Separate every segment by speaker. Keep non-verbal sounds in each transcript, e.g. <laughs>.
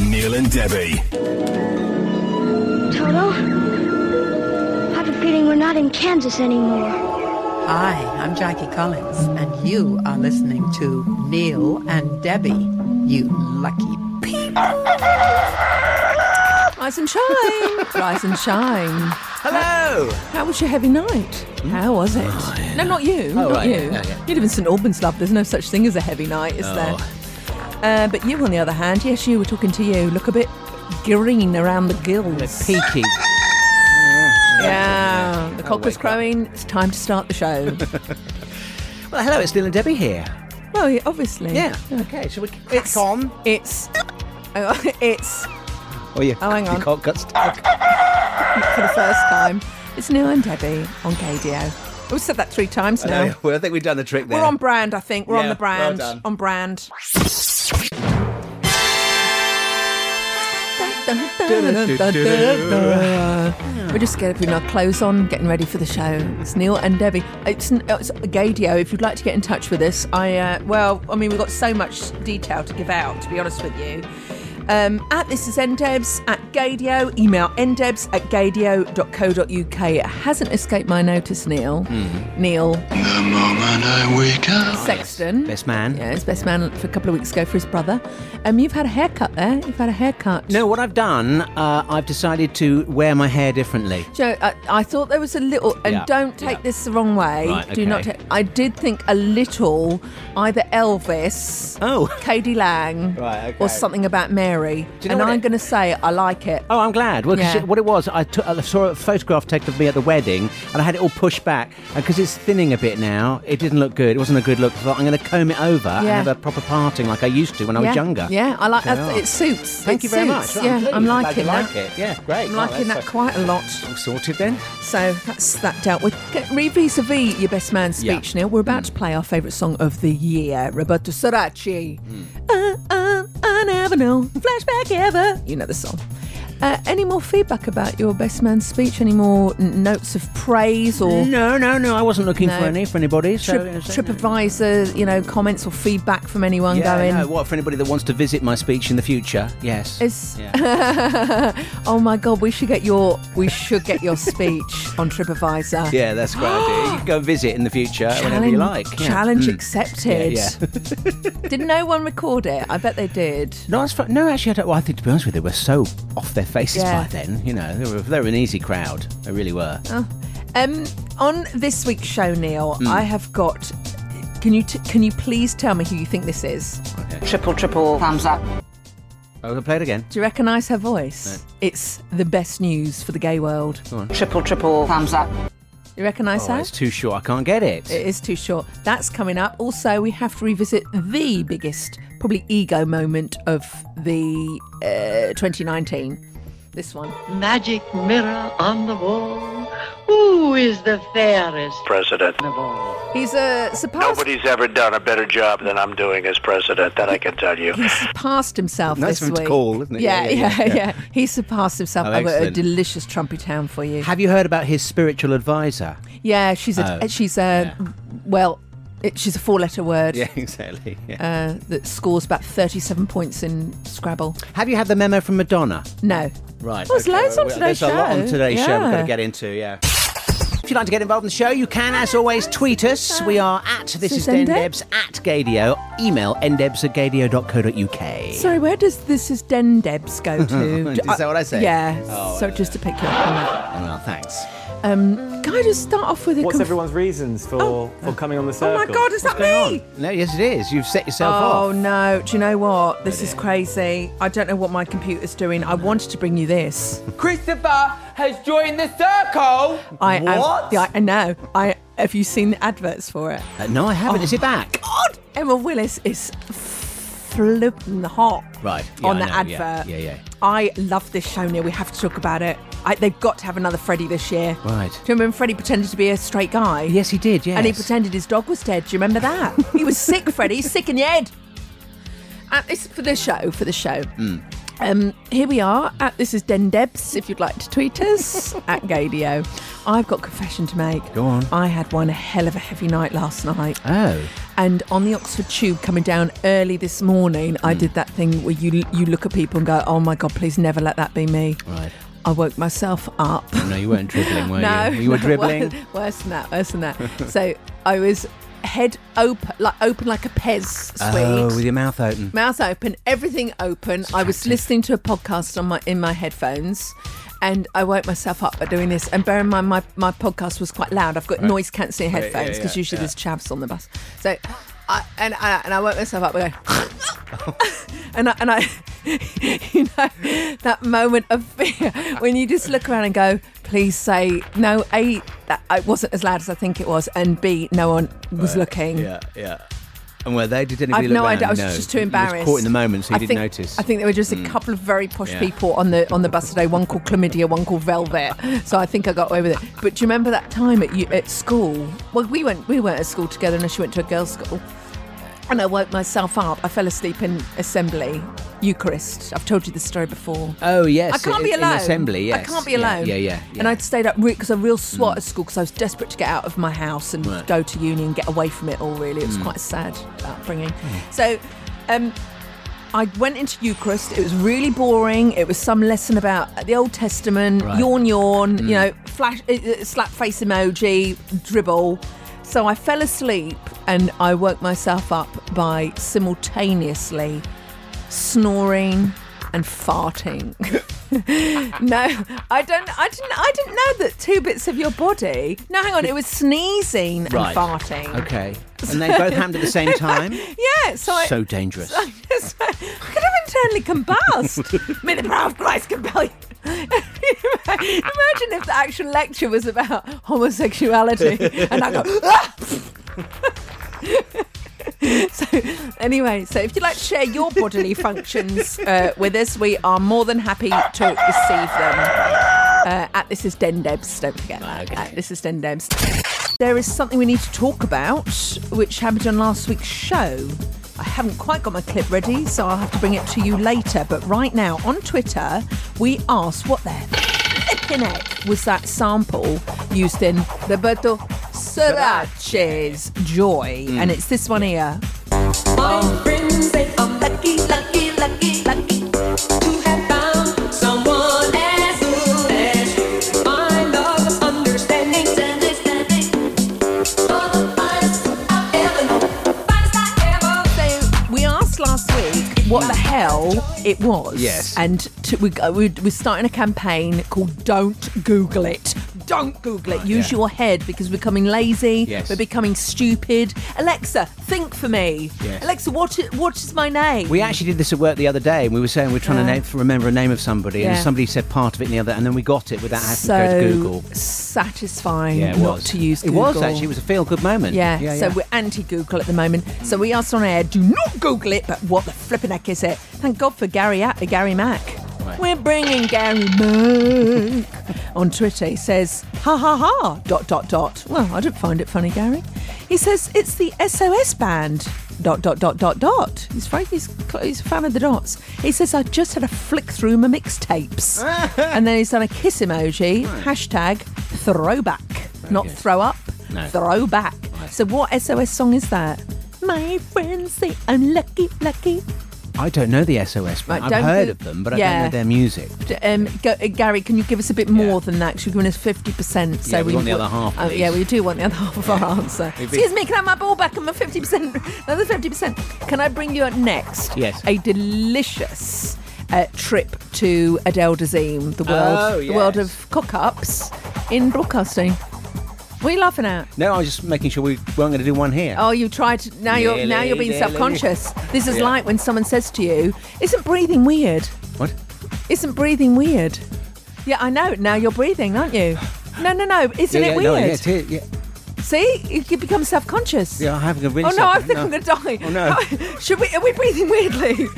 Speaker 1: Neil and Debbie.
Speaker 2: Toto, I have a feeling we're not in Kansas anymore.
Speaker 3: Hi, I'm Jackie Collins, and you are listening to Neil and Debbie. You lucky people.
Speaker 4: Rise and shine. Rise and shine. Uh,
Speaker 5: Hello. Hmm?
Speaker 4: How was your heavy night? How was it? No, not you. not
Speaker 5: Oh, right,
Speaker 4: you.
Speaker 5: yeah, yeah, yeah.
Speaker 4: You live in St Albans, love. There's no such thing as a heavy night,
Speaker 5: Oh.
Speaker 4: is there? Uh, but you, on the other hand, yes, you. We're talking to you. Look a bit green around the gills. <laughs>
Speaker 5: Peaky. Oh,
Speaker 4: Yeah. The cock was
Speaker 5: wake up.
Speaker 4: crowing. It's time to start the show.
Speaker 5: <laughs> well, hello, it's Neil and Debbie here.
Speaker 4: well, yeah, obviously.
Speaker 5: Yeah. Okay, shall we crack
Speaker 4: It's
Speaker 5: on?
Speaker 4: It's. <laughs> oh, It's
Speaker 5: Oh, yeah.
Speaker 4: Oh, hang
Speaker 5: You
Speaker 4: on.
Speaker 5: can't cut stuck.
Speaker 4: for the first time. It's Neil and Debbie on KDO. Oh, We've said that three times now.
Speaker 5: No, well, I think we've done the trick there.
Speaker 4: We're on brand, I think. We're on
Speaker 5: Yeah,
Speaker 4: the brand.
Speaker 5: well done.
Speaker 4: On brand. We're just getting putting our clothes on, getting ready for the show. It's Neil and Debbie. It's, n- it's Gadio. If you'd like to get in touch with us, I uh, well, I mean, we've got so much detail to give out. To be honest with you, um, at this is ndebs at gadio. Email ndebs at gadio.co.uk. It hasn't escaped my notice, Neil.
Speaker 5: Hmm.
Speaker 4: Neil
Speaker 6: The moment Hmm. I wake up.
Speaker 4: Sexton.
Speaker 5: Best man.
Speaker 4: Yeah, his best man for a couple of weeks ago for his brother. Um, you've had a haircut there. You've had a haircut.
Speaker 5: No, what I've done, uh, I've decided to wear my hair differently.
Speaker 4: Joe, I, I thought there was a little, and
Speaker 5: Yeah,
Speaker 4: don't take
Speaker 5: yeah.
Speaker 4: this the wrong way.
Speaker 5: Right,
Speaker 4: Do not.
Speaker 5: okay.
Speaker 4: Take, I did think a little, either Elvis, <laughs>
Speaker 5: Oh.
Speaker 4: Cady Lang,
Speaker 5: Right, okay.
Speaker 4: or something about Mary.
Speaker 5: you know
Speaker 4: and
Speaker 5: what
Speaker 4: I'm
Speaker 5: it-
Speaker 4: going to say I like it.
Speaker 5: Oh, I'm glad. Well, 'cause
Speaker 4: Yeah.
Speaker 5: it- what it was, I, took, I saw a photograph taken of me at the wedding, and I had it all pushed back. And because it's thinning a bit now, it didn't look good. It wasn't a good look. So I thought I'm going to comb it over and
Speaker 4: Yeah.
Speaker 5: have a proper parting like I used to when I
Speaker 4: yeah.
Speaker 5: was younger.
Speaker 4: Yeah, I like.
Speaker 5: So,
Speaker 4: I, it suits.
Speaker 5: Thank
Speaker 4: It
Speaker 5: you very
Speaker 4: suits.
Speaker 5: much. Well,
Speaker 4: yeah,
Speaker 5: pleased.
Speaker 4: I'm
Speaker 5: glad you
Speaker 4: liking that.
Speaker 5: like it. Yeah, great.
Speaker 4: I'm
Speaker 5: Oh,
Speaker 4: liking that
Speaker 5: that's so-
Speaker 4: quite a lot.
Speaker 5: All sorted then.
Speaker 4: So that's that dealt with. Get re vis a vis your best man's
Speaker 5: Yeah.
Speaker 4: speech, Neil. We're about to play our favourite song of the year, Roberto Soraci.
Speaker 5: Hmm.
Speaker 4: Uh, uh, I never know. Flashback ever. You know the song. Uh, any more feedback about your best man's speech? Any more n- notes of praise or
Speaker 5: No, no, no. I wasn't looking for
Speaker 4: No.
Speaker 5: any for anybody. So,
Speaker 4: trip,
Speaker 5: you know, so no.
Speaker 4: TripAdvisor, you know, comments or feedback from anyone
Speaker 5: Yeah,
Speaker 4: going?
Speaker 5: no, what for anybody that wants to visit my speech in the future? Yes.
Speaker 4: It's-
Speaker 5: Yeah.
Speaker 4: <laughs> Oh my God, we should get your we should get your
Speaker 5: <laughs>
Speaker 4: speech on TripAdvisor.
Speaker 5: Yeah, that's a great idea. You can go visit in
Speaker 4: <gasps>
Speaker 5: the future whenever you like. Yeah.
Speaker 4: Challenge
Speaker 5: Mm.
Speaker 4: accepted.
Speaker 5: Yeah,
Speaker 4: <laughs> did no one record it? I bet they did.
Speaker 5: No, that's fun. no, actually, I, don't, well, I think to be honest with you, they were so off their faces
Speaker 4: Yeah.
Speaker 5: by then. You know, they were, they were an easy crowd. They really were.
Speaker 4: Um, on this week's show, Neil,
Speaker 5: Hmm.
Speaker 4: I have got. Can you t- can you please tell me who you think this is?
Speaker 7: Triple, triple thumbs up.
Speaker 5: Oh, play it again.
Speaker 4: Do you recognise her voice? It's the best news for the gay world.
Speaker 7: Triple, triple thumbs up.
Speaker 4: You recognise
Speaker 5: Oh,
Speaker 4: her?
Speaker 5: it's too short. I can't get it.
Speaker 4: It is too short. That's coming up. Also, we have to revisit the biggest, probably ego moment of the uh, 2019. This one.
Speaker 8: magic mirror on the wall. Who is the fairest
Speaker 9: president.
Speaker 8: of all?
Speaker 4: He's a uh, surpassed.
Speaker 9: Nobody's ever done a better job than I'm doing as president, that I can tell you.
Speaker 4: He surpassed himself
Speaker 5: Nice
Speaker 4: this
Speaker 5: of him to
Speaker 4: week.
Speaker 5: call, isn't it?
Speaker 4: Yeah, yeah,
Speaker 5: Yeah,
Speaker 4: yeah.
Speaker 5: yeah, yeah.
Speaker 4: He surpassed himself.
Speaker 5: Oh,
Speaker 4: I've got a
Speaker 5: excellent.
Speaker 4: delicious trumpy town for you.
Speaker 5: Have you heard about his spiritual advisor?
Speaker 4: Yeah, she's a
Speaker 5: Oh,
Speaker 4: she's a well, it, she's a four-letter word
Speaker 5: <laughs> exactly.
Speaker 4: uh, that scores about thirty-seven points in Scrabble.
Speaker 5: Have you had the memo from Madonna?
Speaker 4: No,
Speaker 5: Right.
Speaker 4: There's
Speaker 5: okay.
Speaker 4: loads on
Speaker 5: Well,
Speaker 4: today's
Speaker 5: There's a lot
Speaker 4: show.
Speaker 5: on today's show we've got
Speaker 4: Yeah.
Speaker 5: to get into, yeah. If you'd like to get involved in the show, you can, as always, tweet us.
Speaker 4: Uh,
Speaker 5: We are at this is
Speaker 4: Send it.
Speaker 5: Debs at Gadio. Email ndebs at gadio.co.uk.
Speaker 4: sorry. Where does this is Den Debs
Speaker 5: <laughs>
Speaker 4: go to?
Speaker 5: Is that what I said?
Speaker 4: Yeah.
Speaker 5: Oh,
Speaker 4: so just to pick you up on that.
Speaker 5: well, thanks.
Speaker 4: Um, can I just start off with a
Speaker 10: What's
Speaker 4: conf-
Speaker 10: everyone's reasons for, for coming on the
Speaker 4: Oh
Speaker 10: circle?
Speaker 4: my God, is that me?
Speaker 5: No, yes, it is. You've set yourself
Speaker 4: Oh
Speaker 5: off.
Speaker 4: no! Do you know what? This is crazy. I don't know what my computer's doing. I wanted to bring you
Speaker 5: <laughs>
Speaker 4: this.
Speaker 11: Christopher has joined the circle.
Speaker 4: I am-
Speaker 5: What?
Speaker 4: yeah, I know. I have you seen the adverts for it? Oh
Speaker 5: Uh, no, I haven't. Is it back?
Speaker 4: God, Emma Willis is flipping hot.
Speaker 5: Right, yeah,
Speaker 4: on
Speaker 5: I
Speaker 4: the
Speaker 5: know, yeah,
Speaker 4: advert.
Speaker 5: yeah, yeah.
Speaker 4: I love this show, Neil. We have to talk about it. I, they've got to have another Freddy this year.
Speaker 5: Right.
Speaker 4: Do you remember when Freddy pretended to be a straight guy?
Speaker 5: Yes, he did. Yes.
Speaker 4: And he pretended his dog was dead. Do you remember that? he was sick,
Speaker 5: <laughs>
Speaker 4: Freddie. He's sick in the head. And it's for the show, for the show.
Speaker 5: Mm, <laughs>
Speaker 4: Um, here we are. At, this is Den Debs, if you'd like to tweet us, at Gadio. I've got confession to make.
Speaker 5: Go on.
Speaker 4: I had one hell of a heavy night last night.
Speaker 5: Oh.
Speaker 4: And on the Oxford Tube coming down early this morning,
Speaker 5: Hmm.
Speaker 4: I did that thing where you you look at people and go, "Oh my God, please never let that be me."
Speaker 5: Right.
Speaker 4: I woke myself up.
Speaker 5: Oh, No, you
Speaker 4: <laughs>
Speaker 5: weren't dribbling, were
Speaker 4: no,
Speaker 5: you? You were
Speaker 4: no,
Speaker 5: dribbling.
Speaker 4: wor- Worse than that. Worse than that. so I was head open, like open like a Pez
Speaker 5: Oh,
Speaker 4: Swede.
Speaker 5: with your mouth open.
Speaker 4: mouth open, everything open. I was listening to a podcast on my in my headphones. And I woke myself up by doing this. And bear in mind, my, my podcast was quite loud. I've got noise cancelling
Speaker 5: yeah,
Speaker 4: headphones because
Speaker 5: yeah,
Speaker 4: usually
Speaker 5: yeah.
Speaker 4: there's chavs on the bus. So, I, and, I, and I woke myself up by going, <laughs> and I, and I you know, that moment of fear <laughs> when you just look around and go, please say, no, A, that it wasn't as loud as I think it was, and B, no one was looking.
Speaker 5: Yeah, yeah. And were they? Did anybody
Speaker 4: I've
Speaker 5: look
Speaker 4: no
Speaker 5: around?
Speaker 4: idea. I was
Speaker 5: No.
Speaker 4: just too
Speaker 5: You was
Speaker 4: embarrassed.
Speaker 5: caught in the moment, so you
Speaker 4: I
Speaker 5: didn't
Speaker 4: think-
Speaker 5: notice. Hmm. Mm.
Speaker 4: I think there were just a couple of very posh
Speaker 5: Yeah.
Speaker 4: people on the on the bus today. One called chlamydia, one called velvet. So I think I got away with it. But do you remember that time at you, at school? Well, we went we weren't at school together unless you went to a girls' school. And I woke myself up. I fell asleep in assembly, Eucharist. I've told you this story before.
Speaker 5: Oh yes,
Speaker 4: I can't
Speaker 5: in-
Speaker 4: be
Speaker 5: in
Speaker 4: alone.
Speaker 5: assembly, yes.
Speaker 4: I can't be
Speaker 5: Yeah,
Speaker 4: alone.
Speaker 5: Yeah, yeah. yeah. Mm.
Speaker 4: And I'd stayed up because I real swat at school because I was desperate to get out of my house and
Speaker 5: Right. Mm.
Speaker 4: go to uni and get away from it all. Really, it was quite a sad upbringing. So, um, I went into Eucharist. It was really boring. It was some lesson about the Old Testament,
Speaker 5: Right. Mm.
Speaker 4: yawn, yawn. You know, flash, uh, uh, slap face emoji, dribble. So I fell asleep and I woke myself up by simultaneously snoring and farting. <laughs> no, I don't. I didn't. I didn't know that two bits of your body. No, hang on. It was sneezing and
Speaker 5: right.
Speaker 4: farting.
Speaker 5: Okay. And they both happened at
Speaker 4: <laughs>
Speaker 5: the same time.
Speaker 4: Yeah. <laughs> So, I, <laughs>
Speaker 5: so dangerous.
Speaker 4: Yes, I could have internally <laughs> combust. May the power of Christ compel you. <laughs> Imagine if the actual lecture was about homosexuality and I go, <laughs> "Ah!" so, anyway, so if you'd like to share your bodily functions uh, with us, we are more than happy to receive them. Uh, at this is Den Debs, don't forget that.
Speaker 5: Okay.
Speaker 4: At this is Den Debs. There is something we need to talk about, which happened on last week's show. I haven't quite got my clip ready, so I'll have to bring it to you later. But right now, on Twitter, we asked what the flipping heck was that sample used in Roberto Serace's Joy? And it's this one here. So we asked last week what the hell it was.
Speaker 5: Yes.
Speaker 4: And to, we, go- we, we're starting a campaign called Don't Google It. Don't Google it. Use
Speaker 5: yeah.
Speaker 4: your head because we're becoming lazy.
Speaker 5: Yes.
Speaker 4: We're becoming stupid. Alexa, think for me.
Speaker 5: Yes.
Speaker 4: Alexa, what i- what is my name?
Speaker 5: We actually did this at work the other day, and we were saying we are trying
Speaker 4: Yeah.
Speaker 5: to name, remember a name of somebody, and
Speaker 4: Yeah.
Speaker 5: somebody said part of it and the other, and then we got it without having to
Speaker 4: so
Speaker 5: go to Google.
Speaker 4: satisfying
Speaker 5: Yeah, it
Speaker 4: not
Speaker 5: was.
Speaker 4: to use
Speaker 5: it
Speaker 4: Google.
Speaker 5: was actually. It was a feel-good moment.
Speaker 4: Yeah, so we're anti Google at the moment. So we asked on air, do not Google it, but what the flipping heck is it? Thank God for Gary, A- Gary Mack.
Speaker 5: Right.
Speaker 4: We're bringing Gary Mack on Twitter. He says, <laughs> ha ha ha, dot dot dot. Well, I didn't find it funny, Gary. He says, it's the SOS band. Dot dot dot dot dot. He's very he's, cl- he's a fan of the dots. He says I just had a flick through my
Speaker 5: <laughs>
Speaker 4: mixtapes, and then he's done a kiss emoji hashtag throwback, not
Speaker 5: good.
Speaker 4: throw up,
Speaker 5: No.
Speaker 4: throwback. So what SOS song is that? My friends say I'm lucky, lucky.
Speaker 5: I don't know the SOS,
Speaker 4: Right,
Speaker 5: but I've
Speaker 4: don't
Speaker 5: heard
Speaker 4: do-
Speaker 5: of them, but I
Speaker 4: Yeah.
Speaker 5: don't know their music.
Speaker 4: D- Um, go, uh, Gary, can you give us a bit more than that? 'Cause you're giving us 50%. So
Speaker 5: Yeah, we want the other half,
Speaker 4: Oh, yeah,
Speaker 5: please.
Speaker 4: we do want the other <laughs> half of our answer.
Speaker 5: It'd be-
Speaker 4: Excuse me, can I have my ball back and my 50%? <laughs> Another 50%. Can I bring you up next?
Speaker 5: Yes.
Speaker 4: A delicious uh, trip to Adele Dazeem, the world,
Speaker 5: Oh,
Speaker 4: the world
Speaker 5: yes.
Speaker 4: of cock ups in broadcasting. What are you laughing at?
Speaker 5: No, I was just making sure we weren't going to do one here.
Speaker 4: Oh, you tried to. Now you're now you're being
Speaker 5: Nearly, nearly.
Speaker 4: self-conscious. This is
Speaker 5: Yeah.
Speaker 4: like when someone says to you, "Isn't breathing weird?
Speaker 5: What?
Speaker 4: Isn't breathing weird?" Yeah, I know. Now you're breathing, aren't you? No, no, no. Isn't
Speaker 5: yeah,
Speaker 4: it
Speaker 5: yeah,
Speaker 4: weird?
Speaker 5: No, yeah, it is, yeah,
Speaker 4: See, you can become self-conscious.
Speaker 5: yeah, I'm having a rinse.
Speaker 4: Oh no,
Speaker 5: up.
Speaker 4: I think I'm going to die.
Speaker 5: Oh, no.
Speaker 4: Should we? Are we breathing weirdly?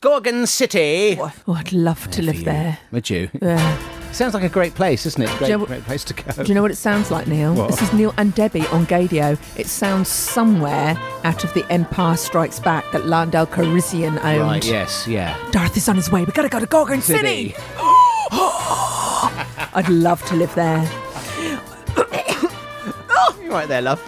Speaker 5: Gorgon City.
Speaker 4: <laughs> oh, I'd love to live there.
Speaker 5: Would you?
Speaker 4: Yeah.
Speaker 5: Sounds like a great place, doesn't it? Great,
Speaker 4: you know what-
Speaker 5: great place to go.
Speaker 4: Do you know what it sounds like, Neil?
Speaker 5: What?
Speaker 4: This is Neil and Debbie on Gadio. It sounds somewhere out of the Empire Strikes Back that Landau Carizian owned. <laughs>
Speaker 5: Right, yes, yeah.
Speaker 4: Darth is on his way. We gotta go to Gorgon City.
Speaker 5: City.
Speaker 4: <gasps> I'd love to live
Speaker 5: <coughs>
Speaker 4: there.
Speaker 5: You're right there, love.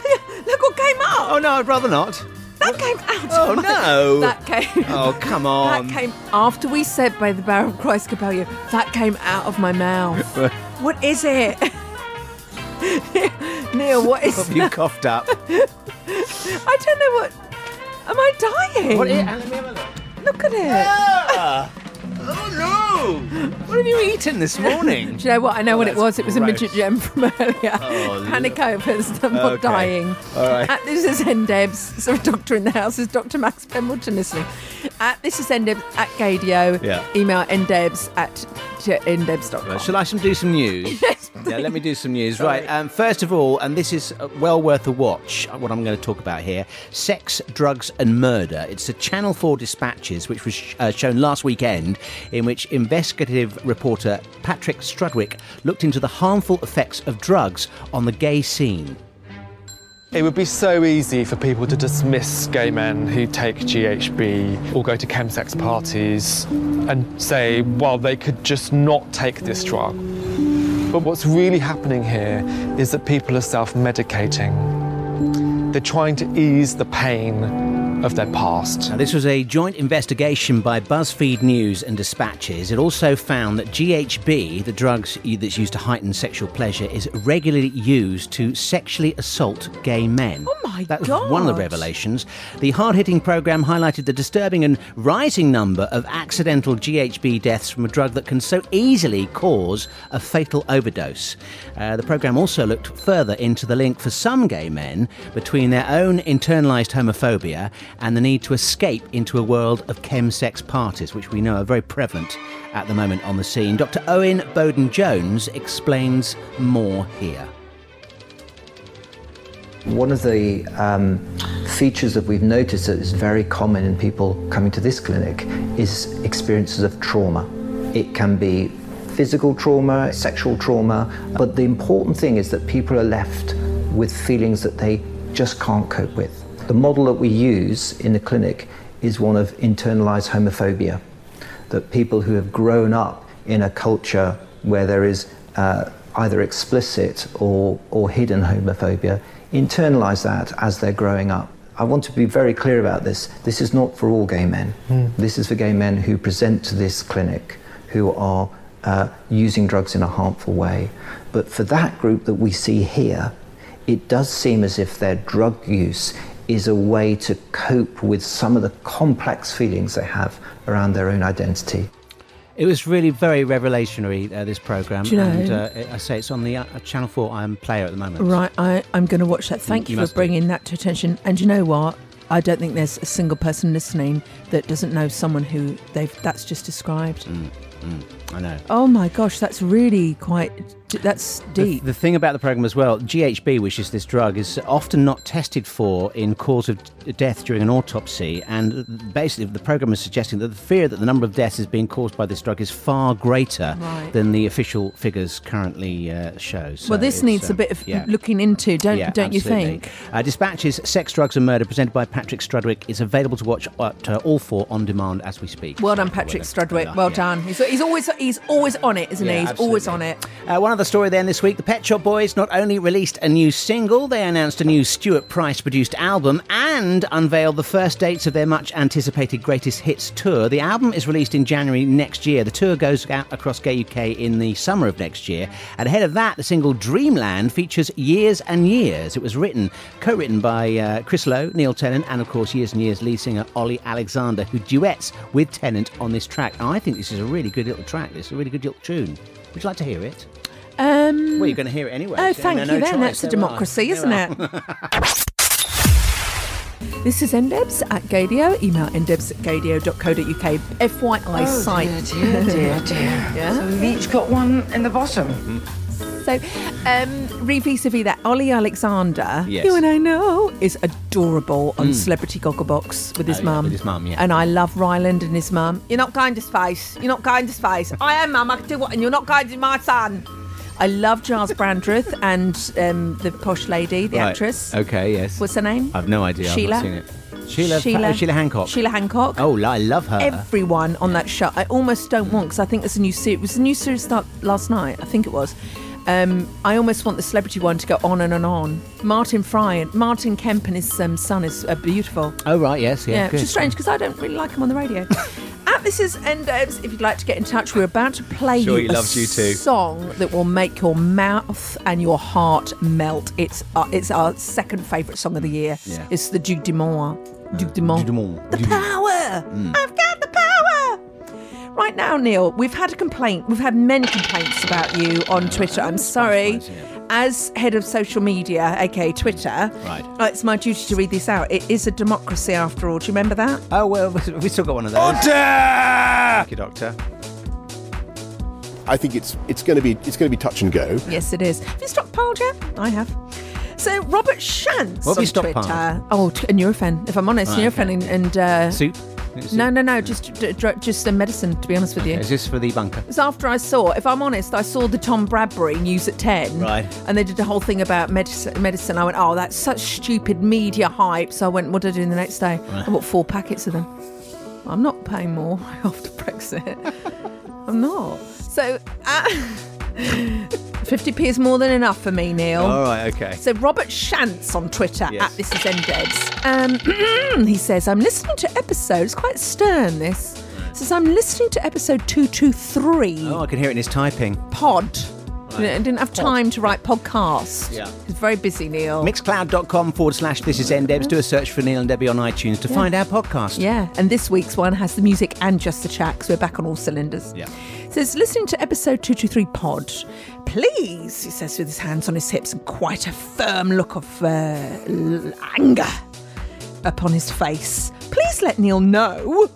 Speaker 4: Look what came up.
Speaker 5: Oh no, I'd rather not.
Speaker 4: That came out.
Speaker 5: Oh
Speaker 4: my-
Speaker 5: no.
Speaker 4: That came.
Speaker 5: Oh come
Speaker 4: <laughs>
Speaker 5: on.
Speaker 4: That came after we said by the barrel of Christ Cabello. That came out of my mouth. what is it? <laughs> Neil,
Speaker 5: <laughs>
Speaker 4: what is
Speaker 5: you
Speaker 4: <laughs>
Speaker 5: coughed up.
Speaker 4: I don't know what. Am I dying?
Speaker 5: What is, let me have a look.
Speaker 4: Look at it.
Speaker 5: Ah! oh no! What have you eaten this morning?
Speaker 4: <laughs>
Speaker 5: Oh,
Speaker 4: Do you know what? I know what it
Speaker 5: that's
Speaker 4: was. It was a
Speaker 5: gross.
Speaker 4: midget gem from earlier.
Speaker 5: Oh,
Speaker 4: <laughs> Panic
Speaker 5: look.
Speaker 4: over. it's- I'm not
Speaker 5: Okay.
Speaker 4: dying.
Speaker 5: All right.
Speaker 4: At this is Endebs. So a doctor in the house is Dr. Max Pendleton listening. At this is Endebs at Gadio.
Speaker 5: Yeah.
Speaker 4: Email endebs at j- endebs.com.
Speaker 5: Right, Shall I some do some news?
Speaker 4: Yes,
Speaker 5: Yeah, let me do some news. Right, um, first of all, and this is uh, well worth a watch, uh, what I'm going to talk about here Sex, Drugs and Murder. It's the Channel 4 Dispatches, which was sh- uh, shown last weekend, in which investigative reporter Patrick Strudwick looked into the harmful effects of drugs on the gay scene.
Speaker 10: It would be so easy for people to dismiss gay men who take GHB or go to chemsex parties and say, well, they could just not take this drug. But what's really happening here is that people are self medicating. They're trying to ease the pain of their past.
Speaker 5: Now, this was a joint investigation by BuzzFeed News and Dispatches. It also found that GHB, the drug that's used to heighten sexual pleasure, is regularly used to sexually assault gay men.
Speaker 4: Oh my
Speaker 5: That was one of the
Speaker 4: God.
Speaker 5: revelations. The hard hitting programme highlighted the disturbing and rising number of accidental GHB deaths from a drug that can so easily cause a fatal overdose. Uh, the programme also looked further into the link for some gay men between their own internalised homophobia and the need to escape into a world of chemsex parties, which we know are very prevalent at the moment on the scene. Dr. Owen Bowden Jones explains more here.
Speaker 1: One of the um, features that we've noticed that is very common in people coming to this clinic is experiences of trauma. It can be physical trauma, sexual trauma, but the important thing is that people are left with feelings that they just can't cope with. The model that we use in the clinic is one of internalized homophobia that people who have grown up in a culture where there is uh, either explicit or, or hidden homophobia internalize that as they're growing up. I want to be very clear about this. This is not for all gay men.
Speaker 4: <laughs>
Speaker 1: This is for gay men who present to this clinic who are uh, using drugs in a harmful way. But for that group that we see here, it does seem as if their drug use is a way to cope with some of the complex feelings they have around their own identity.
Speaker 5: It was really very revelationary, uh, this programme.
Speaker 4: Do you know-
Speaker 5: And uh, I say it's on the uh, Channel 4 I'm player at the moment.
Speaker 4: Right, I, I'm going to watch that. Thank
Speaker 5: You
Speaker 4: you,
Speaker 5: must
Speaker 4: for
Speaker 5: do.
Speaker 4: bringing that to attention. And you know what? I don't think there's a single person listening that doesn't know someone who they've that's just described.
Speaker 5: Mm. I know.
Speaker 4: Oh my gosh, that's really quite. That's
Speaker 5: The,
Speaker 4: deep.
Speaker 5: the thing about the programme as well, GHB, which is this drug, is often not tested for in cause of d- death during an autopsy. And basically, the programme is suggesting that the fear that the number of deaths is being caused by this drug is far greater
Speaker 4: Right.
Speaker 5: than the official figures currently uh, show. So
Speaker 4: well, this
Speaker 5: it's,
Speaker 4: needs a
Speaker 5: um,
Speaker 4: bit of
Speaker 5: yeah.
Speaker 4: looking into, don't
Speaker 5: Yeah,
Speaker 4: don't you
Speaker 5: absolutely.
Speaker 4: think?
Speaker 5: Uh, Dispatches, Sex, Drugs and Murder, presented by Patrick Strudwick, is available to watch at uh, all four on demand as we speak.
Speaker 4: Well done,
Speaker 5: Uh,
Speaker 4: Patrick
Speaker 5: whether-
Speaker 4: Strudwick.
Speaker 5: uh,
Speaker 4: Well
Speaker 5: yeah.
Speaker 4: done. He's, he's always he's always on it, isn't he?
Speaker 5: Yeah,
Speaker 4: He's always on
Speaker 5: absolutely.
Speaker 4: it.
Speaker 5: Uh, one other story then this week the Pet Shop Boys not only released a new single, they announced a new Stuart Price produced album and unveiled the first dates of their much anticipated Greatest Hits tour. The album is released in January next year. The tour goes out across Gay UK in the summer of next year. And ahead of that, the single Dreamland features Years and Years. It was written, co written by uh, Chris Lowe, Neil Tennant, and of course, Years and Years lead singer Ollie Alexander, who duets with Tennant on this track. And I think this is a really good little track. This is a really good little tune. Would you like to hear it?
Speaker 4: Um,
Speaker 5: Well, you're going to hear it anyway.
Speaker 4: Oh,
Speaker 5: so
Speaker 4: thank
Speaker 5: no-
Speaker 4: you.
Speaker 5: no
Speaker 4: then
Speaker 5: choice.
Speaker 4: that's a
Speaker 5: There we are.
Speaker 4: democracy,
Speaker 5: There
Speaker 4: isn't
Speaker 5: we are.
Speaker 4: <laughs>
Speaker 5: <laughs>
Speaker 4: it? This is ndebs at gadio. Email ndebs at gadio.co.uk. FYI site.
Speaker 7: Oh, Dear, dear, dear.
Speaker 4: <laughs> Yeah.
Speaker 7: So we've each got one in the bottom.
Speaker 4: So, um, re vis that, Ollie Alexander,
Speaker 5: Yes.
Speaker 4: you and I know, is adorable on Celebrity Gogglebox with his
Speaker 5: Hmm. Oh, yeah,
Speaker 4: mum.
Speaker 5: with his mum, yeah.
Speaker 4: And I love Ryland and his mum. You're not kind to space. You're not kind to space. I am, mum. I can do what, and you're not kind to my son. I love Giles Brandreth and um, the posh lady, the
Speaker 5: Right. Uh,
Speaker 4: actress.
Speaker 5: Okay, yes.
Speaker 4: What's her name?
Speaker 5: I've no idea. I've
Speaker 4: Sheila?
Speaker 5: not seen it. Sheila,
Speaker 4: Sheila-
Speaker 5: oh, Sheila Hancock.
Speaker 4: Sheila Hancock.
Speaker 5: Oh, I love her.
Speaker 4: Everyone on that show. I almost don't want because I think there's a new series. Was the new series start last night? I think it was. Um, I almost want the celebrity one to go on and on and on. Martin Fry and Martin Kemp and his um, son is uh, beautiful.
Speaker 5: oh right, yes, yeah.
Speaker 4: Yeah,
Speaker 5: good.
Speaker 4: which is strange because I don't really like him on the
Speaker 5: <laughs>
Speaker 4: radio. At this is end Debs, if you'd like to get in touch, we're about to play
Speaker 5: Sure
Speaker 4: you
Speaker 5: he
Speaker 4: a
Speaker 5: loves you too.
Speaker 4: song that will make your mouth and your heart melt. It's our, it's our second favourite song of the year.
Speaker 5: Yeah.
Speaker 4: It's the Duke de Mont. Duke de Mont. The
Speaker 5: Duke de Mont.
Speaker 4: power.
Speaker 5: Hmm.
Speaker 4: I've got the power. Right now, Neil, we've had a complaint. We've had many complaints about you on Twitter. I'm sorry. As head of social media, aka Twitter,
Speaker 5: Right.
Speaker 4: uh, it's my duty to read this out. It is a democracy after all. Do you remember that?
Speaker 5: Oh well, <laughs> we still got one of those.
Speaker 12: Thank you, Doctor. I think it's it's going to be it's going to be touch and go.
Speaker 4: Yes, it is. Have you stockpiled yet? I have. So Robert Shantz
Speaker 12: What have
Speaker 4: on
Speaker 12: you stockpiled?
Speaker 4: Twitter. Oh, t- a Nurofen. If I'm honest,
Speaker 5: Right,
Speaker 4: Nurofen and, and uh,
Speaker 5: Soup.
Speaker 4: No, no, no. Just d- dr- just a medicine. To be honest with you.
Speaker 5: Is this for the bunker?
Speaker 4: It's after I saw, if I'm honest, I saw the Tom Bradbury news at 10.
Speaker 5: Right.
Speaker 4: And they did a whole thing about medicine. medicine. I went, oh, that's such stupid media hype. So I went, what did I do the next day?
Speaker 5: Right.
Speaker 4: I bought four packets of them. I'm not paying more <laughs> after Brexit. I'm not. So uh, <laughs> 50p is more than enough for me, Neil.
Speaker 5: All right, okay.
Speaker 4: So Robert Shantz on Twitter
Speaker 5: Yes.
Speaker 4: at This Is Endeds. Um, <clears throat> he says, I'm listening to episodes, quite stern this. Says, I'm listening to episode 223
Speaker 5: Oh, I can hear it in his typing.
Speaker 4: pod. I didn't have time to write podcast.
Speaker 5: Yeah.
Speaker 4: He's very busy, Neil.
Speaker 5: Mixcloud.com forward slash this is NDebs. Do a search for Neil and Debbie on iTunes to
Speaker 4: Yeah.
Speaker 5: find our podcast.
Speaker 4: Yeah, and this week's one has the music and just the chat 'cause we're back on all cylinders.
Speaker 5: Yeah.
Speaker 4: Says, listening to episode 223 pod, please, he says with his hands on his hips and quite a firm look of uh, l- anger upon his face. Please let Neil know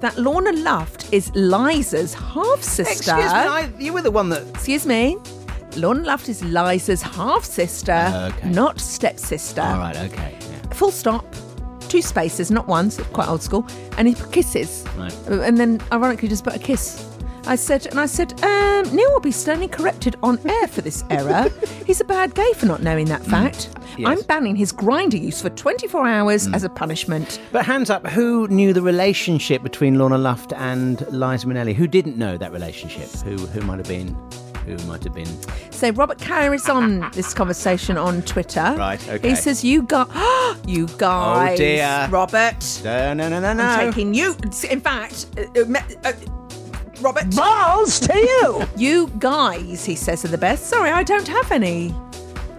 Speaker 4: that Lorna Luft is Liza's half sister.
Speaker 5: Excuse me, I, you were the one that.
Speaker 4: Excuse me. Lorna Luft is Liza's half sister, not stepsister.
Speaker 5: All right, okay.
Speaker 4: Full stop. Two spaces, not one, so quite old school. And he kisses.
Speaker 5: Right.
Speaker 4: Uh, And then ironically just put a kiss. I said, and I said, um, Neil will be sternly corrected on air for this
Speaker 5: <laughs>
Speaker 4: error. He's a bad gay for not knowing that fact.
Speaker 5: Mm. Yes. Mm.
Speaker 4: I'm banning his grinder use for 24 hours as a punishment.
Speaker 5: But hands up, who knew the relationship between Lorna Luft and Liza Minnelli? Who didn't know that relationship? Who who might have been? Who might have been?
Speaker 4: So Robert carries
Speaker 5: <laughs>
Speaker 4: on this conversation on Twitter.
Speaker 5: Right, okay.
Speaker 4: He says, "You got, <gasps> you guys,
Speaker 5: Oh, dear.
Speaker 4: Robert.
Speaker 5: No, no, no, no, no.
Speaker 4: I'm taking you. In fact, uh, uh, me- uh, Robert. Balls to you. you guys, he says to the best. Sorry, I don't have any.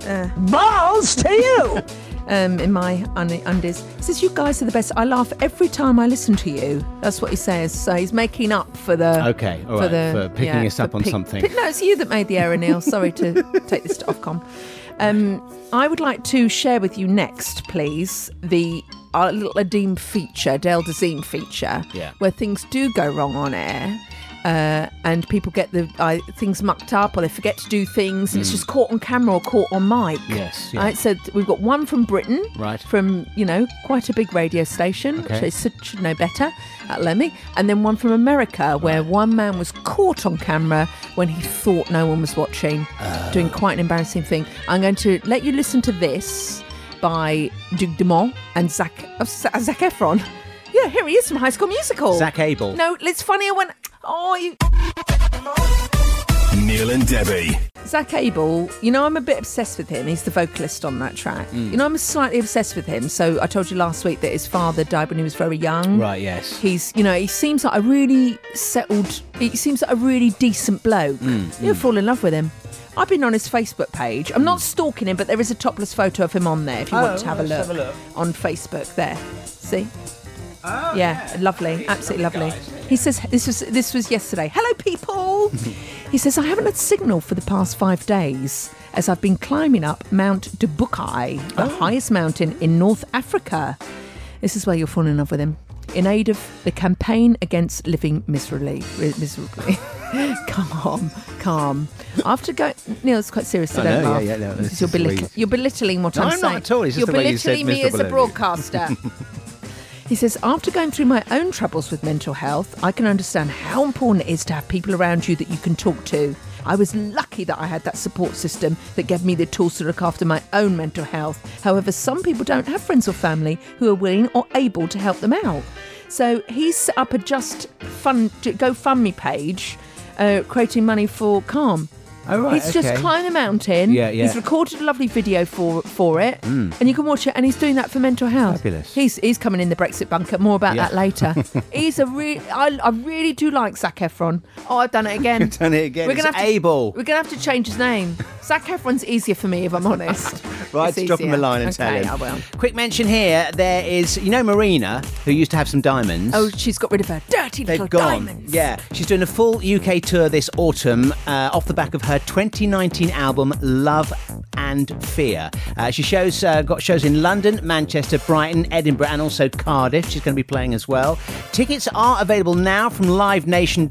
Speaker 4: Uh, Balls to you. <laughs> Um, in my un- undies, he says, "You guys are the best. I laugh every time I listen to you." That's what he says. So he's making up for the
Speaker 5: Okay, all right, for picking us
Speaker 4: for
Speaker 5: up on something.
Speaker 4: pick- no, it's you that made the error, Neil. Sorry
Speaker 5: <laughs>
Speaker 4: to take this to Ofcom. Um, I would like to share with you next, please, the our little Adeem feature, Dale Dazeem feature,
Speaker 5: Yeah.
Speaker 4: where things do go wrong on air. Uh, and people get the uh, things mucked up, or they forget to do things, and it's
Speaker 5: Mm.
Speaker 4: just caught on camera or caught on mic.
Speaker 5: Yes, yeah.
Speaker 4: Right, so th- we've got one from Britain,
Speaker 5: Right.
Speaker 4: From you know quite a big radio station,
Speaker 5: Okay.
Speaker 4: which they should, should know better at Lemmy, and then one from America, where one man was caught on camera when he thought no one was watching,
Speaker 5: Oh.
Speaker 4: doing quite an embarrassing thing. I'm going to let you listen to this by Duke Dumont and Zach uh, Zach Efron. Yeah, here he is from High School Musical.
Speaker 5: Zac Abel.
Speaker 4: No, it's funnier when oh. You,
Speaker 13: Neil and Debbie.
Speaker 4: Zach Abel, you know, I'm a bit obsessed with him. He's the vocalist on that track.
Speaker 5: Mm.
Speaker 4: You know, I'm slightly obsessed with him. So I told you last week that his father died when he was very young.
Speaker 5: Right, yes.
Speaker 4: He's, you know, he seems like a really settled, he seems like a really decent bloke.
Speaker 5: Mm,
Speaker 4: You'll
Speaker 5: mm.
Speaker 4: fall in love with him. I've been on his Facebook page. I'm not stalking him, but there is a topless photo of him on there if you
Speaker 5: Oh,
Speaker 4: want to have a, look,
Speaker 5: let's have a look.
Speaker 4: on Facebook there. See? Oh, yeah, lovely, absolutely lovely. He says this was this was yesterday. Hello,
Speaker 5: <laughs>
Speaker 4: people. he says I haven't had signal for the past five days as I've been climbing up Mount Dubukai, the
Speaker 5: Oh.
Speaker 4: highest mountain in North Africa. This is where you'll fall in love with him. In aid of the campaign against living miserably, ri- miserably. <laughs> calm, calm. After going, Neil, it's quite serious. So
Speaker 5: I
Speaker 4: don't
Speaker 5: know, yeah,
Speaker 4: laugh.
Speaker 5: yeah, no,
Speaker 4: Because
Speaker 5: this
Speaker 4: you're,
Speaker 5: is the way
Speaker 4: belitt-
Speaker 5: you-
Speaker 4: you're belittling what
Speaker 5: No,
Speaker 4: I'm
Speaker 5: I'm
Speaker 4: saying.
Speaker 5: not at all, it's just
Speaker 4: you're
Speaker 5: the way you said
Speaker 4: belittling me as a
Speaker 5: miserable earlier.
Speaker 4: broadcaster.
Speaker 5: <laughs>
Speaker 4: He says, after going through my own troubles with mental health, I can understand how important it is to have people around you that you can talk to. I was lucky that I had that support system that gave me the tools to look after my own mental health. However, some people don't have friends or family who are willing or able to help them out. So he's set up a just fund GoFundMe page, uh, creating money for Calm.
Speaker 5: Oh, right,
Speaker 4: he's just
Speaker 5: okay.
Speaker 4: climbed the mountain.
Speaker 5: Yeah, yeah.
Speaker 4: He's recorded a lovely video for for it,
Speaker 5: Mm.
Speaker 4: and you can watch it. And he's doing that for mental health.
Speaker 5: Fabulous.
Speaker 4: He's he's coming in the Brexit bunker. More about
Speaker 5: Yeah.
Speaker 4: that
Speaker 5: <laughs>
Speaker 4: later. he's a real. I, I really do like Zac Efron. Oh, I've done
Speaker 5: <laughs>
Speaker 4: it again.
Speaker 5: Done it again. It's
Speaker 4: have
Speaker 5: able.
Speaker 4: To, we're gonna have to change his name. Zac Efron's easier for me if I'm honest.
Speaker 5: <laughs> Right,
Speaker 4: It's
Speaker 5: drop him a
Speaker 4: easier.
Speaker 5: line and
Speaker 4: okay,
Speaker 5: tell him.
Speaker 4: I will.
Speaker 5: Quick mention here: there is, you know, Marina, who used to have some diamonds.
Speaker 4: Oh, she's got rid of her dirty little
Speaker 5: They've gone.
Speaker 4: diamond.
Speaker 5: Yeah, she's doing a full UK tour this autumn uh, off the back of her 2019 album Love and Fear. Uh, she shows uh, got shows in London, Manchester, Brighton, Edinburgh, and also Cardiff. She's going to be playing as well. Tickets are available now from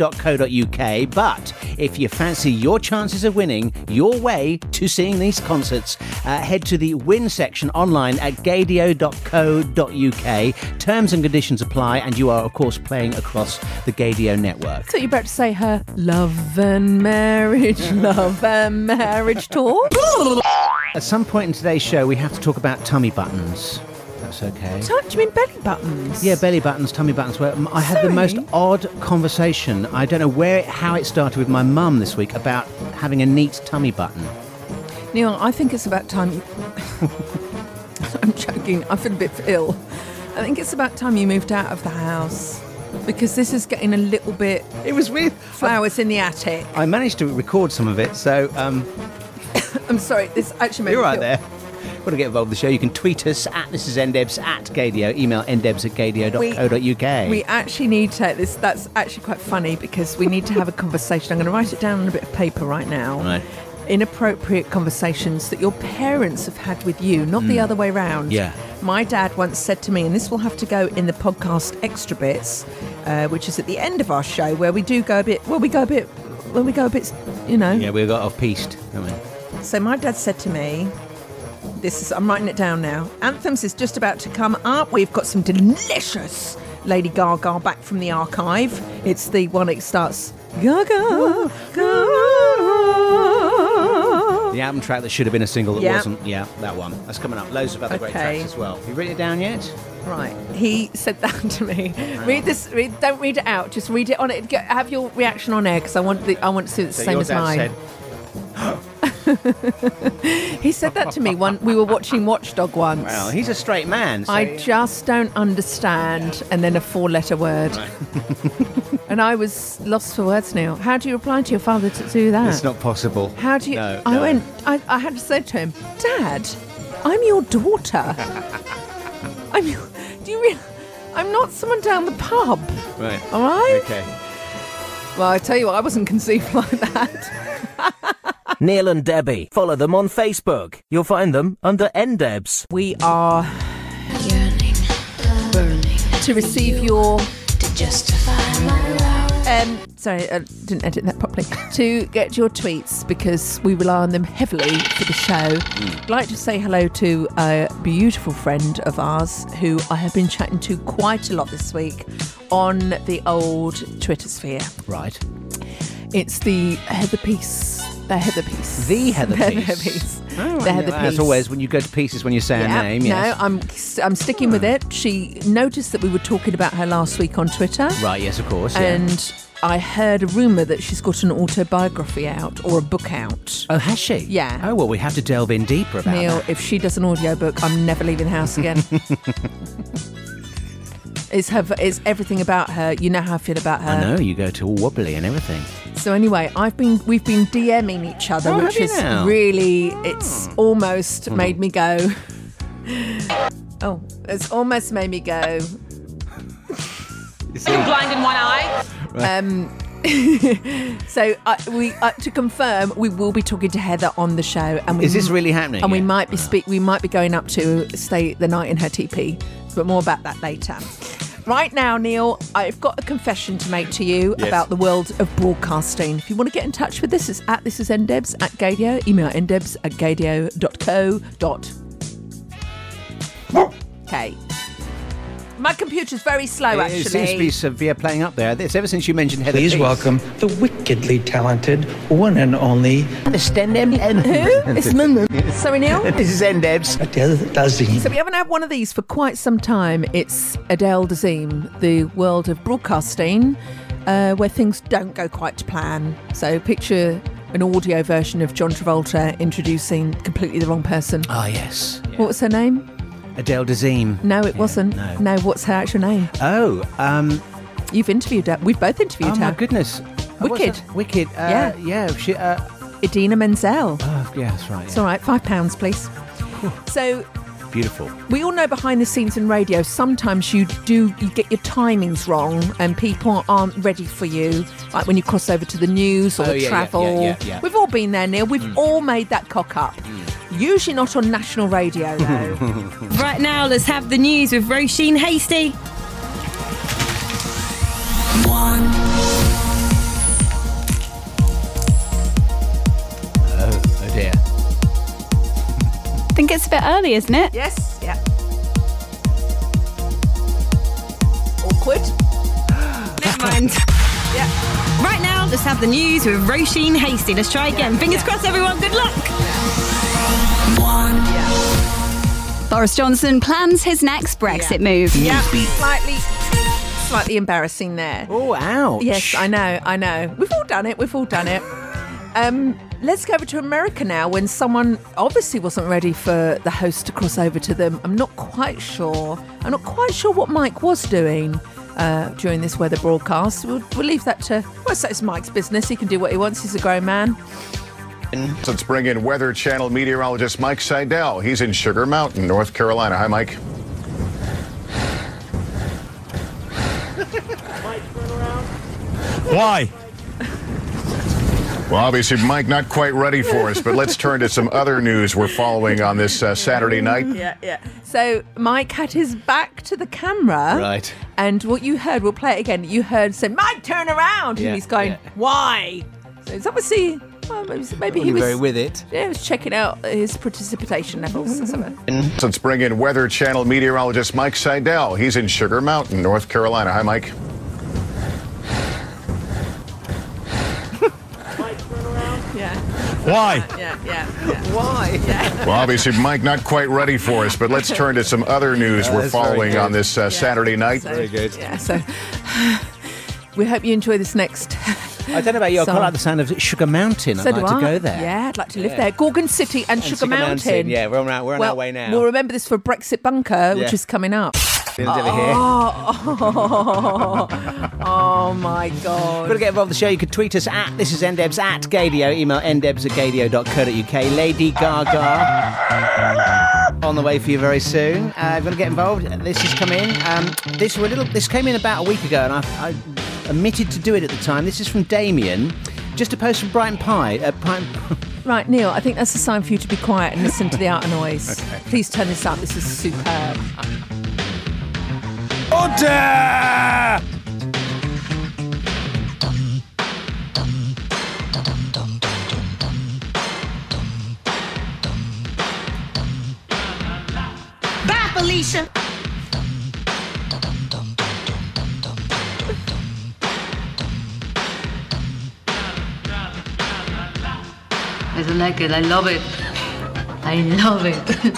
Speaker 5: LiveNation.co.uk. But if you fancy your chances of winning your way to seeing these concerts, uh, head to the win section online at gadio.co.uk. Terms and conditions apply, and you are, of course, playing across the Gadio network.
Speaker 4: I thought you were about to say her love and marriage,
Speaker 5: <laughs>
Speaker 4: love and marriage talk.
Speaker 5: At some point in today's show, we have to talk about tummy buttons. That's okay.
Speaker 4: So, do you mean belly buttons?
Speaker 5: Yeah, belly buttons, tummy buttons. Where um, I had the most odd conversation. I don't know where, it, how it started with my mum this week about having a neat tummy button.
Speaker 4: Neil, I think it's about time you. <laughs> I'm joking. I feel a bit ill. I think it's about time you moved out of the house because this is getting a little bit.
Speaker 5: It was with
Speaker 4: flowers in the attic. <laughs>
Speaker 5: I managed to record some of it, so um,
Speaker 4: I'm sorry. This actually made
Speaker 5: you're
Speaker 4: me
Speaker 5: right
Speaker 4: feel-
Speaker 5: there. Want to get involved with the show? You can tweet us at this is ndebs at gadio, email ndebs at gadio.co.uk.
Speaker 4: We actually need to take this. That's actually quite funny because we need to have a conversation. I'm going to write it down on a bit of paper right now.
Speaker 5: Right.
Speaker 4: Inappropriate conversations that your parents have had with you, not the
Speaker 5: Mm.
Speaker 4: other way round.
Speaker 5: Yeah.
Speaker 4: My dad once said to me, and this will have to go in the podcast extra bits, uh, which is at the end of our show where we do go a bit. Well, we go a bit. Well, we go a bit. You know.
Speaker 5: yeah, we got off pieced, haven't we?
Speaker 4: So my dad said to me, "This is I'm writing it down now. Anthems is just about to come up. We've got some delicious Lady Gaga back from the archive. It's the one it starts Gaga, Gaga.
Speaker 5: The album track that should have been a single that
Speaker 4: Oh. Yeah.
Speaker 5: wasn't. Yeah, that one. That's coming up. Loads of other great
Speaker 4: Okay.
Speaker 5: tracks as well. You written it down yet?
Speaker 4: Right. He said that <laughs> to me. Read this. Read, don't read it out. Just read it on it. Get- Have your reaction on air because I want the, I want to see the
Speaker 5: So
Speaker 4: same
Speaker 5: your
Speaker 4: as
Speaker 5: dad
Speaker 4: mine.
Speaker 5: said,
Speaker 4: He said that to me one. We were watching Watchdog once.
Speaker 5: "Well, he's a straight man." So
Speaker 4: I just don't understand. And then a four letter word. <laughs> and I was lost for words, Neil. How do you reply to your father to do that?
Speaker 5: <laughs> It's not possible.
Speaker 4: How do you.
Speaker 5: No,
Speaker 4: I
Speaker 5: no.
Speaker 4: went, I, I had to say to him, Dad, I'm your
Speaker 5: <laughs>
Speaker 4: daughter. I'm your. Do you real I'm not someone down the pub.
Speaker 5: Right.
Speaker 4: All right?
Speaker 5: Okay.
Speaker 4: Well, I tell you what, I wasn't conceived <laughs> like that.
Speaker 13: Neil and Debbie. Follow them on Facebook. You'll find them under ndebs.
Speaker 4: We are to receive your Um, sorry, I didn't edit that properly. to get your tweets because we rely on them heavily for the show. I'd like to say hello to a beautiful friend of ours who I have been chatting to quite a lot this week on the old Twitter sphere.
Speaker 5: Right.
Speaker 4: It's the Heather Peace. The Heather Peace.
Speaker 5: The Heather
Speaker 4: <laughs> The
Speaker 5: Peace.
Speaker 4: Heather Peace.
Speaker 5: All right,
Speaker 4: the Heather
Speaker 5: Oh, yeah, As
Speaker 4: Peace.
Speaker 5: always, when you go to pieces when you say
Speaker 4: Yeah,
Speaker 5: a name, yes.
Speaker 4: No, I'm I'm sticking with it. She noticed that we were talking about her last week on Twitter.
Speaker 5: Right, yes, of course. yeah.
Speaker 4: And I heard a rumour that she's got an autobiography out or a book out.
Speaker 5: oh, has she?
Speaker 4: Yeah.
Speaker 5: Oh well, we have to delve in deeper about
Speaker 4: Neil,
Speaker 5: that.
Speaker 4: if she does an audiobook, I'm never leaving the house
Speaker 5: <laughs>
Speaker 4: again. it's her it's everything about her. You know how I feel about her.
Speaker 5: I know you go to all wobbly and everything.
Speaker 4: So anyway, I've been we've been DMing each other,
Speaker 5: Oh,
Speaker 4: which
Speaker 5: have you
Speaker 4: is
Speaker 5: now? Hmm.
Speaker 4: really it's almost made me go. <laughs> Oh, it's almost made me go.
Speaker 14: Blind in one eye.
Speaker 4: Um, <laughs> so uh, we uh, to confirm we will be talking to Heather on the show, and we
Speaker 5: Is this
Speaker 4: m-
Speaker 5: really happening?
Speaker 4: And we
Speaker 5: Yeah.
Speaker 4: might be speak. We might be going up to stay the night in her teepee, but more about that later. Right now, Neil, I've got a confession to make to you
Speaker 5: Yes.
Speaker 4: about the world of broadcasting. If you want to get in touch with this, it's at this is ndebs at gadio. Email ndebs at gadio.co. Dot. Okay. My computer's very slow, actually.
Speaker 5: It seems to be severe playing up there. It's ever since you mentioned Heather.
Speaker 14: Please
Speaker 5: Peace.
Speaker 14: welcome the wickedly talented one and only.
Speaker 5: Understand them? <laughs>
Speaker 4: <laughs> It's Mum. Sorry, Neil? <laughs>
Speaker 5: This <laughs> is Endebs.
Speaker 14: Adele Dazim.
Speaker 4: So we haven't had one of these for quite some time. It's Adele Dazeem, the world of broadcasting, uh, where things don't go quite to plan. So picture an audio version of John Travolta introducing completely the wrong person.
Speaker 5: Ah, yes.
Speaker 4: What was her name?
Speaker 5: Adele Dazeem.
Speaker 4: No, it wasn't.
Speaker 5: no.
Speaker 4: what's her actual name?
Speaker 5: Oh, um,
Speaker 4: You've interviewed her. We've both interviewed
Speaker 5: Oh
Speaker 4: her.
Speaker 5: my goodness.
Speaker 4: Wicked.
Speaker 5: Wicked. Uh,
Speaker 4: yeah.
Speaker 5: Yeah. She, uh,
Speaker 4: Idina Menzel.
Speaker 5: Oh, yeah, that's right.
Speaker 4: It's all right. Five pounds, please. So
Speaker 5: yeah. Beautiful.
Speaker 4: We all know behind the scenes in radio, sometimes you do you get your timings wrong and people aren't ready for you. Like when you cross over to the news or
Speaker 5: Oh,
Speaker 4: the
Speaker 5: yeah, yeah,
Speaker 4: travel.
Speaker 5: yeah, yeah, yeah. Mm.
Speaker 4: We've all been there, Neil. We've all made that cock up. Usually not on national radio
Speaker 15: <laughs>
Speaker 4: though.
Speaker 16: Right now, let's have the news with Roisin Hasty.
Speaker 5: Oh, oh dear.
Speaker 15: I think it's a bit early, isn't it?
Speaker 4: Yes. Yeah. Awkward.
Speaker 16: <gasps> Never mind. yeah. Right now, let's have the news with Roisin Hasty. Let's try again. Fingers crossed, everyone. Good luck.
Speaker 15: Boris Johnson plans his next Brexit move.
Speaker 4: Yeah. Slightly slightly embarrassing there.
Speaker 5: Oh, ouch.
Speaker 4: Yes, I know, I know. We've all done it, we've all done it. Um, let's go over to America now when someone obviously wasn't ready for the host to cross over to them. I'm not quite sure. I'm not quite sure what Mike was doing uh, during this weather broadcast. We'll, we'll leave that to, well, so it's Mike's business. He can do what he wants. He's a grown man.
Speaker 17: Let's bring in Weather Channel meteorologist Mike Seidel. He's in Sugar Mountain, North Carolina. Hi, Mike. Why? Well, obviously, Mike, not quite ready for us, but let's turn to some other news we're following on this uh, Saturday night.
Speaker 4: Yeah, yeah. So Mike had his back to the camera.
Speaker 17: Right.
Speaker 4: And what you heard, we'll play it again. You heard say, Mike, turn around.
Speaker 5: Yeah,
Speaker 4: and he's going,
Speaker 5: yeah.
Speaker 4: why? So it's obviously, well, maybe, maybe he
Speaker 5: Wasn't
Speaker 4: was.
Speaker 5: very with it.
Speaker 4: Yeah, he was checking out his participation levels or
Speaker 5: <laughs>
Speaker 4: something.
Speaker 17: Let's bring in Weather Channel meteorologist Mike Seidel. He's in Sugar Mountain, North Carolina. Hi, Mike.
Speaker 4: Yeah.
Speaker 17: Why?
Speaker 4: Yeah, yeah. <laughs> Why?
Speaker 17: Well, obviously, Mike, not quite ready for us, but let's turn to some other news
Speaker 5: Yeah,
Speaker 17: we're
Speaker 5: that's very
Speaker 17: following
Speaker 5: good.
Speaker 17: on this uh, Saturday night.
Speaker 4: Very good. Yeah, so <sighs> we hope you enjoy this next.
Speaker 5: I don't know about you. I
Speaker 4: song.
Speaker 5: quite like the sound of Sugar Mountain.
Speaker 4: So
Speaker 5: I'd
Speaker 4: do
Speaker 5: like to
Speaker 4: I.
Speaker 5: go there.
Speaker 4: Yeah, I'd like to live
Speaker 5: Yeah.
Speaker 4: there. Gorgon City and, Sugar,
Speaker 5: Sugar Mountain, yeah, we're on our- we're on our
Speaker 4: Well,
Speaker 5: way now.
Speaker 4: We'll remember this for Brexit Bunker, which
Speaker 5: Yeah.
Speaker 4: is coming up.
Speaker 5: Been over here.
Speaker 4: Oh, <laughs> oh, oh my
Speaker 5: If you
Speaker 4: God.
Speaker 5: want to get involved in the show, you can tweet us at this is ndebs at gadio, email ndebs at gadio.co.uk. Lady Gaga on the way for you very soon. Uh, if you want to get involved, this has come in. Um, this were a little. This came in about a week ago, and I, I omitted to do it at the time. This is from Damien. Just a post from Brighton Pie. Uh, Brighton, <laughs>
Speaker 4: Right, Neil, I think that's a sign for you to be quiet and listen to the outer
Speaker 5: <laughs>
Speaker 4: noise. Please turn this up. This is superb.
Speaker 5: Order!
Speaker 8: Bye, Felicia.
Speaker 18: I don't like it. I love it. I love it. <laughs>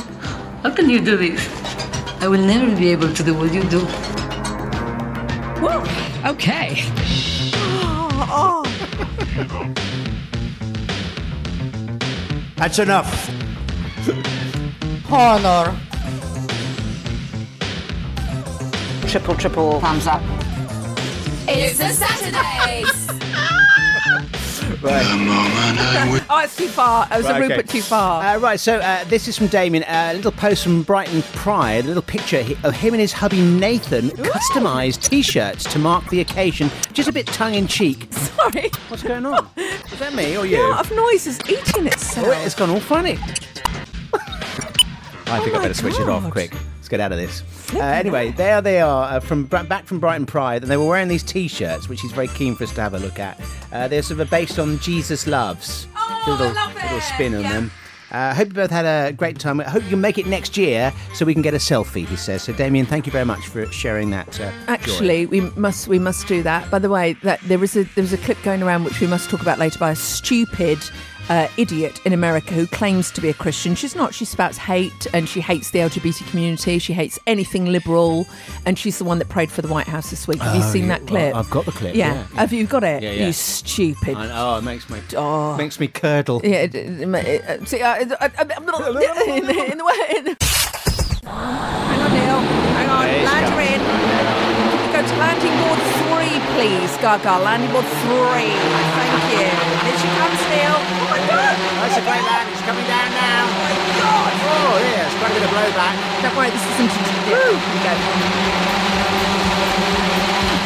Speaker 18: How can you do this? I will never be able to do what you do.
Speaker 4: Whoa.
Speaker 18: Okay.
Speaker 4: <laughs> Oh, oh.
Speaker 19: That's enough. Honor.
Speaker 7: Triple, triple thumbs up.
Speaker 8: It's
Speaker 4: a
Speaker 5: <laughs> Right.
Speaker 4: oh. oh, it's too far. It was
Speaker 5: Right,
Speaker 4: a
Speaker 5: okay.
Speaker 4: Rupert too far.
Speaker 5: Uh, right, so uh, this is from Damien. Uh, a little post from Brighton Pride, a little picture hi- of him and his hubby Nathan, customised t shirts to mark the occasion. Just a bit tongue in cheek.
Speaker 4: Sorry.
Speaker 5: What's going on? Is that me or
Speaker 4: The
Speaker 5: you?
Speaker 4: art of noise is eating itself.
Speaker 5: Oh, it's gone
Speaker 4: <laughs>
Speaker 5: all funny. Oh I think I
Speaker 4: my
Speaker 5: better switch it off
Speaker 4: God.
Speaker 5: quick. Let's get out of this. Uh, anyway, there they are uh, from Bra- back from Brighton Pride, and they were wearing these T-shirts, which he's very keen for us to have a look at. Uh, they're sort of based on Jesus loves. Oh, little, I love it. little spin on them. Uh, hope you both had a great time. I hope you can make it next year so we can get a selfie, he says. So, Damien, thank you very much for sharing that. Uh, joy.
Speaker 4: Actually, we must we must do that. By the way, that there was a there was a clip going around which we must talk about later by a stupid. Uh, idiot in America who claims to be a Christian. She's not. She spouts hate and she hates the LGBT community. She hates anything liberal, and she's the one that prayed for the White House this week. Have you
Speaker 5: Oh,
Speaker 4: seen
Speaker 5: yeah.
Speaker 4: that clip?
Speaker 5: I've got the clip, yeah, yeah.
Speaker 4: Have you got it?
Speaker 5: Yeah, yeah.
Speaker 4: You stupid.
Speaker 5: I know, it makes me,
Speaker 4: Oh.
Speaker 5: makes me curdle.
Speaker 4: <laughs> Yeah. it- it- it- it- See, I, I, I, am not <laughs> in the, in the way. In the... Hang on, Neil. Hang on.
Speaker 5: There it's
Speaker 4: Land her
Speaker 5: coming.
Speaker 4: in. Go to landing board three, please, Gaga. Landing board three. Thank you. There she comes, Neil. Oh my God!
Speaker 5: That's a great land. It's coming down now.
Speaker 4: Oh my God!
Speaker 5: Oh yeah, it's quite a bit of blowback.
Speaker 4: Don't worry, this isn't. Yeah, here we go.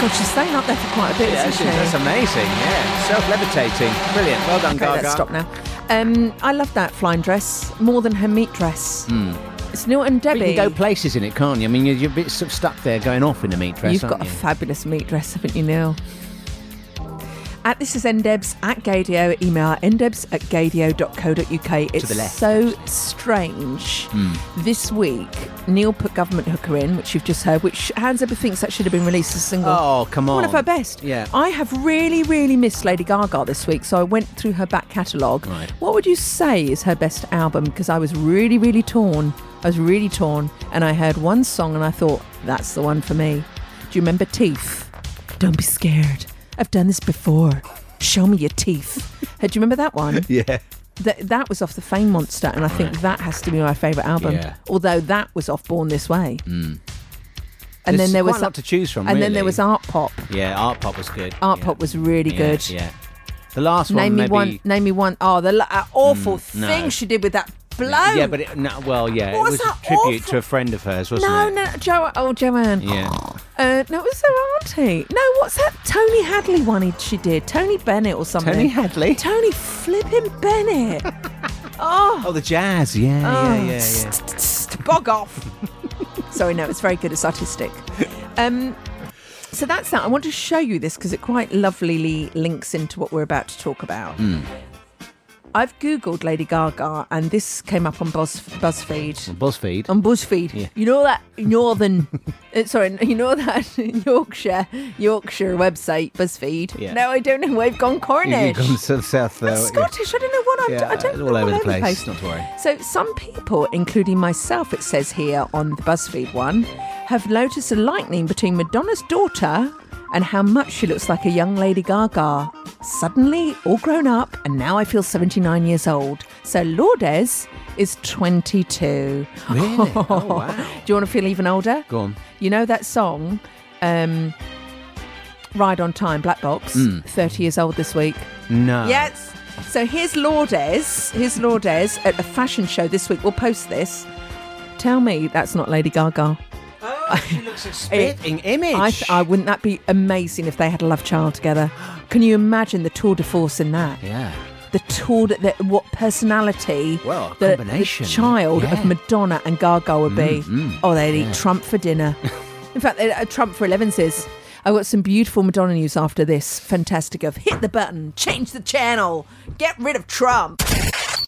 Speaker 4: God, she's staying up there for quite a bit,
Speaker 5: Yeah,
Speaker 4: isn't she?
Speaker 5: she's- that's amazing. Yeah, self-levitating. Brilliant. Well done,
Speaker 4: Okay,
Speaker 5: Gaga.
Speaker 4: let's stop now. Um, I love that flying dress more than her meat dress.
Speaker 5: Mm.
Speaker 4: It's Neil and Debbie.
Speaker 5: You can go places in it, can't you? I mean, you're, you're a bit sort of stuck there going off in the meat dress,
Speaker 4: You've
Speaker 5: aren't
Speaker 4: got a
Speaker 5: you?
Speaker 4: fabulous meat dress, haven't you, Neil? At this is ndebs at gadio. Email ndebs at gadio.co.uk. It's
Speaker 5: the left,
Speaker 4: so strange.
Speaker 5: Mm.
Speaker 4: This week, Neil put Government Hooker in, which you've just heard, which Hans Eber thinks that should have been released as a single.
Speaker 5: Oh, come
Speaker 4: One
Speaker 5: on.
Speaker 4: of her best.
Speaker 5: Yeah.
Speaker 4: I have really, really missed Lady Gaga this week, so I went through her back catalogue. What would you say is her best album? Because I was really, really torn. I was really torn, and I heard one song and I thought, that's the one for me. Do you remember Teeth? Don't be scared. I've done this before. Show me your teeth. Hey, Do you remember that one?
Speaker 5: <laughs> Yeah.
Speaker 4: That, that was off the Fame Monster, and I think that has to be my favourite album.
Speaker 5: Yeah.
Speaker 4: Although that was off Born This Way,
Speaker 5: Mm.
Speaker 4: and
Speaker 5: There's
Speaker 4: then there
Speaker 5: quite
Speaker 4: was
Speaker 5: a lot to choose from,
Speaker 4: and then there
Speaker 5: really.
Speaker 4: was Art Pop.
Speaker 5: Yeah, art pop was good.
Speaker 4: Art Pop was really
Speaker 5: Yeah,
Speaker 4: good.
Speaker 5: Yeah. The last
Speaker 4: Name
Speaker 5: one,
Speaker 4: me
Speaker 5: maybe.
Speaker 4: one. Name me one. Oh, the la- uh, awful
Speaker 5: Mm, no.
Speaker 4: thing she did with that blow.
Speaker 5: Yeah, but it, no, well, yeah,
Speaker 4: What was
Speaker 5: it was
Speaker 4: that
Speaker 5: a tribute
Speaker 4: awful-
Speaker 5: to a friend of hers, wasn't
Speaker 4: no,
Speaker 5: it?
Speaker 4: no, jo- oh Joanne.
Speaker 5: Yeah.
Speaker 4: Uh, no, it was her auntie. No, what's that Tony Hadley one he- she did? Tony Bennett or something?
Speaker 5: Tony Hadley?
Speaker 4: Tony flipping Bennett.
Speaker 5: <laughs>
Speaker 4: oh,
Speaker 5: Oh, the jazz. Yeah,
Speaker 4: Oh,
Speaker 5: yeah, yeah, yeah.
Speaker 4: st- st- bog off. <laughs> Sorry, no, it's very good. It's artistic. Um, so that's that. I want to show you this because it quite lovely links into what we're about to talk about.
Speaker 5: Mm.
Speaker 4: I've googled Lady Gaga, and this came up on Buzz, BuzzFeed.
Speaker 5: BuzzFeed.
Speaker 4: On BuzzFeed,
Speaker 5: Yeah.
Speaker 4: you know that northern, <laughs> uh, sorry, you know that <laughs> Yorkshire Yorkshire website BuzzFeed.
Speaker 5: Yeah.
Speaker 4: No, I don't know. We've gone
Speaker 5: You've
Speaker 4: Cornish.
Speaker 5: gone to the south.
Speaker 4: That's
Speaker 5: uh,
Speaker 4: Scottish. I don't know what I'm.
Speaker 5: Yeah,
Speaker 4: I don't know
Speaker 5: all
Speaker 4: what
Speaker 5: over the
Speaker 4: I'm
Speaker 5: place.
Speaker 4: placed.
Speaker 5: Not to worry.
Speaker 4: So, some people, including myself, it says here on the BuzzFeed one, have noticed a lightning between Madonna's daughter and how much she looks like a young Lady Gaga. Suddenly, all grown up, and now I feel 79 years old. So, Lourdes is 22. <laughs>
Speaker 5: Really? Oh, wow.
Speaker 4: Do you want to feel even older?
Speaker 5: Go on.
Speaker 4: You know that song, um, Ride on Time, Black Box,
Speaker 5: Mm.
Speaker 4: 30 years old this week.
Speaker 5: No.
Speaker 4: Yes. So here's Lourdes. Here's Lourdes at a fashion show this week. We'll post this. Tell me that's not Lady Gaga.
Speaker 5: Oh,
Speaker 4: <laughs>
Speaker 5: she looks a spitting image.
Speaker 4: I, th- I wouldn't that be amazing if they had a love child together? Can you imagine the tour de force in that?
Speaker 5: yeah.
Speaker 4: The tour that that- what personality?
Speaker 5: Well, a
Speaker 4: the,
Speaker 5: combination.
Speaker 4: The child
Speaker 5: Yeah.
Speaker 4: of Madonna and Gaga would be.
Speaker 5: Mm, mm.
Speaker 4: oh, they'd
Speaker 5: Yeah.
Speaker 4: eat Trump for
Speaker 5: <laughs>
Speaker 4: dinner. in fact, they'd uh, Trump for elevenses. I got some beautiful Madonna news after this. Fantastic of hit the button, change the channel, get rid of Trump.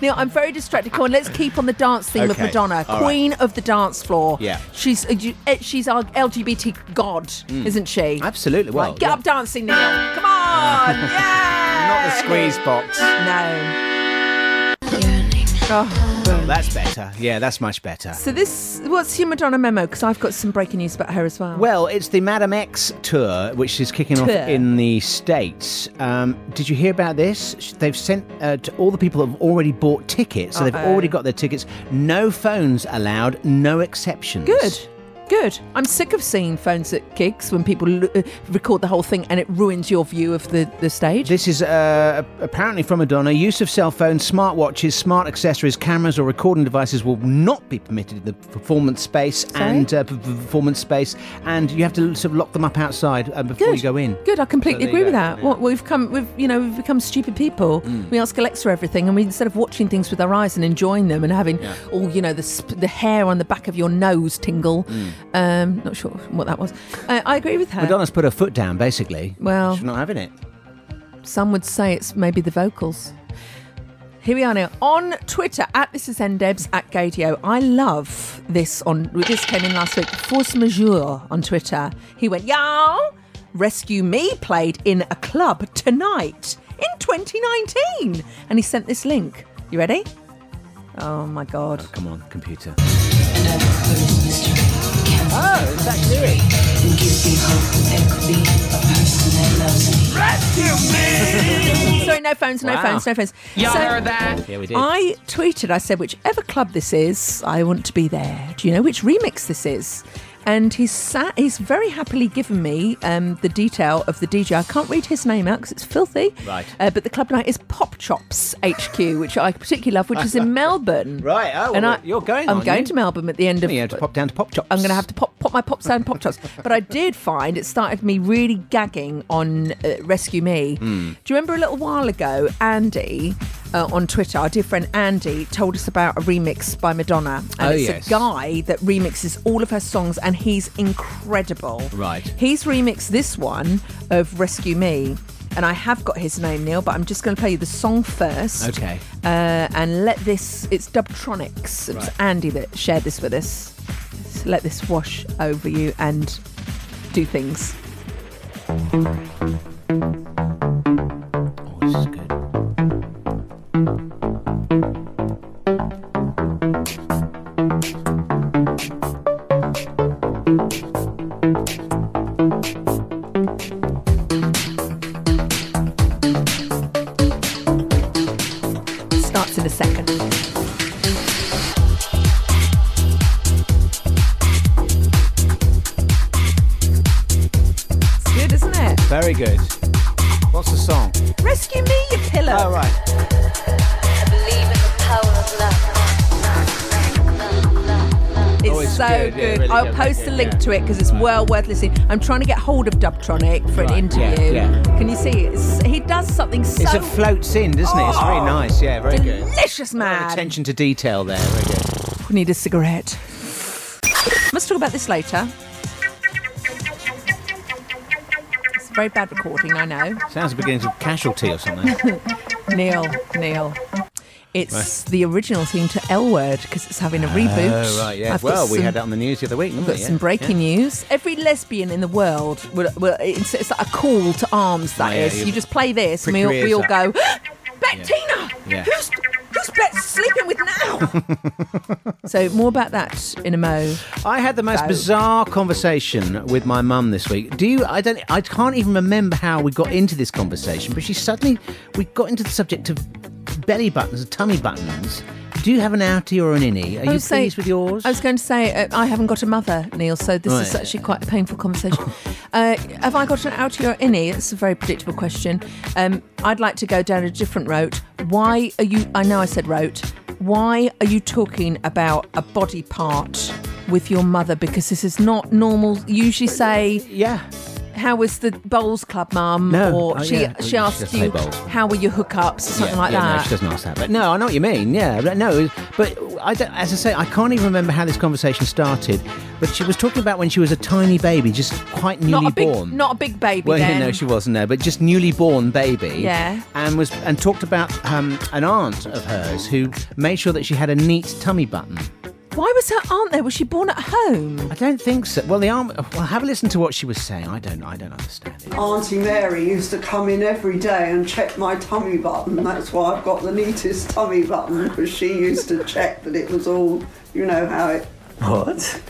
Speaker 4: Now I'm very distracted. Come on, let's keep on the dance theme of
Speaker 5: Okay.
Speaker 4: Madonna,
Speaker 5: All right.
Speaker 4: queen of the dance floor.
Speaker 5: Yeah.
Speaker 4: she's a, you- eh, she's our LGBT god,
Speaker 5: Mm.
Speaker 4: isn't she?
Speaker 5: Absolutely. Well,
Speaker 4: right, get up dancing, Neil. Come
Speaker 5: <laughs>
Speaker 4: on, yeah.
Speaker 5: Not the squeeze box.
Speaker 4: No. Oh.
Speaker 5: Well, that's better. Yeah, that's much better.
Speaker 4: So this, what's your Madonna memo? Because I've got some breaking news about her as well.
Speaker 5: Well, it's the Madam X tour, which is kicking off
Speaker 4: Tour.
Speaker 5: in the States. Um, did you hear about this? Sh- They've sent uh, to all the people that have already bought tickets, so they've
Speaker 4: Uh-oh.
Speaker 5: already got their tickets. No phones allowed, no exceptions.
Speaker 4: Good. Good. I'm sick of seeing phones at gigs when people lo- uh, record the whole thing and it ruins your view of the, the stage.
Speaker 5: This is uh, apparently from Madonna. Use of cell phones, smartwatches, smart accessories, cameras, or recording devices will not be permitted in the performance space
Speaker 4: Sorry?
Speaker 5: and uh, p- p- performance space, and you have to sort of lock them up outside uh, before
Speaker 4: Good.
Speaker 5: you go in.
Speaker 4: Good. I completely
Speaker 5: So there
Speaker 4: agree
Speaker 5: you
Speaker 4: with
Speaker 5: go. Mm.
Speaker 4: that. What we've come, we've you know, we've become stupid people. We ask Alexa everything, and we instead of watching things with our eyes and enjoying them and having all you know the sp- the hair on the back of your nose tingle.
Speaker 5: Mm.
Speaker 4: Um, not sure what that was. Uh, I agree with her.
Speaker 5: Madonna's put her foot down, basically.
Speaker 4: Well-
Speaker 5: she's not having it.
Speaker 4: Some would say it's maybe the vocals. Here we are now on Twitter at this is ndebs at gadio. I love this on. This came in last week. Force Majeure on Twitter. He went, y'all. Rescue Me played in a club tonight in 2019, and he sent this link. You ready? Oh my god!
Speaker 5: Oh, come on, computer.
Speaker 4: Oh, it's that lyric. <laughs> Sorry, no phones, no
Speaker 5: Wow.
Speaker 4: phones, no phones.
Speaker 5: Y'all
Speaker 4: So,
Speaker 5: heard that? Yeah, we did.
Speaker 4: I tweeted, I said, whichever club this is, I want to be there. Do you know which remix this is? And he's sat, he's very happily given me um, the detail of the DJ. I can't read his name out because it's filthy.
Speaker 5: Right.
Speaker 4: Uh, but the club night is Pop Chops HQ, which I particularly love, which is
Speaker 5: <laughs>
Speaker 4: in Melbourne.
Speaker 5: Right. Oh, well,
Speaker 4: and I,
Speaker 5: you're going.
Speaker 4: I'm
Speaker 5: aren't
Speaker 4: going
Speaker 5: you?
Speaker 4: to Melbourne at the end of.
Speaker 5: You have to pop down to Pop Chops.
Speaker 4: I'm going to have to pop pop my pops down pop chops. But I did find it started me really gagging on uh, Rescue Me.
Speaker 5: Mm.
Speaker 4: Do you remember a little while ago, Andy uh, on Twitter, our dear friend Andy, told us about a remix by Madonna, and
Speaker 5: Oh,
Speaker 4: it's
Speaker 5: yes.
Speaker 4: a guy that remixes all of her songs, and he's incredible.
Speaker 5: Right.
Speaker 4: He's remixed this one of Rescue Me. And I have got his name, Neil, but I'm just going to play you the song first.
Speaker 5: Okay.
Speaker 4: Uh, and let this, it's Dubtronics. It was
Speaker 5: Right.
Speaker 4: Andy that shared this with us. So let this wash over you and do things. Starts in a second. It's good, isn't it?
Speaker 5: Very good. What's the song?
Speaker 4: Rescue me, you pillow.
Speaker 5: All right.
Speaker 4: It's
Speaker 5: Oh, it's
Speaker 4: so
Speaker 5: good,
Speaker 4: good.
Speaker 5: yeah, really
Speaker 4: I'll
Speaker 5: good,
Speaker 4: post
Speaker 5: yeah,
Speaker 4: a link to it because it's well worth listening. I'm trying to get hold of Dubtronic for an
Speaker 5: Right, yeah,
Speaker 4: interview.
Speaker 5: yeah.
Speaker 4: Can you see? It's, he does something so
Speaker 5: It's a floats in, doesn't it? It's very
Speaker 4: Oh,
Speaker 5: nice. Yeah, very good.
Speaker 4: delicious, man.
Speaker 5: Attention to detail there. Very good.
Speaker 4: We need a cigarette. Must talk about this later. It's a very bad recording, I know.
Speaker 5: Sounds the beginnings of casualty
Speaker 4: <laughs>
Speaker 5: or something.
Speaker 4: Neil, Neil. It's
Speaker 5: Right.
Speaker 4: the original theme to L Word because it's having a reboot.
Speaker 5: Oh, right, yeah.
Speaker 4: I've got
Speaker 5: well, we
Speaker 4: some-
Speaker 5: had that on the news the other week, didn't
Speaker 4: Got
Speaker 5: we?
Speaker 4: some breaking news. Every lesbian in the world, will, will, it's, it's like a call to arms. That is,
Speaker 5: Oh, yeah, you
Speaker 4: you just play this, and we, all-
Speaker 5: prick
Speaker 4: we
Speaker 5: your
Speaker 4: all
Speaker 5: ears
Speaker 4: go, <gasps>
Speaker 5: Bettina! Yeah.
Speaker 4: "Who's who's Bet sleeping with now?"
Speaker 5: <laughs>
Speaker 4: so more about that in a mo.
Speaker 5: I had the most bizarre conversation with my mum this week. Do you? I don't. I can't even remember how we got into this conversation, but she suddenly we got into the subject of belly buttons and tummy buttons. Do you have an outie or an innie?
Speaker 4: Oh,
Speaker 5: Are you pleased with yours?
Speaker 4: I was going to say uh, I haven't got a mother, Neil, so this is
Speaker 5: Right.
Speaker 4: actually quite a painful
Speaker 5: <laughs>
Speaker 4: conversation. uh, have I got an outie or innie? It's a very predictable question. Um, I'd like to go down a different route. Why are you? I know I said route. Why are you talking about a body part with your mother? Because this is not normal. You usually say,
Speaker 5: yeah.
Speaker 4: How was the bowls club, mum?
Speaker 5: No.
Speaker 4: Or
Speaker 5: Oh,
Speaker 4: she
Speaker 5: yeah.
Speaker 4: she
Speaker 5: She
Speaker 4: asks
Speaker 5: doesn't say
Speaker 4: you,
Speaker 5: bowls.
Speaker 4: how were your hookups? Or something
Speaker 5: yeah,
Speaker 4: like
Speaker 5: yeah,
Speaker 4: that.
Speaker 5: No, she doesn't ask that. But no, I know what you mean. Yeah, but no, but I don't, as I say, I can't even remember how this conversation started. But she was talking about when she was a tiny baby, just quite newly
Speaker 4: not a big,
Speaker 5: born.
Speaker 4: not a big baby.
Speaker 5: Well, <laughs>
Speaker 4: then.
Speaker 5: no, she wasn't there, but just newly born baby.
Speaker 4: Yeah.
Speaker 5: And was and talked about um, an aunt of hers who made sure that she had a neat tummy button.
Speaker 4: Why was her aunt there? Was she born at home?
Speaker 5: I don't think so. Well, the aunt. Well, have a listen to what she was saying. I don't. I don't understand.
Speaker 19: Auntie Mary used to come in every day and check my tummy button. That's why I've got the neatest tummy button because she used to check that it was all, you know how it. <laughs>
Speaker 20: What?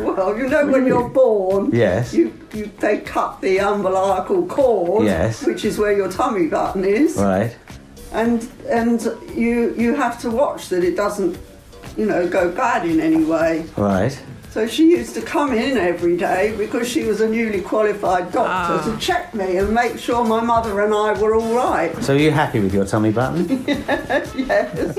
Speaker 19: Well, you know when you're born.
Speaker 20: Yes.
Speaker 19: You, you they cut the umbilical cord.
Speaker 20: Yes.
Speaker 19: Which is where your tummy button is.
Speaker 20: Right.
Speaker 19: And and you you have to watch that it doesn't, you know, go bad in any way.
Speaker 20: Right.
Speaker 19: So she used to come in every day because she was a newly qualified doctor to check me and make sure my mother and I were all right.
Speaker 20: So are you happy with your tummy button?
Speaker 19: yes.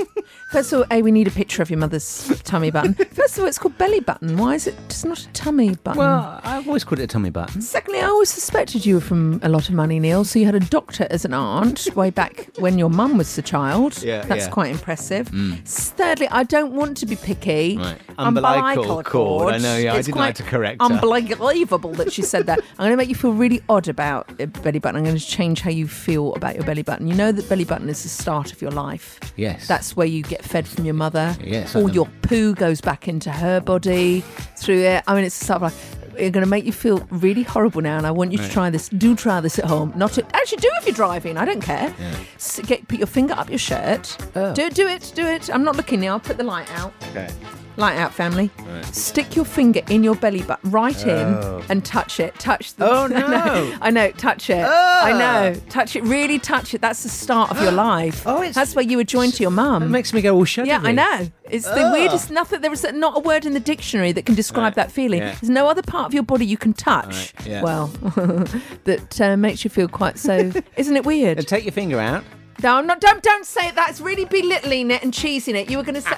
Speaker 4: First of all, A, we need a picture of your mother's tummy button. First of all, it's called belly button. Why is it just not a tummy button?
Speaker 5: Well, I've always called it a tummy button.
Speaker 4: Secondly, I always suspected you were from a lot of money, Neil. So you had a doctor as an aunt way back when your mum was a child.
Speaker 5: Yeah,
Speaker 4: That's
Speaker 5: yeah.
Speaker 4: quite impressive.
Speaker 5: Mm.
Speaker 4: Thirdly, I don't want to be picky.
Speaker 5: Right. Umbilical cord. I know, yeah, I
Speaker 4: It's
Speaker 5: didn't
Speaker 4: quite
Speaker 5: like to correct her.
Speaker 4: Unbelievable that she said that. I'm going to make you feel really odd about a belly button. I'm going to change how you feel about your belly button. You know that belly button is the start of your life.
Speaker 5: Yes.
Speaker 4: That's where you get fed from your mother.
Speaker 5: Yes, I
Speaker 4: All
Speaker 5: know.
Speaker 4: your poo goes back into her body through it. I mean, it's stuff like. We're going to make you feel really horrible now, and I want you
Speaker 5: Right.
Speaker 4: to try this. Do try this at home. Not to, actually do if you're driving. I don't care.
Speaker 5: Yeah.
Speaker 4: S- get put your finger up your shirt.
Speaker 5: Oh.
Speaker 4: Do do it. Do it. I'm not looking now. I'll put the light out.
Speaker 5: Okay.
Speaker 4: Light out, family.
Speaker 5: Right.
Speaker 4: Stick your finger in your belly button, right
Speaker 5: Oh.
Speaker 4: in, and touch it. Touch the. <laughs>
Speaker 5: Oh,
Speaker 4: I know.
Speaker 5: no. Ah.
Speaker 4: I know. Touch it. I know. Touch it. Really touch it. That's the start of
Speaker 5: <gasps>
Speaker 4: your life. Oh, it's, that's where you were joined to your mum. It
Speaker 5: makes me go all shuddery.
Speaker 4: Yeah, I know. It's the
Speaker 5: Oh.
Speaker 4: weirdest. Nothing. There is not a word in the dictionary that can describe
Speaker 5: Right.
Speaker 4: that feeling.
Speaker 5: Yeah.
Speaker 4: There's no other part of your body you can touch.
Speaker 5: Right, yeah.
Speaker 4: Well, <laughs> that uh, makes you feel quite so.
Speaker 5: <laughs>
Speaker 4: isn't it weird?
Speaker 5: And take your finger out.
Speaker 4: No, I'm not. Don't don't say it. That's really belittling it and cheesing it. You were gonna say,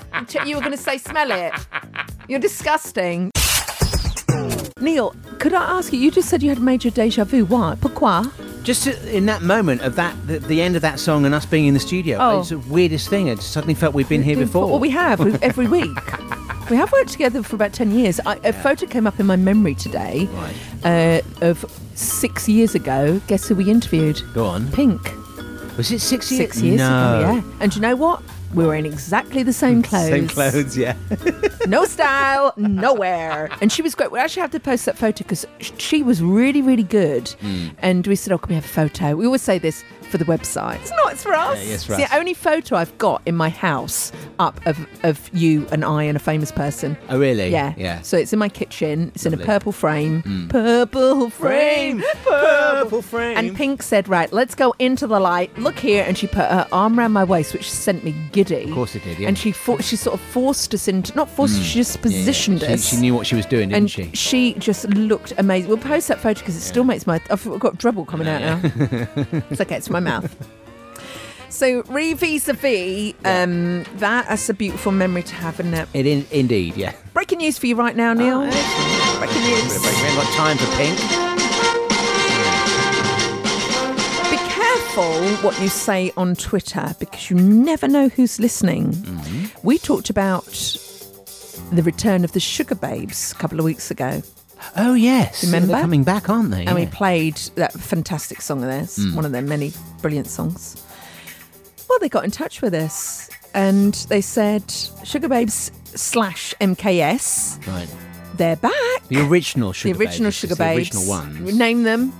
Speaker 4: you were gonna say smell it. You're disgusting. Neil, could I ask you? You just said you had major deja vu. Why? Pourquoi?
Speaker 5: Just to- in that moment of that, the, the end of that song, and us being in the studio,
Speaker 4: Oh.
Speaker 5: it's the weirdest thing. I just suddenly felt we'd been here before.
Speaker 4: Well, we have we've, every week. We have worked together for about ten years. I, a photo came up in my memory today uh, of six years ago. Guess who we interviewed?
Speaker 5: Go on.
Speaker 4: Pink.
Speaker 5: <laughs> Was it six years?
Speaker 4: Six years
Speaker 5: No.
Speaker 4: ago. Yeah. And do you know what? We were in exactly the same clothes.
Speaker 5: Same clothes, yeah.
Speaker 4: no style, nowhere. And she was great. We actually have to post that photo because she was really, really good.
Speaker 5: Mm.
Speaker 4: And we said, "Oh, can we have a photo?" We always say this for the website. It's not. It's for us.
Speaker 5: Yeah, yes, for
Speaker 4: it's the
Speaker 5: us.
Speaker 4: only photo I've got in my house up of of you and I and a famous person.
Speaker 5: Oh, really?
Speaker 4: Yeah.
Speaker 5: Yeah.
Speaker 4: So it's in my kitchen. It's in a
Speaker 5: Lovely.
Speaker 4: purple frame.
Speaker 5: Mm.
Speaker 4: Purple frame. Purple frame. And Pink said, "Right, let's go into the light. Look here." And she put her arm around my waist, which sent me giddy.
Speaker 5: Of course it did, yeah. Mm.
Speaker 4: And she for- she sort of forced us into not forced. us, She just
Speaker 5: Yeah, yeah.
Speaker 4: positioned
Speaker 5: She-
Speaker 4: us.
Speaker 5: She, knew what she was doing, didn't
Speaker 4: and
Speaker 5: she?
Speaker 4: just looked amazing. We'll post that photo because it still makes my. I've got dribble coming out now. uh-uh.
Speaker 5: <laughs>
Speaker 4: It's okay, it's my mouth. So, re vis a vis, um, that is a beautiful memory to have, isn't it?
Speaker 5: It in, indeed, yeah.
Speaker 4: Breaking news for you right now, Neil.
Speaker 5: Oh,
Speaker 4: Breaking news.
Speaker 5: We haven't got time for pink.
Speaker 4: Be careful what you say on Twitter because you never know who's listening.
Speaker 5: Mm-hmm.
Speaker 4: We talked about the return of the Sugar Babes a couple of weeks ago.
Speaker 5: Oh yes,
Speaker 4: remember
Speaker 5: they're coming back, aren't they?
Speaker 4: And we
Speaker 5: Yeah.
Speaker 4: played that fantastic song of theirs,
Speaker 5: Mm.
Speaker 4: one of their many brilliant songs. Well, they got in touch with us and they said, Sugar Babes slash MKS,
Speaker 5: Right.
Speaker 4: they're back.
Speaker 5: The original sugar.
Speaker 4: the original
Speaker 5: Babes,
Speaker 4: Sugar
Speaker 5: it's the
Speaker 4: Babes.
Speaker 5: original ones.
Speaker 4: Name them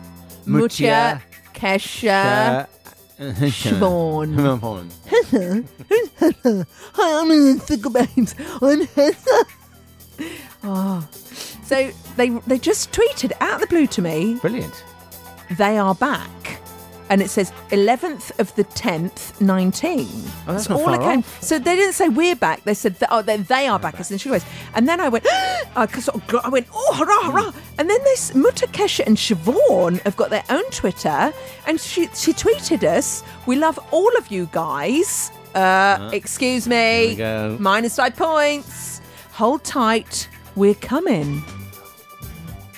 Speaker 5: Mutia,
Speaker 4: Mutia, Uh,
Speaker 5: Uh, <laughs>
Speaker 4: Kesha. Siobhan.
Speaker 5: Siobhan.
Speaker 4: <laughs> Hi, I'm in Sugar Babes. I'm Heather. <laughs> Oh. So they, they just tweeted out of the blue to me.
Speaker 5: Brilliant.
Speaker 4: They are back. And it says 11th of the 10th, 19.
Speaker 5: Oh, that's not far off.
Speaker 4: So they didn't say we're back. They said, that, oh, they, they are back, as in Sugar Babes. And then I went, <gasps> I sort of gl- I went, oh, hurrah, hurrah.
Speaker 5: Mm.
Speaker 4: And then this Mutta Kesha and Siobhan have got their own Twitter. And she, she tweeted us, we love all of you guys. Uh, excuse
Speaker 5: Here Uh-huh. we
Speaker 4: me.
Speaker 5: go.
Speaker 4: Minus five points. Hold tight. We're coming.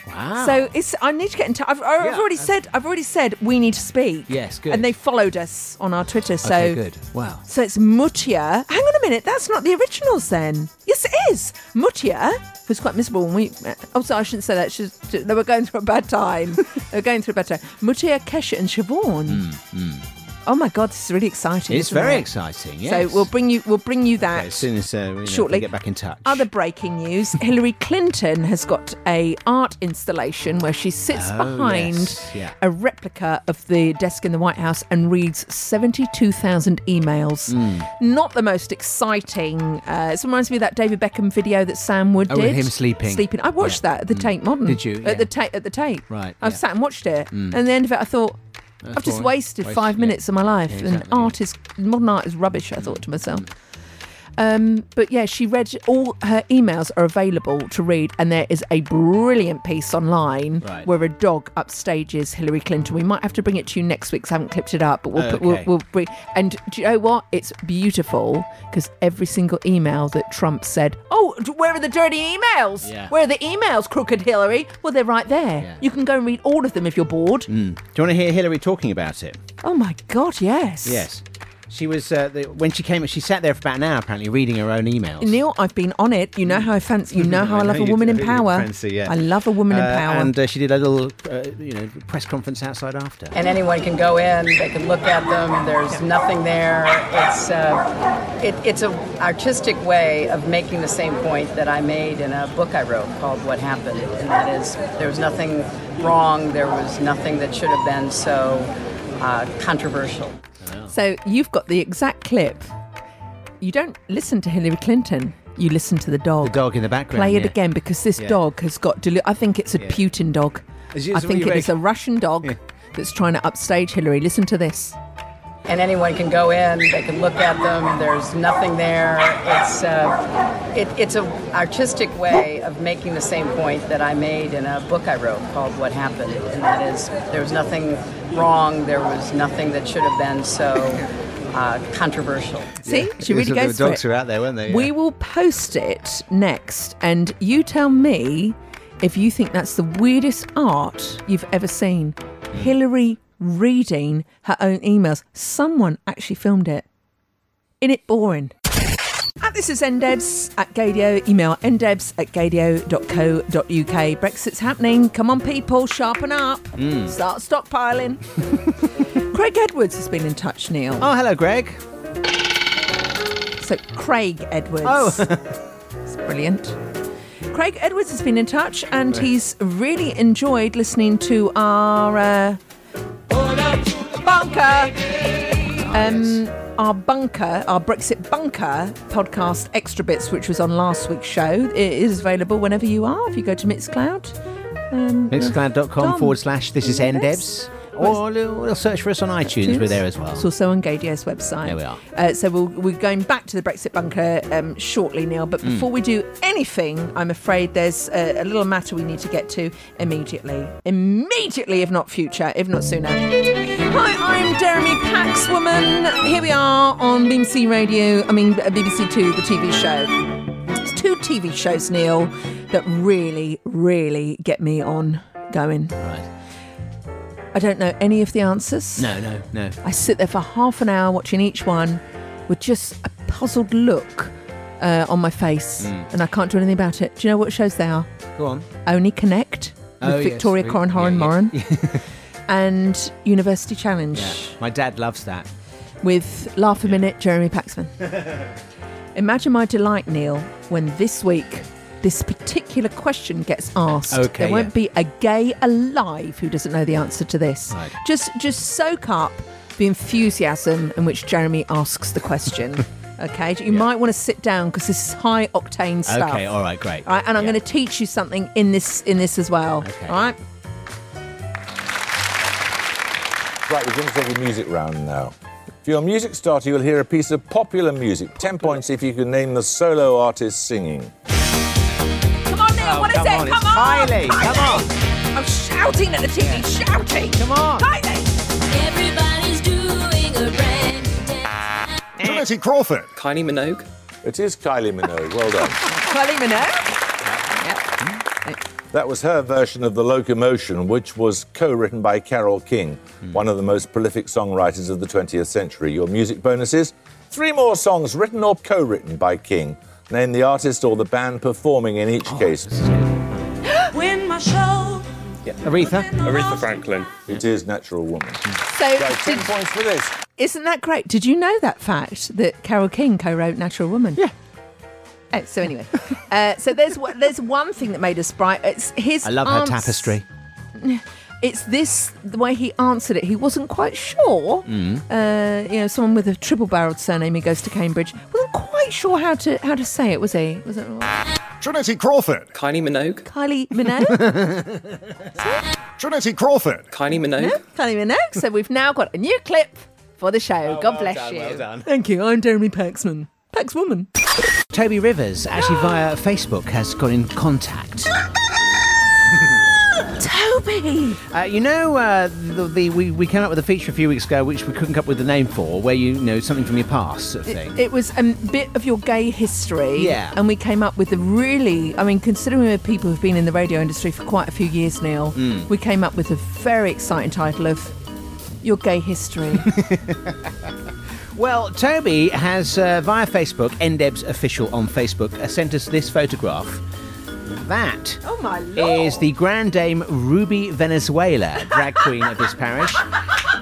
Speaker 5: Wow.
Speaker 4: So it's. I need to get in touch. I've, I've
Speaker 5: Yeah,
Speaker 4: already
Speaker 5: that's-
Speaker 4: said. I've already said we need to speak.
Speaker 5: Yes, good.
Speaker 4: And they followed us on our Twitter. So
Speaker 5: Okay, good. Wow.
Speaker 4: So it's Mutia. Hang on a minute. That's not the originals then. Yes, it is Mutia, who's quite miserable. When we. Oh, sorry, I shouldn't say that. She's, they were going through a bad
Speaker 5: <laughs>
Speaker 4: time. they were going through a bad time. Mutia, Kesha, and Siobhan. Oh my God, this is really exciting.
Speaker 5: Hmm. It's
Speaker 4: isn't
Speaker 5: very
Speaker 4: it?
Speaker 5: exciting. Yes.
Speaker 4: So we'll bring you. We'll bring you that
Speaker 5: Okay, as soon as uh, we know, we
Speaker 4: shortly. Uh,
Speaker 5: get back in touch.
Speaker 4: Other breaking
Speaker 5: <laughs>
Speaker 4: news: Hillary Clinton has got a art installation where she sits
Speaker 5: Oh,
Speaker 4: behind
Speaker 5: yes, yeah.
Speaker 4: a replica of the desk in the White House and reads seventy-two thousand emails.
Speaker 5: Mm.
Speaker 4: Not the most exciting. Uh, it reminds me of that David Beckham video that Sam Wood
Speaker 5: Oh,
Speaker 4: did.
Speaker 5: with him sleeping. Mm.
Speaker 4: Sleeping. I watched that at the Tate Modern.
Speaker 5: Did you? Yeah.
Speaker 4: At the Tate. At the Tate.
Speaker 5: Right,
Speaker 4: I
Speaker 5: yeah.
Speaker 4: sat and watched it,
Speaker 5: Mm.
Speaker 4: and at the end of it, I thought.
Speaker 5: That's
Speaker 4: I've just
Speaker 5: boring.
Speaker 4: wasted
Speaker 5: Waste-
Speaker 4: five
Speaker 5: yeah.
Speaker 4: minutes of my life,
Speaker 5: Yeah,
Speaker 4: and art is modern art is rubbish. I thought to myself. Um, but yeah, she read all her emails are available to read, and there is a brilliant piece online
Speaker 5: Right.
Speaker 4: where a dog upstages Hillary Clinton. We might have to bring it to you next week 'cause I haven't clipped it up, but we'll, put, we'll,
Speaker 5: Okay.
Speaker 4: we'll bring. And do you know what? It's beautiful because every single email that Trump said, "Oh, d- where are the dirty emails?
Speaker 5: Yeah.
Speaker 4: Where are the emails, crooked Hillary?" Well, they're right there. You can go and read all of them if you're bored.
Speaker 5: Hmm. Do you want to hear Hillary talking about it?
Speaker 4: Oh my God, yes.
Speaker 5: Yes. She was uh, the, when she came. She sat there for about an hour, apparently, reading her own emails.
Speaker 4: Neil, I've been on it. You know how I fancy. You know how I,
Speaker 5: Mm. <laughs> I
Speaker 4: love
Speaker 5: know
Speaker 4: a
Speaker 5: you
Speaker 4: woman
Speaker 5: do.
Speaker 4: in
Speaker 5: You
Speaker 4: power.
Speaker 5: fancy, yes.
Speaker 4: I love a woman in
Speaker 5: Uh,
Speaker 4: power.
Speaker 5: And uh, she did a little, uh, you know, press conference outside after.
Speaker 20: And anyone can go in, they can look at them, there's nothing there. It's, uh, it, it's an artistic way of making the same point that I made in a book I wrote called What Happened. And that is, there was nothing wrong, there was nothing that should have been so uh, controversial.
Speaker 4: so you've got the exact clip. You don't listen to Hillary Clinton. You listen to the dog. The
Speaker 5: dog in the background.
Speaker 4: Play it
Speaker 5: yeah.
Speaker 4: again because this
Speaker 5: Yeah.
Speaker 4: dog has got. Delu- I think it's a
Speaker 5: Yeah.
Speaker 4: Putin dog.
Speaker 5: Is it-
Speaker 4: I
Speaker 5: is it what
Speaker 4: think
Speaker 5: you
Speaker 4: it
Speaker 5: reckon?
Speaker 4: is a Russian dog that's trying to upstage Hillary. Listen to this.
Speaker 20: And anyone can go in, they can look at them, there's nothing there. It's, uh, it, it's an artistic way of making the same point that I made in a book I wrote called What Happened. And that is, there was nothing wrong, there was nothing that should have been so uh, controversial.
Speaker 4: See, she really
Speaker 5: there were
Speaker 4: goes for
Speaker 5: dogs
Speaker 4: it.
Speaker 5: who were out there, weren't they?
Speaker 4: We will post it next, and you tell me if you think that's the weirdest art you've ever seen.
Speaker 5: Mm.
Speaker 4: Hillary reading her own emails. Someone actually filmed it. In it boring. And this is ndebs at gadio. Email ndebs at gadio.co.uk. Brexit's happening. Come on, people, sharpen up.
Speaker 5: Mm.
Speaker 4: Start stockpiling.
Speaker 5: <laughs>
Speaker 4: Craig Edwards has been in touch, Neil.
Speaker 5: Oh, hello, Greg.
Speaker 4: So, Craig Edwards.
Speaker 5: Oh.
Speaker 4: <laughs> It's brilliant. Craig Edwards has been in touch and he's really enjoyed listening to our uh, bunker. Um, our bunker, our Brexit bunker podcast extra bits, which was on last week's show, it is available whenever you are. If you go to Mixcloud, um,
Speaker 5: Mixcloud.com forward slash this is ndebs. Or we'll search for us on iTunes. We're there as well.
Speaker 4: It's also on Gadio's website.
Speaker 5: There we are.
Speaker 4: Uh, so we'll, we're going back to the Brexit bunker um, shortly, Neil. But
Speaker 5: Mm.
Speaker 4: before we do anything, I'm afraid there's a, a little matter we need to get to immediately. Immediately, if not future, if not sooner. Hi, I'm Jeremy Paxwoman. Here we are on BBC Radio, I mean, uh, BBC Two, the TV show. There's two TV shows, Neil, that really, really get me on going.
Speaker 5: Right.
Speaker 4: I don't know any of the answers.
Speaker 5: No, no, no.
Speaker 4: <laughs> I sit there for half an hour watching each one with just a puzzled look uh, on my face,
Speaker 5: Mm.
Speaker 4: and I can't do anything about it. Do you know what shows they are?
Speaker 5: Go on.
Speaker 4: Only Connect with
Speaker 5: Oh, yes,
Speaker 4: Victoria
Speaker 5: we-
Speaker 4: Corin Horan Moran
Speaker 5: <laughs>
Speaker 4: and University Challenge
Speaker 5: Yeah. My dad loves that.
Speaker 4: with Laugh a Minute Jeremy
Speaker 5: <laughs>
Speaker 4: Paxman. Imagine my delight, Neil, when this week this particular question gets asked.
Speaker 5: Okay,
Speaker 4: there won't
Speaker 5: yeah.
Speaker 4: be a gay alive who doesn't know the answer to this. Just just soak up the enthusiasm in which Jeremy asks the
Speaker 5: <laughs>
Speaker 4: question. okay, you might want to sit down because this is high octane stuff.
Speaker 5: Okay, all right, great.
Speaker 4: All right, and I'm going to teach you something in this in this as well.
Speaker 21: Okay.
Speaker 4: All right.
Speaker 21: Right, we're going to take a music round now. For your music starter, you'll hear a piece of popular music. Ten points if you can name the solo artist singing.
Speaker 4: Come on, Neil.
Speaker 21: Oh,
Speaker 4: what is
Speaker 21: come
Speaker 4: it?
Speaker 21: on,
Speaker 4: come
Speaker 21: it's
Speaker 4: on,
Speaker 21: Kylie, come
Speaker 4: on. I'm shouting at the TV. Shouting. Come on, Kylie.
Speaker 22: Everybody's doing a
Speaker 4: <gasps>
Speaker 22: brand
Speaker 21: Timothy Crawford. Kylie Minogue. It is Kylie Minogue. Well done.
Speaker 4: Kylie Minogue.
Speaker 21: that was her version of The Locomotion, which was co written by Carol King, one of the most prolific songwriters of the 20th century. Your music bonuses three more songs written or co written by King. Name the artist or the band performing in each case.
Speaker 23: when my show
Speaker 21: Aretha. Aretha Franklin. It is Natural Woman.
Speaker 4: So,
Speaker 21: ten points for this.
Speaker 4: Isn't that great? Did you know that fact that Carol King co-wrote Natural Woman? Yeah. Oh, so
Speaker 5: <laughs>
Speaker 4: anyway, uh, so there's one- there's one thing that made us bright. It's his.
Speaker 5: I love
Speaker 4: ans-
Speaker 5: her tapestry.
Speaker 4: It's this the way he answered it. He wasn't quite sure.
Speaker 5: Mm.
Speaker 4: Uh, you know, someone with a triple-barreled surname who goes to Cambridge wasn't quite sure how to how to say it. Was he? Was it
Speaker 24: Trinity Crawford. Kylie Minogue.
Speaker 4: Kylie
Speaker 5: <laughs>
Speaker 4: Minogue?
Speaker 24: Trinity Crawford. Kylie
Speaker 4: no, Kylie Minogue.
Speaker 5: Oh,
Speaker 4: So we've now got a new clip for the show. God bless you. Thank you. I'm Jeremy Paxman. Thanks, woman.
Speaker 5: Toby
Speaker 4: <gasps>
Speaker 5: Rivers, actually via Facebook, has got in contact.
Speaker 4: <laughs> Toby!
Speaker 5: Uh, you know, uh, the, the, we, we came up with a feature a few weeks ago which we couldn't come up with the name for, where you, you know something from your past sort of thing.
Speaker 4: It, it was a bit of your gay history.
Speaker 5: Yeah.
Speaker 4: And we came up with a really, I mean, considering we're people who've been in the radio industry for quite a few years now,
Speaker 5: Mm.
Speaker 4: we came up with a very exciting title of Your Gay
Speaker 5: <laughs>
Speaker 4: History.
Speaker 5: Well, Toby has, uh, via Facebook, NDEB's official on Facebook, uh, sent us this photograph. That
Speaker 4: oh my
Speaker 5: is the Grand Dame Ruby Venezuela, drag queen of this parish.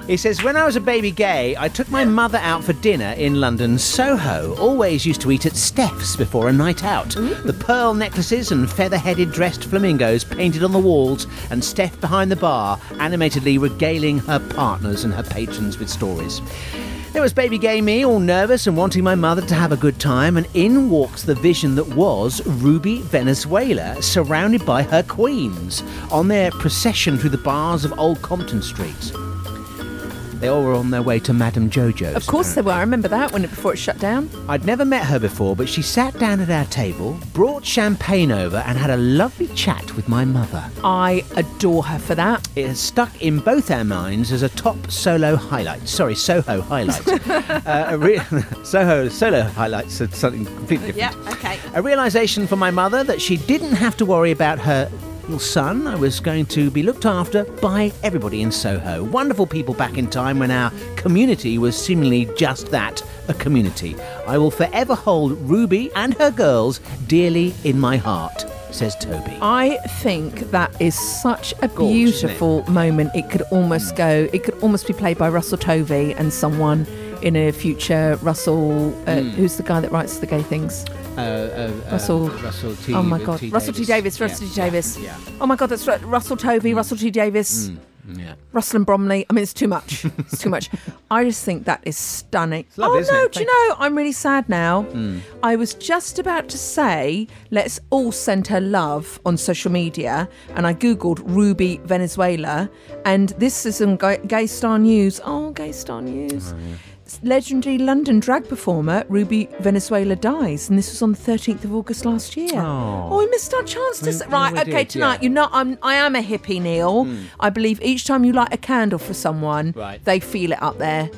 Speaker 5: He says, When I was a baby gay, I took my mother out for dinner in London's Soho. Always used to eat at Steph's before a night out. The pearl necklaces and feather headed dressed flamingos painted on the walls, and Steph behind the bar, animatedly regaling her partners and her patrons with stories. There was baby gay me, all nervous and wanting my mother to have a good time, and in walks the vision that was Ruby Venezuela, surrounded by her queens, on their procession through the bars of Old Compton Street. They all were on their way to Madame Jojo's.
Speaker 4: of course they were. I remember that when it, before it shut down.
Speaker 5: I'd never met her before, but she sat down at our table, brought champagne over, and had a lovely chat with my mother.
Speaker 4: I adore her for that.
Speaker 5: It has stuck in both our minds as a top solo highlight. Sorry,
Speaker 4: <laughs>
Speaker 5: Soho highlight. uh, a re- <laughs> Soho solo highlights are something completely different.
Speaker 16: okay.
Speaker 5: A realization for my mother that she didn't have to worry about her little son. I was going to be looked after by everybody in Soho. Wonderful people back in time when our community was seemingly just that a community. I will forever hold Ruby and her girls dearly in my heart, says Toby.
Speaker 4: I think that is such a
Speaker 5: Gorge, isn't it? Hmm.
Speaker 4: beautiful moment. It could almost go, it could almost be played by Russell Tovey and someone in a future Russell, uh,
Speaker 5: Mm.
Speaker 4: who's the guy that writes the gay things?
Speaker 5: Uh, uh, uh,
Speaker 4: Russell.
Speaker 5: Russell T.
Speaker 4: oh my God,
Speaker 5: T.
Speaker 4: Russell T. Davis.
Speaker 5: Yeah. Hmm.
Speaker 4: Russell T. Davis. Oh my God, that's right. Russell Tovey, Russell T. Davis,
Speaker 5: Mm, yeah.
Speaker 4: Russell and Bromley. I mean, it's too much. it's too
Speaker 5: <laughs>
Speaker 4: much. I just think that is stunning.
Speaker 5: lovely,
Speaker 4: oh
Speaker 5: isn't
Speaker 4: no,
Speaker 5: it?
Speaker 4: do you know? I'm really sad now.
Speaker 5: Mm.
Speaker 4: I was just about to say, let's all send her love on social media. And I Googled Ruby Venezuela. And this is on Ga- Gay Star News. Oh, Gay Star News.
Speaker 5: Oh,
Speaker 4: Legendary London drag performer Ruby Venezuela dies, and this was on the 13th of August last year.
Speaker 5: Oh.
Speaker 4: we missed our chance to
Speaker 5: We-
Speaker 4: say,
Speaker 5: we
Speaker 4: right.
Speaker 5: did,
Speaker 4: okay, tonight
Speaker 5: yeah.
Speaker 4: you know I'm I am a hippie, Neil.
Speaker 5: Mm.
Speaker 4: I believe each time you light a candle for someone,
Speaker 5: Right.
Speaker 4: they feel it up there.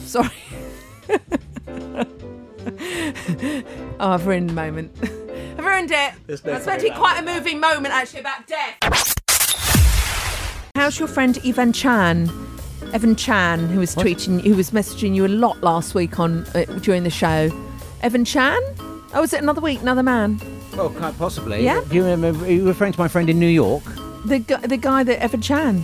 Speaker 4: Sorry. <laughs> oh, I've ruined the moment. I've ruined it.
Speaker 2: There's no
Speaker 4: That's meant to
Speaker 2: coming
Speaker 4: be quite a moving moment actually about death. How's your friend Evan Chan? Evan Chan, who was tweeting, who was messaging you a lot last week on uh, during the show. Evan Chan? Oh, is it another week, another man?
Speaker 5: Well, Oh, quite possibly.
Speaker 4: Yeah.
Speaker 5: Do you remember? Are you referring to my friend in New York?
Speaker 4: The gu- the guy that Evan Chan.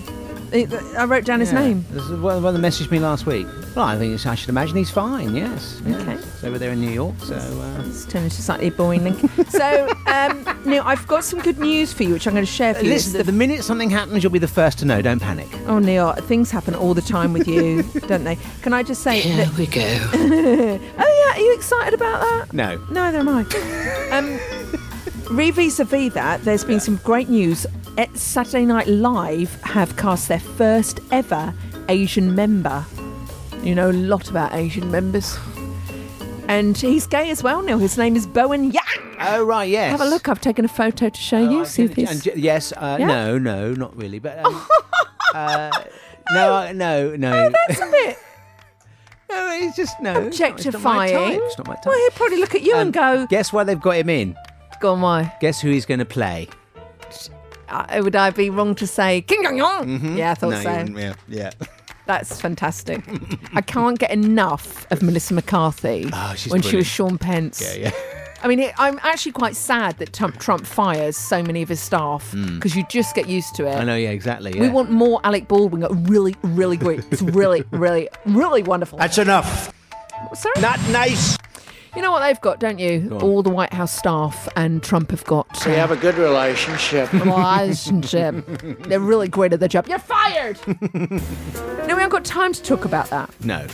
Speaker 4: I I wrote down his
Speaker 5: Yeah.
Speaker 4: name.
Speaker 5: This is the one, one that messaged me last week. Well, I think it's, I should imagine he's fine. Yes. yes.
Speaker 4: Okay.
Speaker 5: So we're there in New York. So. Uh,
Speaker 4: It's turning into slightly a boring link. So, um, Neil, I've got some good news for you, which I'm going to share for you.
Speaker 5: Listen, the minute something happens, you'll be the first to know. Don't panic.
Speaker 4: Oh, Neil, things happen all the time with you,
Speaker 5: <laughs>
Speaker 4: don't they? Can I just say? Here
Speaker 5: we go.
Speaker 4: <laughs> oh yeah, are you excited about that?
Speaker 5: No.
Speaker 4: Neither am I.
Speaker 5: <laughs>
Speaker 4: um, re vis a vis that, there's been some great news. At Saturday Night Live have cast their first ever Asian member. You know a lot about Asian members. And he's gay as well, Neil. His name is Bowen Yang.
Speaker 5: Oh, right, yes. Oh,
Speaker 4: Have a look. I've taken a photo to show you. See if he's.
Speaker 5: And, j- yes. Uh,
Speaker 4: Yeah?
Speaker 5: No. No. Not really. But.
Speaker 4: <laughs>
Speaker 5: Um, uh, no. I- No. No.
Speaker 4: Oh, That's a bit.
Speaker 5: No, it's just no.
Speaker 4: Objectifying.
Speaker 5: <laughs> It's not my type. Um,
Speaker 4: Well, he'll probably look at you and go,
Speaker 5: Guess why they've got him in?
Speaker 4: Go on, why?
Speaker 5: Guess who he's going to play?
Speaker 4: "Uh, would I be wrong to say King Kong Yong?
Speaker 5: Mhm.
Speaker 4: Mm-hmm. Yeah, I thought
Speaker 5: No, you
Speaker 4: so.
Speaker 5: wouldn't, Yeah. yeah.
Speaker 4: That's fantastic. I can't get enough of Melissa McCarthy
Speaker 5: Oh, she's
Speaker 4: when she was Sean
Speaker 5: brilliant.
Speaker 4: Pence.
Speaker 5: Yeah, yeah.
Speaker 4: I mean, it, I'm actually quite sad that Trump, Trump fires so many of his staff
Speaker 5: Mm.
Speaker 4: because you just get used to it.
Speaker 5: I know, yeah, exactly.
Speaker 4: We
Speaker 5: yeah.
Speaker 4: want more Alec Baldwin. Really, really great. It's
Speaker 5: <laughs>
Speaker 4: really, really, really wonderful.
Speaker 5: That's enough.
Speaker 4: Sorry? Not
Speaker 5: nice.
Speaker 4: You know what they've got, don't you?
Speaker 5: Go on.
Speaker 4: All the White House staff and Trump have got. uh,
Speaker 3: We have a good relationship.
Speaker 11: <laughs>
Speaker 4: relationship.
Speaker 3: <laughs>
Speaker 4: They're really great at their job. You're <laughs> fired!
Speaker 5: <laughs>
Speaker 4: no, we haven't got time to talk about that.
Speaker 5: No.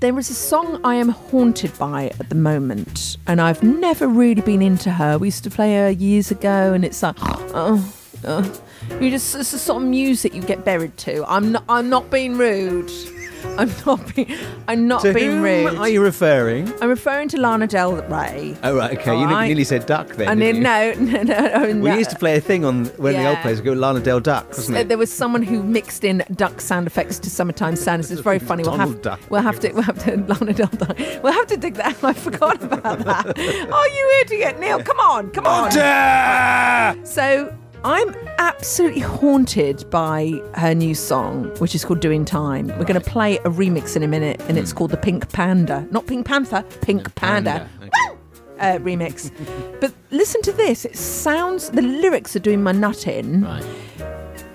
Speaker 4: There is a song I am haunted by at the moment, and I've never really been into her. We used to play her years ago, and it's like, oh, oh. you just it's the sort of music you get buried to. I'm not, I'm not being rude. I'm not being. I'm not
Speaker 5: to
Speaker 4: being
Speaker 5: whom
Speaker 4: rude.
Speaker 5: are you referring?
Speaker 4: I'm referring to Lana Del Rey.
Speaker 5: Oh, right, okay.
Speaker 4: All
Speaker 5: You
Speaker 4: right?
Speaker 5: nearly said duck then.
Speaker 4: I
Speaker 5: didn't
Speaker 4: mean, no,
Speaker 5: you?
Speaker 4: no, <laughs> no, no.
Speaker 5: We used to play a thing on when the old
Speaker 4: Yeah.
Speaker 5: players would go Lana Del Duck, wasn't
Speaker 4: Uh,
Speaker 5: it?
Speaker 4: there was someone who mixed in duck sound effects to summertime sounds. It's very funny. We'll have,
Speaker 5: Donald Duck.
Speaker 4: we'll have to we'll have to <laughs> Lana Del Duck. We'll have to dig that. out. I forgot about that. oh, you idiot, Neil! Come on, come on. So I'm absolutely haunted by her new song, which is called "Doing Time." We're going to play a remix in a minute, and
Speaker 5: Hmm.
Speaker 4: it's called the Pink Panda, not Pink Panther, Pink Panda. uh, remix. but listen to this. It sounds the lyrics are doing my nut in.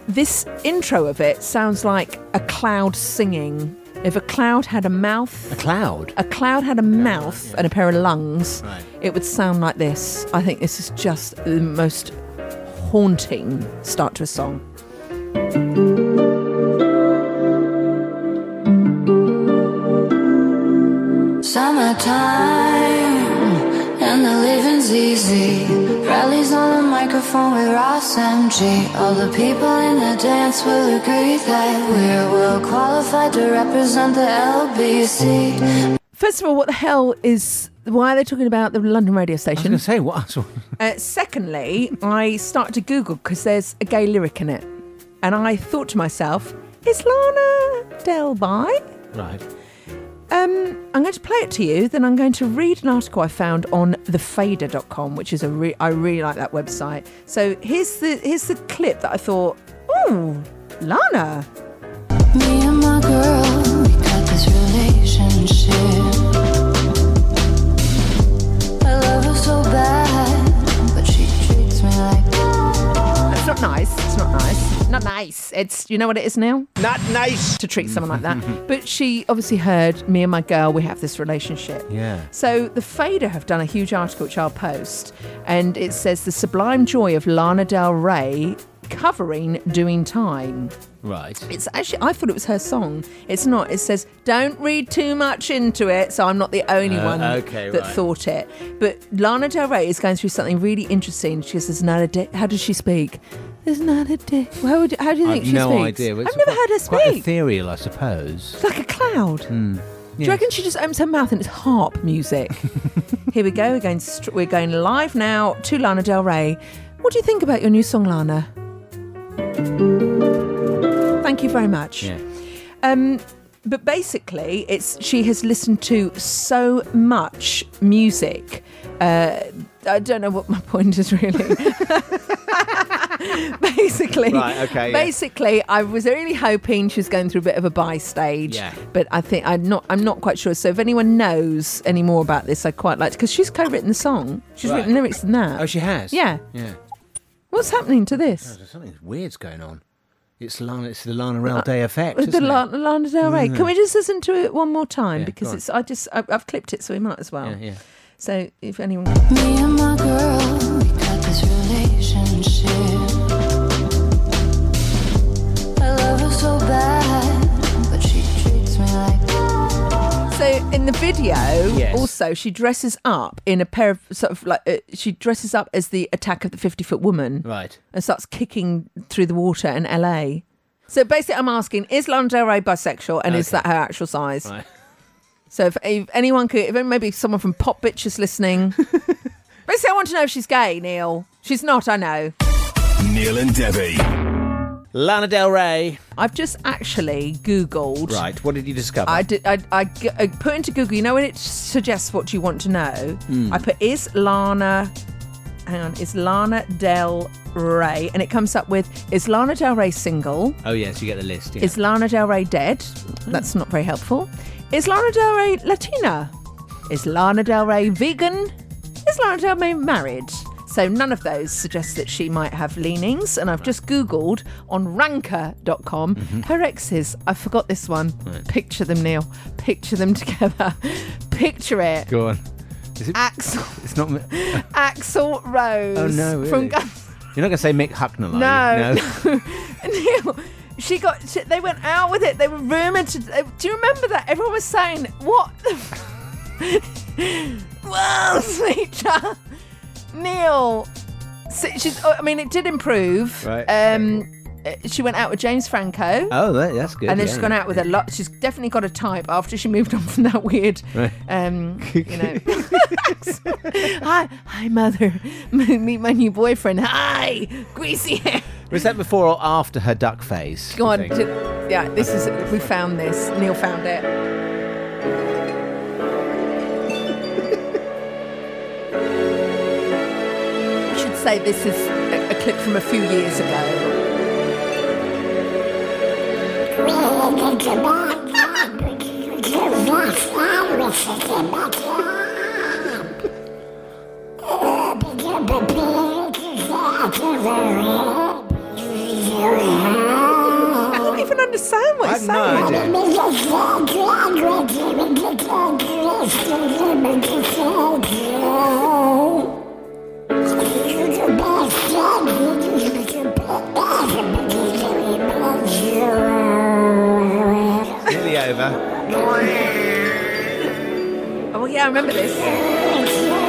Speaker 4: This intro of it sounds like a cloud singing. If a cloud had a mouth,
Speaker 5: A cloud.
Speaker 4: a cloud had a mouth and a pair of lungs,
Speaker 5: Right.
Speaker 4: it would sound like this. I think this is just the most haunting start to a song.
Speaker 2: Summertime, and the living's easy. Rallies on the microphone with Ross MG. All the people in the dance will agree that we're well qualified to represent the LBC.
Speaker 4: First of all, what the hell is? Why are they talking about the London radio
Speaker 5: I
Speaker 4: station?
Speaker 5: was going to say, what?
Speaker 4: Uh, secondly, I started to Google because there's a gay lyric in it. And I thought to myself, is Lana Del Rey?
Speaker 5: Right.
Speaker 4: Um, I'm going to play it to you, then I'm going to read an article I found on thefader.com, which is a re- I really like that website. So here's the here's the clip that I thought, ooh, Lana.
Speaker 2: Me and my girl, we got this relationship. I love her so bad, but she treats me like.
Speaker 4: That's not nice. It's not nice. Not nice. It's you know what it is now? Not nice. To treat someone like <laughs> that. but she obviously heard me and my girl, we have this relationship.
Speaker 5: Yeah.
Speaker 4: So the Fader have done a huge article which I'll post, and it says the sublime joy of Lana Del Rey covering "Doing Time."
Speaker 5: Right.
Speaker 4: It's actually I thought it was her song. It's not. It says don't read too much into it, so I'm not the only
Speaker 5: Uh,
Speaker 4: one
Speaker 5: okay,
Speaker 4: that
Speaker 5: right.
Speaker 4: thought it. But Lana Del Rey is going through something really interesting. She goes, "There's not a day." How does she speak? There's not a day. How, would, how do you
Speaker 5: I've
Speaker 4: think she
Speaker 5: no
Speaker 4: speaks?
Speaker 5: idea. It's
Speaker 4: I've never heard her speak.
Speaker 5: Quite ethereal, I suppose.
Speaker 4: It's like a cloud.
Speaker 5: Hmm.
Speaker 4: Do you reckon she just opens her mouth and it's harp music? Here we go. We're going. Str- we're going live now to Lana Del Rey. What do you think about your new song, Lana? Thank you very much.
Speaker 5: Yeah.
Speaker 4: Um, but basically, it's she has listened to so much music. Uh, I don't know what my <laughs> point is really. basically,
Speaker 5: Right, okay, yeah.
Speaker 4: basically, I was really hoping she was going through a bit of a buy stage.
Speaker 5: Yeah.
Speaker 4: But I think I'm not. I'm not quite sure. So if anyone knows any more about this, I would quite like because she's co-written the song. She's
Speaker 5: Right.
Speaker 4: written lyrics than that.
Speaker 5: Oh, she has?
Speaker 4: Yeah.
Speaker 5: Yeah.
Speaker 4: What's happening to this?
Speaker 5: There's something weird's going on. It's Lana. It's the Lana Rel Day effect.
Speaker 4: With Uh, the
Speaker 5: isn't it?
Speaker 4: La- Lana Del Rey.
Speaker 5: Mm.
Speaker 4: Can we just listen to it one more time?
Speaker 5: Yeah,
Speaker 4: because
Speaker 5: go on.
Speaker 4: it's I just I, I've clipped it, so we might as well.
Speaker 5: Yeah, yeah.
Speaker 4: So if anyone,
Speaker 2: Me and my girl, we got this relationship. I love her so bad, but she treats me like.
Speaker 4: so in the video,
Speaker 2: Yes.
Speaker 4: also she dresses up in a pair of sort of like uh, she dresses up as the attack of the fifty foot woman,
Speaker 5: right?
Speaker 4: And starts kicking through the water in L.A. So basically, I'm asking: Is Lana Del Rey bisexual, and is that her actual size?
Speaker 5: Right.
Speaker 4: So if, if anyone could, if maybe someone from Pop Bitch is listening,
Speaker 5: <laughs>
Speaker 4: basically, I want to know if she's gay, Neil. She's not, I know.
Speaker 6: Neil and Debbie.
Speaker 5: Lana Del Rey.
Speaker 4: I've just actually Googled.
Speaker 5: Right. What did you discover?
Speaker 4: I did. I, I g- I put into Google. You know when it suggests what you want to know.
Speaker 5: Mm.
Speaker 4: I put is Lana. Hang on, is Lana Del Rey, and it comes up with is Lana Del Rey single?
Speaker 5: oh yes, you get the list. Yeah.
Speaker 4: Is Lana Del Rey dead? That's not very helpful. Is Lana Del Rey Latina? Is Lana Del Rey vegan? Is Lana Del Rey married? So none of those suggest that she might have leanings. And I've just Googled on ranker.com her exes. I forgot this one.
Speaker 5: Mm-hmm. Right.
Speaker 4: Picture them, Neil. Picture them together. <laughs> Picture it.
Speaker 5: Go on. Is it?
Speaker 4: Axel,
Speaker 5: It's not. Mi-
Speaker 4: <laughs> Axel Rose
Speaker 5: Oh no. Really?
Speaker 4: from Guns
Speaker 5: You're not going to say Mick Hucknall, are
Speaker 4: No.
Speaker 5: you?
Speaker 4: <laughs> Neil, she got. She, they went out with it. They were rumored to. uh, do you remember that? Everyone was saying, "What the <laughs> world teacher?" Neil. So she's, oh, I mean, it did improve.
Speaker 5: Right.
Speaker 4: Um, uh, she went out with James Franco.
Speaker 5: Oh, that, that's good.
Speaker 4: and then
Speaker 5: yeah.
Speaker 4: she's gone out with a lot. She's definitely got a type after she moved on from that weird,
Speaker 5: Right.
Speaker 4: um,
Speaker 5: <laughs>
Speaker 4: you know. <laughs> hi, hi, mother. <laughs> M- Meet my new boyfriend. Hi, greasy hair.
Speaker 5: Was that before or after her duck phase?
Speaker 4: Go on.
Speaker 5: you think?
Speaker 4: ju- yeah, this is. We found this. Neil found it. <laughs> I should say this is a, a clip from a few years ago. <laughs> I don't even understand what he's
Speaker 5: I've
Speaker 4: saying.
Speaker 5: no Nearly
Speaker 4: <laughs>
Speaker 5: over.
Speaker 4: Oh yeah, I remember this.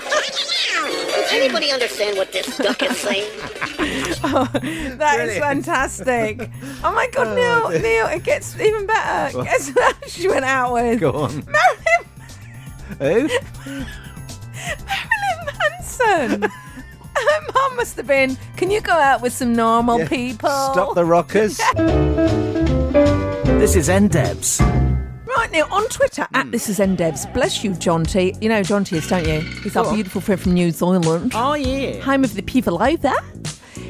Speaker 1: Does anybody understand what this duck is saying?
Speaker 4: Oh, that
Speaker 13: <laughs>
Speaker 4: is fantastic. Oh my god, Neil, Neil, it gets even better. <laughs>
Speaker 5: What?
Speaker 4: Guess who she went out with?
Speaker 5: Go on.
Speaker 4: Marilyn,
Speaker 5: Who?
Speaker 4: Marilyn
Speaker 13: <laughs>
Speaker 4: Manson. Her mum must have been, can you go out with some normal
Speaker 13: Yeah.
Speaker 4: people?
Speaker 13: Stop the
Speaker 4: <laughs>
Speaker 13: rockers. This is Ndebs.
Speaker 4: Right now on Twitter
Speaker 5: Hmm.
Speaker 4: at this is Ndebs. Bless you, John T. You know who John T is, don't you? He's
Speaker 5: Go
Speaker 4: our
Speaker 5: on.
Speaker 4: beautiful friend from New Zealand.
Speaker 5: Oh, yeah.
Speaker 4: Home of the people over.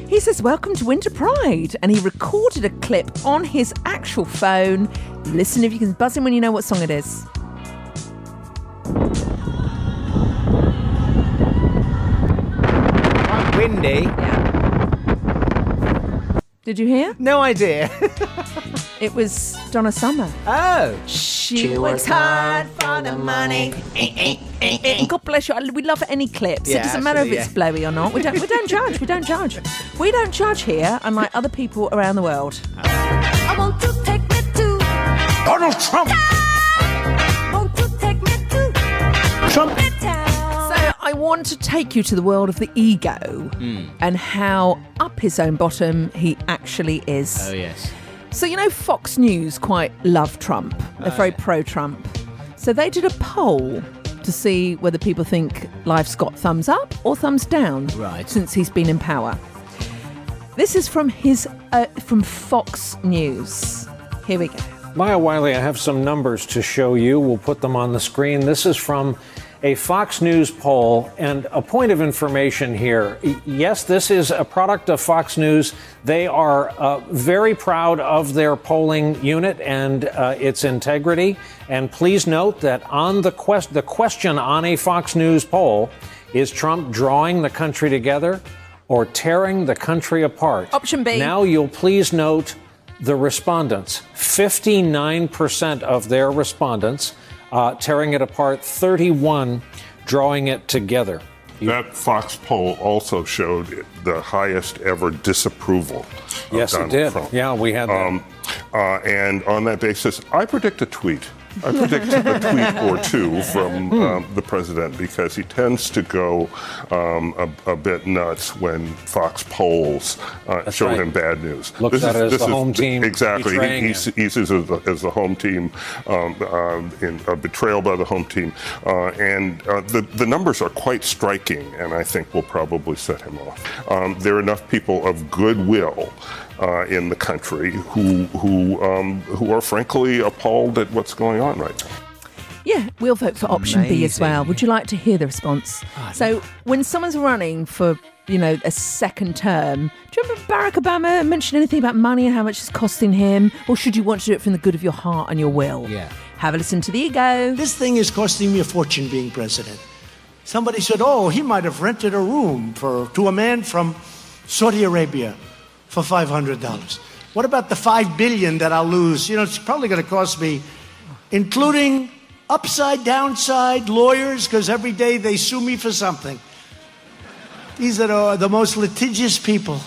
Speaker 4: He says, Welcome to Winter Pride. And he recorded a clip on his actual phone. Listen if you can buzz in when you know what song it is.
Speaker 5: Quite windy.
Speaker 4: Did you hear?
Speaker 5: No idea.
Speaker 4: it was Donna Summer.
Speaker 5: Oh.
Speaker 4: She works hard for the money. God bless you. I- We love any clips.
Speaker 5: Yeah,
Speaker 4: it doesn't matter if
Speaker 5: absolutely,
Speaker 4: it's
Speaker 5: yeah.
Speaker 4: blowy or not. We don't. We don't judge. We don't judge. We don't judge here, unlike other people around the world.
Speaker 22: I want to take me to Donald Trump. Want to take me to Trump.
Speaker 4: So I want to take you to the world of the ego
Speaker 2: Hmm.
Speaker 5: Hmm.
Speaker 4: and how up his own bottom he actually is.
Speaker 5: Oh, yes.
Speaker 4: So, you know, Fox News quite love Trump. They're
Speaker 5: Oh,
Speaker 4: very
Speaker 5: yeah.
Speaker 4: pro Trump. So, they did a poll to see whether people think life's got thumbs up or thumbs down
Speaker 5: Right.
Speaker 4: since he's been in power. This is from his uh, from Fox News. Here we go.
Speaker 9: Maya Wiley, I have some numbers to show you. We'll put them on the screen. This is from a Fox News poll, and a point of information here. Y- Yes, this is a product of Fox News. They are uh, very proud of their polling unit and uh, its integrity. And please note that on the quest, the question on a Fox News poll is Trump drawing the country together or tearing the country apart?
Speaker 4: Option B.
Speaker 9: Now you'll please note the respondents 59% of their respondents uh, tearing it apart, 31 drawing it together.
Speaker 10: <laughs> That Fox poll also showed the highest ever disapproval. Of
Speaker 9: Yes, it
Speaker 10: Donald
Speaker 9: did.
Speaker 10: Trump.
Speaker 9: Yeah, we had that.
Speaker 10: Um, uh, and on that basis, I predict a tweet. I predict a tweet or two from
Speaker 9: Hmm.
Speaker 10: um, the president because he tends to go um, a, a bit nuts when Fox polls uh,
Speaker 9: That's
Speaker 10: show
Speaker 9: right.
Speaker 10: him bad news.
Speaker 9: Looks at it as the home team
Speaker 10: Exactly. He,
Speaker 9: betraying
Speaker 10: he
Speaker 9: him.
Speaker 10: s- he sees it as the, as the home team, um, um, in a betrayal by the home team. Uh, and uh, the, the numbers are quite striking, and I think will probably set him off. Um, there are enough people of goodwill. Uh, in the country, who who um, who are frankly appalled at what's going on right now.
Speaker 4: Yeah, we'll vote for option B as
Speaker 10: amazing.
Speaker 4: well. Would you like to hear the response? so, when someone's running for you know a second term, do you remember Barack Obama mentioned anything about money and how much it's costing him, or should you want to do it from the good of your heart and your will? Yeah. Have a listen to the ego.
Speaker 11: This thing is costing me a fortune being president. Somebody said, oh, he might have rented a room for, to a man from Saudi Arabia for $500. What about the $5 billion that I'll lose? You know, it's probably going to cost me, including upside, downside, lawyers, because every day they sue me for something. These are the most litigious people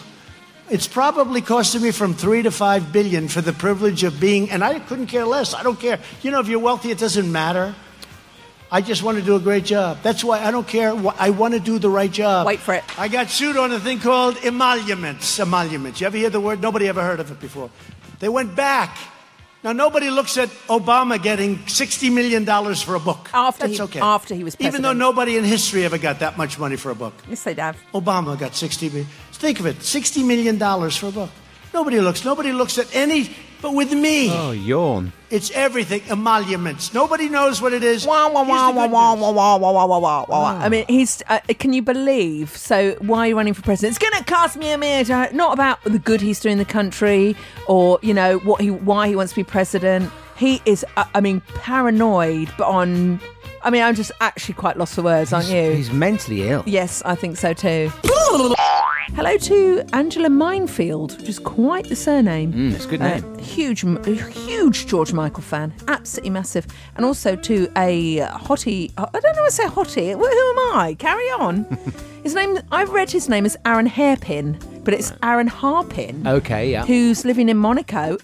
Speaker 11: It's probably costing me from three to five billion for the privilege of being, and I couldn't care less. I don't care. You know, if you're wealthy, it doesn't matter. I just want to do a great job. That's why I don't care. wha- I want to do the right job.
Speaker 4: Wait for it.
Speaker 11: I got sued on a thing called emoluments. Emoluments. You ever hear the word? Nobody ever heard of it before. They went back. Now nobody looks at Obama getting sixty million dollars for a book.
Speaker 4: After
Speaker 11: That's
Speaker 4: he-
Speaker 11: okay.
Speaker 4: after he was
Speaker 11: Even though
Speaker 4: president.
Speaker 11: nobody in history ever got that much money for a book.
Speaker 4: Yes, they have.
Speaker 11: Obama got sixty million. Think of it, sixty million dollars for a book. Nobody looks. Nobody looks at any. But with me,
Speaker 5: Oh, yawn.
Speaker 11: it's everything emoluments. Nobody knows what it is. Here's the
Speaker 4: Wah,
Speaker 11: good Ah.
Speaker 4: wah, wah, wah, wah, wah, wah, wah, wah. I mean, he's. Uh, can you believe? So, why are you running for president? It's going to cost me a million. dollars. Not about the good he's doing the country, or you know what he, why he wants to be president. He is. Uh, I mean, paranoid, but on. I mean, I'm just actually quite lost for words, aren't you?
Speaker 5: He's mentally ill.
Speaker 4: Yes, I think so too. Hello to Angela Minefield, which is quite the surname.
Speaker 5: Mm, it's a good name.
Speaker 4: Uh, Oh. huge, m- huge George Michael fan, absolutely massive. And also to a hottie. I don't know. I say hottie. Wh- Who am I? Carry
Speaker 5: <laughs>
Speaker 4: on. his name. I read his name as Aaron Hairpin, but it's Aaron Harpin.
Speaker 5: Okay, yeah.
Speaker 4: Who's living in Monaco?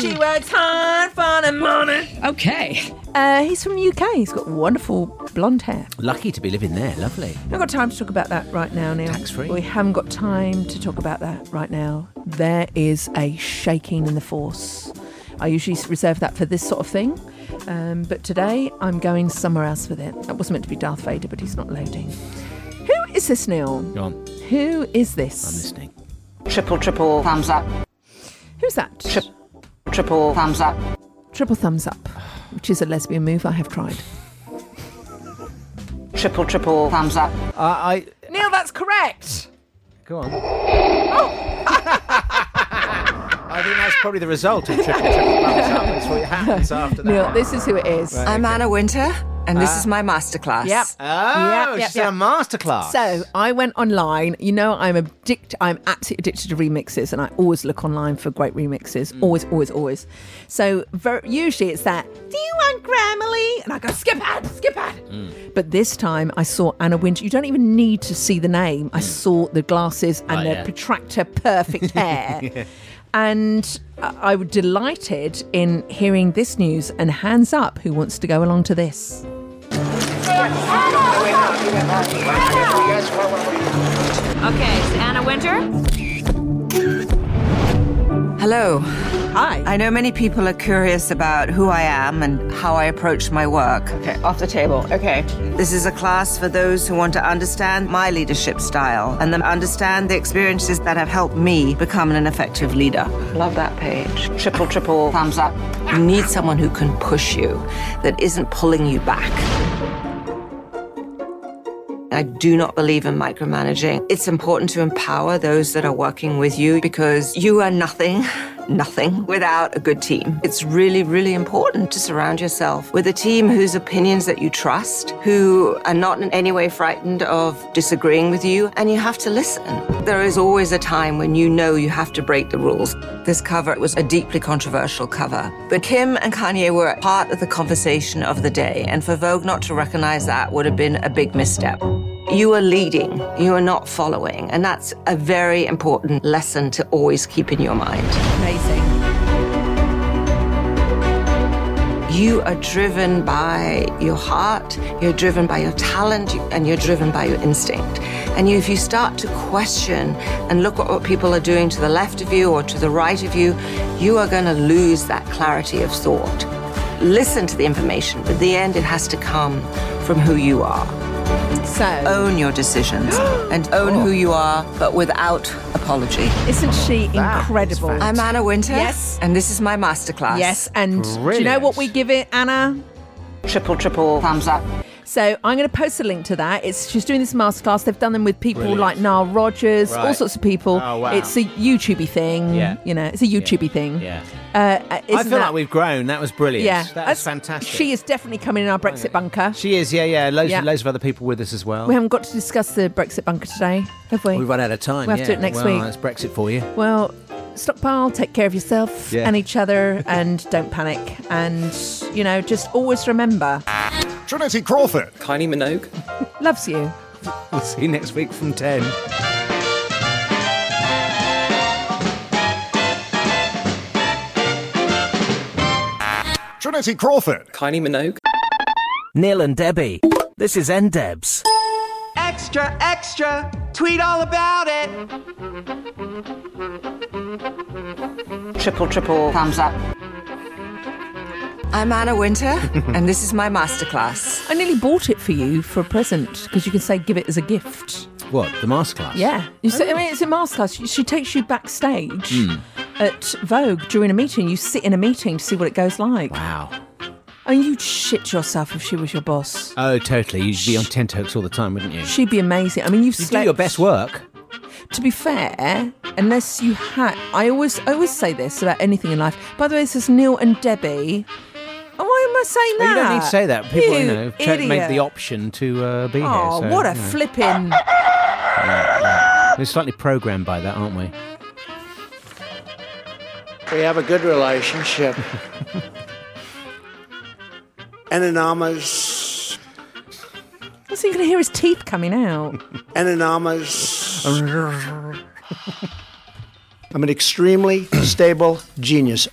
Speaker 4: she works hard for the money. Okay. Uh, he's from UK. He's got wonderful blonde hair.
Speaker 5: Lucky to be living there. Lovely.
Speaker 4: Not got time to talk about that right now, Neil. Tax free. We haven't got time to talk about that right now. There is a shaking in the force. I usually reserve that for this sort of thing, um, but today I'm going somewhere else with it. That wasn't meant to be Darth Vader, but he's not loading. Who is this, Neil?
Speaker 5: Go on.
Speaker 4: Who is this? I'm
Speaker 5: listening.
Speaker 20: Triple, triple thumbs up.
Speaker 4: Who's that?
Speaker 20: triple thumbs up.
Speaker 4: Triple thumbs up, which is a lesbian move I have tried.
Speaker 20: Triple, triple thumbs up.
Speaker 5: I.
Speaker 4: Neil, that's correct. Oh.
Speaker 5: Go on. I think that's probably the result of triple triple thumbs up. It's what happens after
Speaker 4: <laughs>
Speaker 5: that.
Speaker 4: Neil, this is who it is.
Speaker 5: Right, I'm okay.
Speaker 12: Anna Winter, and this
Speaker 4: Ah.
Speaker 12: is my masterclass.
Speaker 4: Yep.
Speaker 5: Oh,
Speaker 4: Yep, yep,
Speaker 5: she's
Speaker 4: yep.
Speaker 5: a masterclass.
Speaker 4: So I went online. You know, I'm addict. I'm absolutely addicted to remixes, and I always look online for great remixes. Always, always, always. So ver usually it's that. Do you want Grammarly? And I go skip ad, skip ad. But this time I saw Anna Winter. You don't even need to see the name. I saw the glasses and
Speaker 12: Right,
Speaker 4: the
Speaker 12: yeah.
Speaker 4: protractor, <laughs> perfect hair. And I I was delighted in hearing this news. And hands up, who wants to go along to this?
Speaker 16: Okay, so Anna Winter.
Speaker 12: Hello.
Speaker 4: Hi.
Speaker 12: I know many people are curious about who I am and how I approach my work. Okay, off the table. Okay. This is a class for those who want to understand my leadership style and then understand the experiences that have helped me become an effective leader. Love that page. Triple, triple thumbs up. You need someone who can push you, that isn't pulling you back. I do not believe in micromanaging. It's important to empower those that are working with you because you are nothing, <laughs> nothing without a good team. It's really, really important to surround yourself with a team whose opinions that you trust, who are not in any way frightened of disagreeing with you, and you have to listen. There is always a time when you know you have to break the rules. This cover was a deeply controversial cover, but Kim and Kanye were part of the conversation of the day, and for Vogue not to recognize that would have been a big misstep. You are leading, you are not following. And that's a very important lesson to always keep in your mind.
Speaker 4: Amazing.
Speaker 12: You are driven by your heart, you're driven by your talent, and you're driven by your instinct. And you, if you start to question and look at what people are doing to the left of you or to the right of you, you are going to lose that clarity of thought. Listen to the information, but at the end, it has to come from who you are.
Speaker 4: So
Speaker 12: own your
Speaker 4: <gasps>
Speaker 12: decisions and own who you are, but without apology.
Speaker 4: Isn't she incredible?
Speaker 12: I'm Anna Winter.
Speaker 4: Yes.
Speaker 12: And this is my masterclass.
Speaker 4: Yes, and do you know what we give it, Anna?
Speaker 12: Triple, triple thumbs up.
Speaker 4: So I'm going to post a link to that. It's she's doing this masterclass. They've done them with people
Speaker 12: Brilliant.
Speaker 4: like Nile Rodgers, all
Speaker 12: Right.
Speaker 4: sorts of people.
Speaker 5: Oh, wow.
Speaker 4: It's a YouTubey thing.
Speaker 5: Yeah.
Speaker 4: you know, it's a YouTubey thing.
Speaker 5: Yeah.
Speaker 4: Uh,
Speaker 5: I feel like we've grown. That was brilliant.
Speaker 4: yeah,
Speaker 5: That was fantastic.
Speaker 4: She is definitely coming in our Brexit bunker.
Speaker 5: She is, yeah, yeah. Loads,
Speaker 4: Yeah.
Speaker 5: loads of other people with us as well.
Speaker 4: We haven't got to discuss the Brexit bunker today, have we?
Speaker 5: We've run out of time.
Speaker 4: We'll have
Speaker 5: yeah.
Speaker 4: to do it next
Speaker 5: well,
Speaker 4: week.
Speaker 5: That's Brexit for you.
Speaker 4: Well, stockpile, take care of yourself
Speaker 5: Yeah.
Speaker 4: and each other, and don't panic. And, you know, just always remember
Speaker 24: Trinity Crawford. Kylie Minogue.
Speaker 4: loves you.
Speaker 5: We'll see you next week from 10.
Speaker 24: Trinity Crawford.
Speaker 13: Kylie Minogue. Neil and Debbie. This is NDebs.
Speaker 14: Extra, extra, tweet all about it.
Speaker 7: Triple, triple thumbs up.
Speaker 12: I'm Anna Winter, and this is my masterclass.
Speaker 4: I nearly bought it for you for a present because you can say give it as a gift.
Speaker 5: What, the masterclass?
Speaker 4: Yeah. You say, I mean, it's a masterclass. She takes you backstage
Speaker 5: Mm.
Speaker 4: at Vogue during a meeting. You sit in a meeting to see what it goes like.
Speaker 5: Wow.
Speaker 4: I mean, you'd shit yourself if she was your boss.
Speaker 5: Oh, totally. You'd be on tenterhooks all the time, wouldn't you?
Speaker 4: She'd be amazing. I mean, you've
Speaker 5: You do
Speaker 4: slept-
Speaker 5: your best work.
Speaker 4: To be fair, unless you had, I always, I always say this about anything in life. By the way, this is Neil and Debbie. Oh, why am I saying
Speaker 5: Oh,
Speaker 4: that?
Speaker 5: you don't need to say that. People, you,
Speaker 4: You
Speaker 5: know, take- make
Speaker 4: idiot.
Speaker 5: the option to uh, be
Speaker 4: Oh,
Speaker 5: here. so,
Speaker 4: what a
Speaker 5: you know.
Speaker 4: flipping!
Speaker 5: Yeah, yeah. We're slightly programmed by that, aren't we?
Speaker 3: We have a good
Speaker 11: <laughs>
Speaker 3: relationship.
Speaker 4: <laughs>
Speaker 3: Anonymous.
Speaker 4: What's he going to hear his teeth coming out?
Speaker 3: Anonymous.
Speaker 11: I'm an extremely stable genius.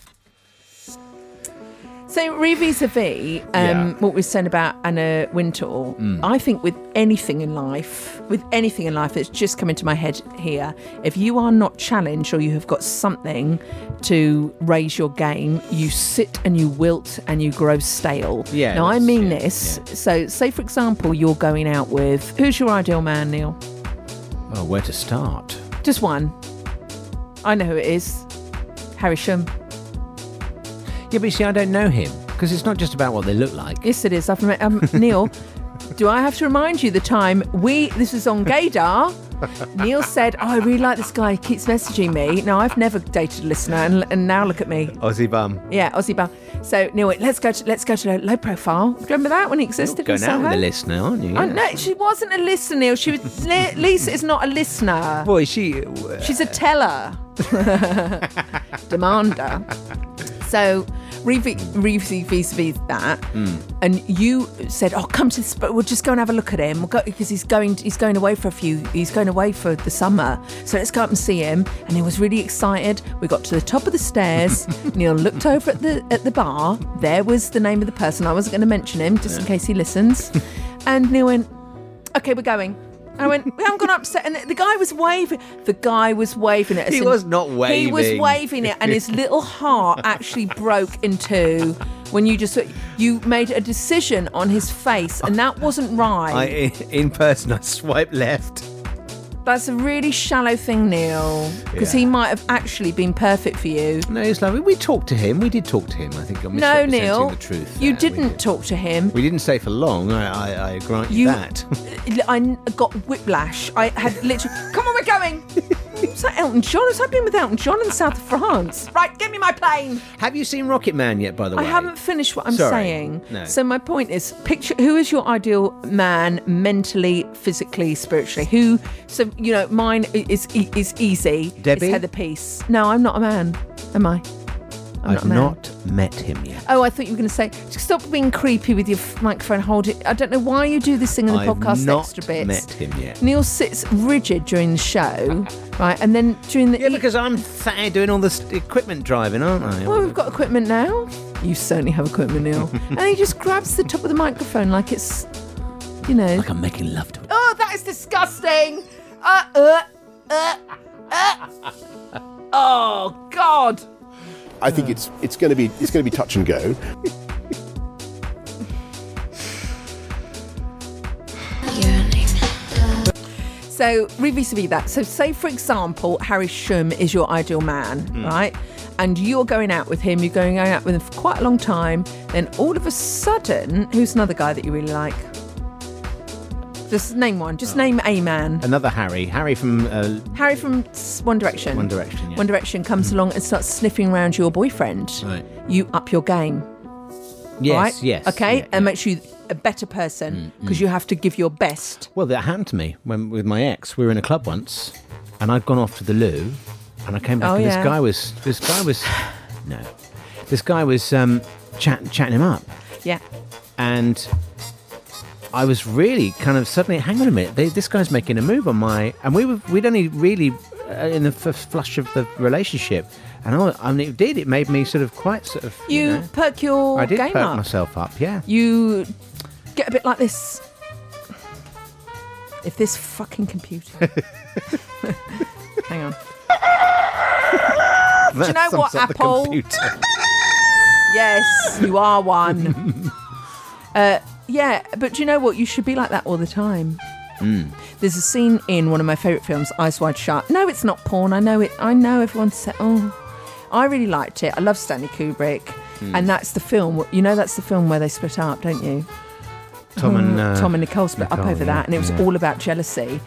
Speaker 4: So, re vis a vis, um,
Speaker 11: Yeah.
Speaker 4: what we are saying about Anna Wintour,
Speaker 11: Mm.
Speaker 4: I think with anything in life, with anything in life that's just come into my head here, if you are not challenged or you have got something to raise your game, you sit and you wilt and you grow stale.
Speaker 5: Yeah,
Speaker 4: Now, I
Speaker 5: that's-
Speaker 4: mean this. So, say for example, you're going out with who's your ideal man, Neil?
Speaker 5: Oh, where to start?
Speaker 4: Just one. I know who it is. Harry Shum.
Speaker 5: Yeah, but you see, I don't know him because it's not just about what they look like.
Speaker 4: Yes, it is. I've met um, Neil. do I have to remind you the time we? This is on Gaydar. Neil said, "Oh, I really like this guy. He keeps messaging me." Now I've never dated a listener, and, and now look at me.
Speaker 5: <laughs> Aussie bum.
Speaker 4: Yeah, Aussie bar. So Neil, went, let's go. To, let's go to low, low profile. Do you remember that when it existed?
Speaker 5: Going
Speaker 4: in
Speaker 5: out with
Speaker 4: Soho?
Speaker 5: a listener, aren't you?
Speaker 4: I
Speaker 5: Yeah.
Speaker 4: no, she wasn't a listener, Neil. She was Li- Lisa is not a listener.
Speaker 5: Boy, she.
Speaker 4: She's a teller, demander. So, re vis a vis that, and you said, "Oh, come to this, but we'll just go and have a look at him. We'll go because he's going. He's going away for a few. He's going away for the summer. So let's go up and see him." And he was really excited. We got to the top of the
Speaker 5: <laughs>
Speaker 4: stairs. Neil looked over at the at the bar. There was the name of the person. I wasn't going to mention him just in
Speaker 5: Yeah.
Speaker 4: case he
Speaker 5: <laughs>
Speaker 4: listens. and Neil went, "Okay, we're going." And I went, we haven't gone upset. And the guy was waving. The guy was waving at us.
Speaker 5: He
Speaker 4: and
Speaker 5: was not
Speaker 4: He was
Speaker 5: waving.
Speaker 4: waving it, and
Speaker 5: <laughs>
Speaker 4: his little heart actually broke in two when you just you made a decision on his face, and that wasn't
Speaker 5: I,
Speaker 4: right.
Speaker 5: in person, I swipe left.
Speaker 4: That's a really shallow thing, Neil, because
Speaker 5: Yeah.
Speaker 4: he might have actually been perfect for you.
Speaker 5: No, it's lovely. We talked to him. We did talk to him. I think I'm
Speaker 4: No,
Speaker 5: misrepresenting
Speaker 4: Neil,
Speaker 5: the truth.
Speaker 4: you
Speaker 5: there. We-
Speaker 4: didn't talk to him.
Speaker 5: We didn't stay for long. I, I, I grant you,
Speaker 4: You-
Speaker 5: that.
Speaker 4: <laughs>
Speaker 5: <laughs>
Speaker 4: I n- got whiplash. I had literally, come on, we're going. Who's that Elton John? What's happening with Elton John in the south of France? Right, give me my plane.
Speaker 5: Have you seen Rocket Man yet? By the way,
Speaker 4: I haven't finished what I'm
Speaker 5: Sorry.
Speaker 4: saying.
Speaker 5: No.
Speaker 4: So my point is, picture who is your ideal man mentally, physically, spiritually? Who? So you know, mine i- is e- is easy.
Speaker 5: Debbie?
Speaker 4: it's Heather Peace. No, I'm not a man. Am I? I'm not
Speaker 5: I've
Speaker 4: a man.
Speaker 5: not met him yet.
Speaker 4: Oh, I thought you were going to say, stop being creepy with your f- microphone. Hold it. I don't know why you do this thing in the
Speaker 5: I've
Speaker 4: podcast
Speaker 5: not
Speaker 4: extra bits.
Speaker 5: met him yet.
Speaker 4: Neil sits rigid during the show, right? And then during the e
Speaker 5: Yeah, because I'm fat doing all this equipment driving, aren't I?
Speaker 4: well, we've got equipment now. You certainly have equipment,
Speaker 5: <laughs>
Speaker 4: Neil. and he just grabs the top of the microphone like it's, you know.
Speaker 5: I'm making love to
Speaker 4: Oh, that is disgusting. Uh, uh, uh, uh. Oh God.
Speaker 5: <laughs>
Speaker 15: I think it's it's going to be it's going to be touch and go.
Speaker 4: So, re vis a vis that. So, say for example, Harry Shum is your ideal man,
Speaker 17: Mm.
Speaker 4: right? And you're going out with him, you're going out with him for quite a long time. Then, all of a sudden, who's another guy that you really like? Just name one,
Speaker 5: Oh.
Speaker 4: just name a man.
Speaker 5: Another Harry. Harry from. Uh,
Speaker 4: Harry from S- One Direction.
Speaker 5: One Direction, yeah. Mm. Uh.
Speaker 4: One Direction comes along and starts sniffing around your boyfriend.
Speaker 5: Right.
Speaker 4: You up your game.
Speaker 5: Yes,
Speaker 4: right?
Speaker 5: yes,
Speaker 4: Okay,
Speaker 5: yeah, Mm,
Speaker 4: and makes you a better person because you have to give your best.
Speaker 5: well, that happened to me when with my ex. We were in a club once, and I'd gone off to the loo, and I came back,
Speaker 4: Oh,
Speaker 5: and this
Speaker 4: yeah.
Speaker 5: guy was this guy was no, this guy was um, chat, chatting him up,
Speaker 4: Yeah.
Speaker 5: and I was really kind of suddenly, hang on a minute, they, this guy's making a move on my, and we were we'd only really uh, in the f- flush of the relationship, and I, I mean, it did. It made me sort of quite sort of
Speaker 4: You
Speaker 5: you, know,
Speaker 4: perk your
Speaker 5: I did
Speaker 4: game
Speaker 5: perk
Speaker 4: up.
Speaker 5: myself up, yeah.
Speaker 4: You get a bit like this. If this fucking
Speaker 5: <laughs>
Speaker 4: computer. Hang on. Do you know
Speaker 5: That
Speaker 4: what,
Speaker 5: sums up the
Speaker 4: Apple? <laughs>
Speaker 5: computer.
Speaker 4: Yes, you are
Speaker 5: <laughs>
Speaker 4: one. uh, yeah, but do you know what? You should be like that all the time.
Speaker 5: Mm.
Speaker 4: There's a scene in one of my favourite films, Eyes Wide Shut. No, it's not porn. I know it. I know everyone said, oh, I really liked it. I love Stanley Kubrick.
Speaker 5: Hmm.
Speaker 4: And that's the film. You know, that's the film where they split up, don't you? Mm.
Speaker 5: Tom and, uh,
Speaker 4: Tom and Nicole split up
Speaker 5: Nicole,
Speaker 4: over
Speaker 5: yeah,
Speaker 4: that, and it was
Speaker 5: yeah.
Speaker 4: all about jealousy.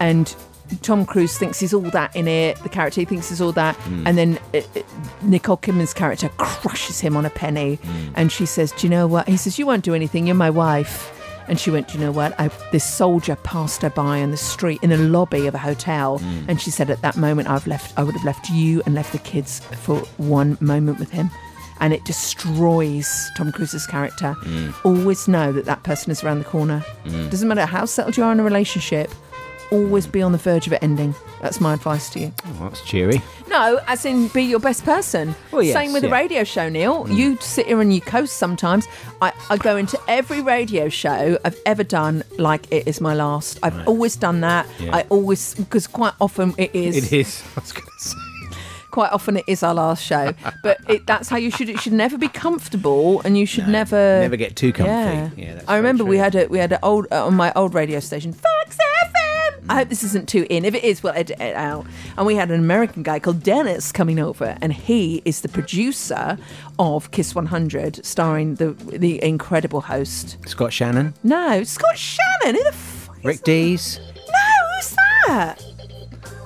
Speaker 4: And Tom Cruise thinks he's all that in it. The character he thinks he's all that,
Speaker 5: Hmm.
Speaker 4: and then uh, uh, Nicole Kidman's character crushes him on a penny, and she says, "Do you know what?" He says, "You won't do anything. You're my wife." And she went, "Do you know what?" I, this soldier passed her by on the street in a lobby of a hotel,
Speaker 5: Hmm.
Speaker 4: and she said, "At that moment, I've left. I would have left you and left the kids for one moment with him." And it destroys Tom Cruise's character.
Speaker 5: Mm.
Speaker 4: Always know that that person is around the corner.
Speaker 5: Mm.
Speaker 4: Doesn't matter how settled you are in a relationship, always be on the verge of it ending. That's my advice to you.
Speaker 5: Oh, that's cheery.
Speaker 4: No, as in be your best person.
Speaker 5: Well, Oh, yes,
Speaker 4: Same with the
Speaker 5: yeah.
Speaker 4: radio show, Neil.
Speaker 5: Mm.
Speaker 4: You sit here and you coast sometimes. I, I go into every radio show I've ever done like it is my last. I've always done that.
Speaker 5: Yeah.
Speaker 4: I always, because quite often it is.
Speaker 5: It is. <laughs> I was going to say.
Speaker 4: Quite often it is our last show. but it, that's how you should, it should never be comfortable and you should never.
Speaker 5: Never get too comfy.
Speaker 4: Yeah.
Speaker 5: Yeah, that's
Speaker 4: I remember we had a we had an old uh, on my old radio station, Fox FM. I hope this isn't too in. If it is, we'll edit it out. And we had an American guy called Dennis coming over, and he is the producer of Kiss 100, starring the the incredible host.
Speaker 5: Scott Shannon,
Speaker 4: No, Scott Shannon. Who the f-
Speaker 5: Rick Dees.
Speaker 4: no? Who's that?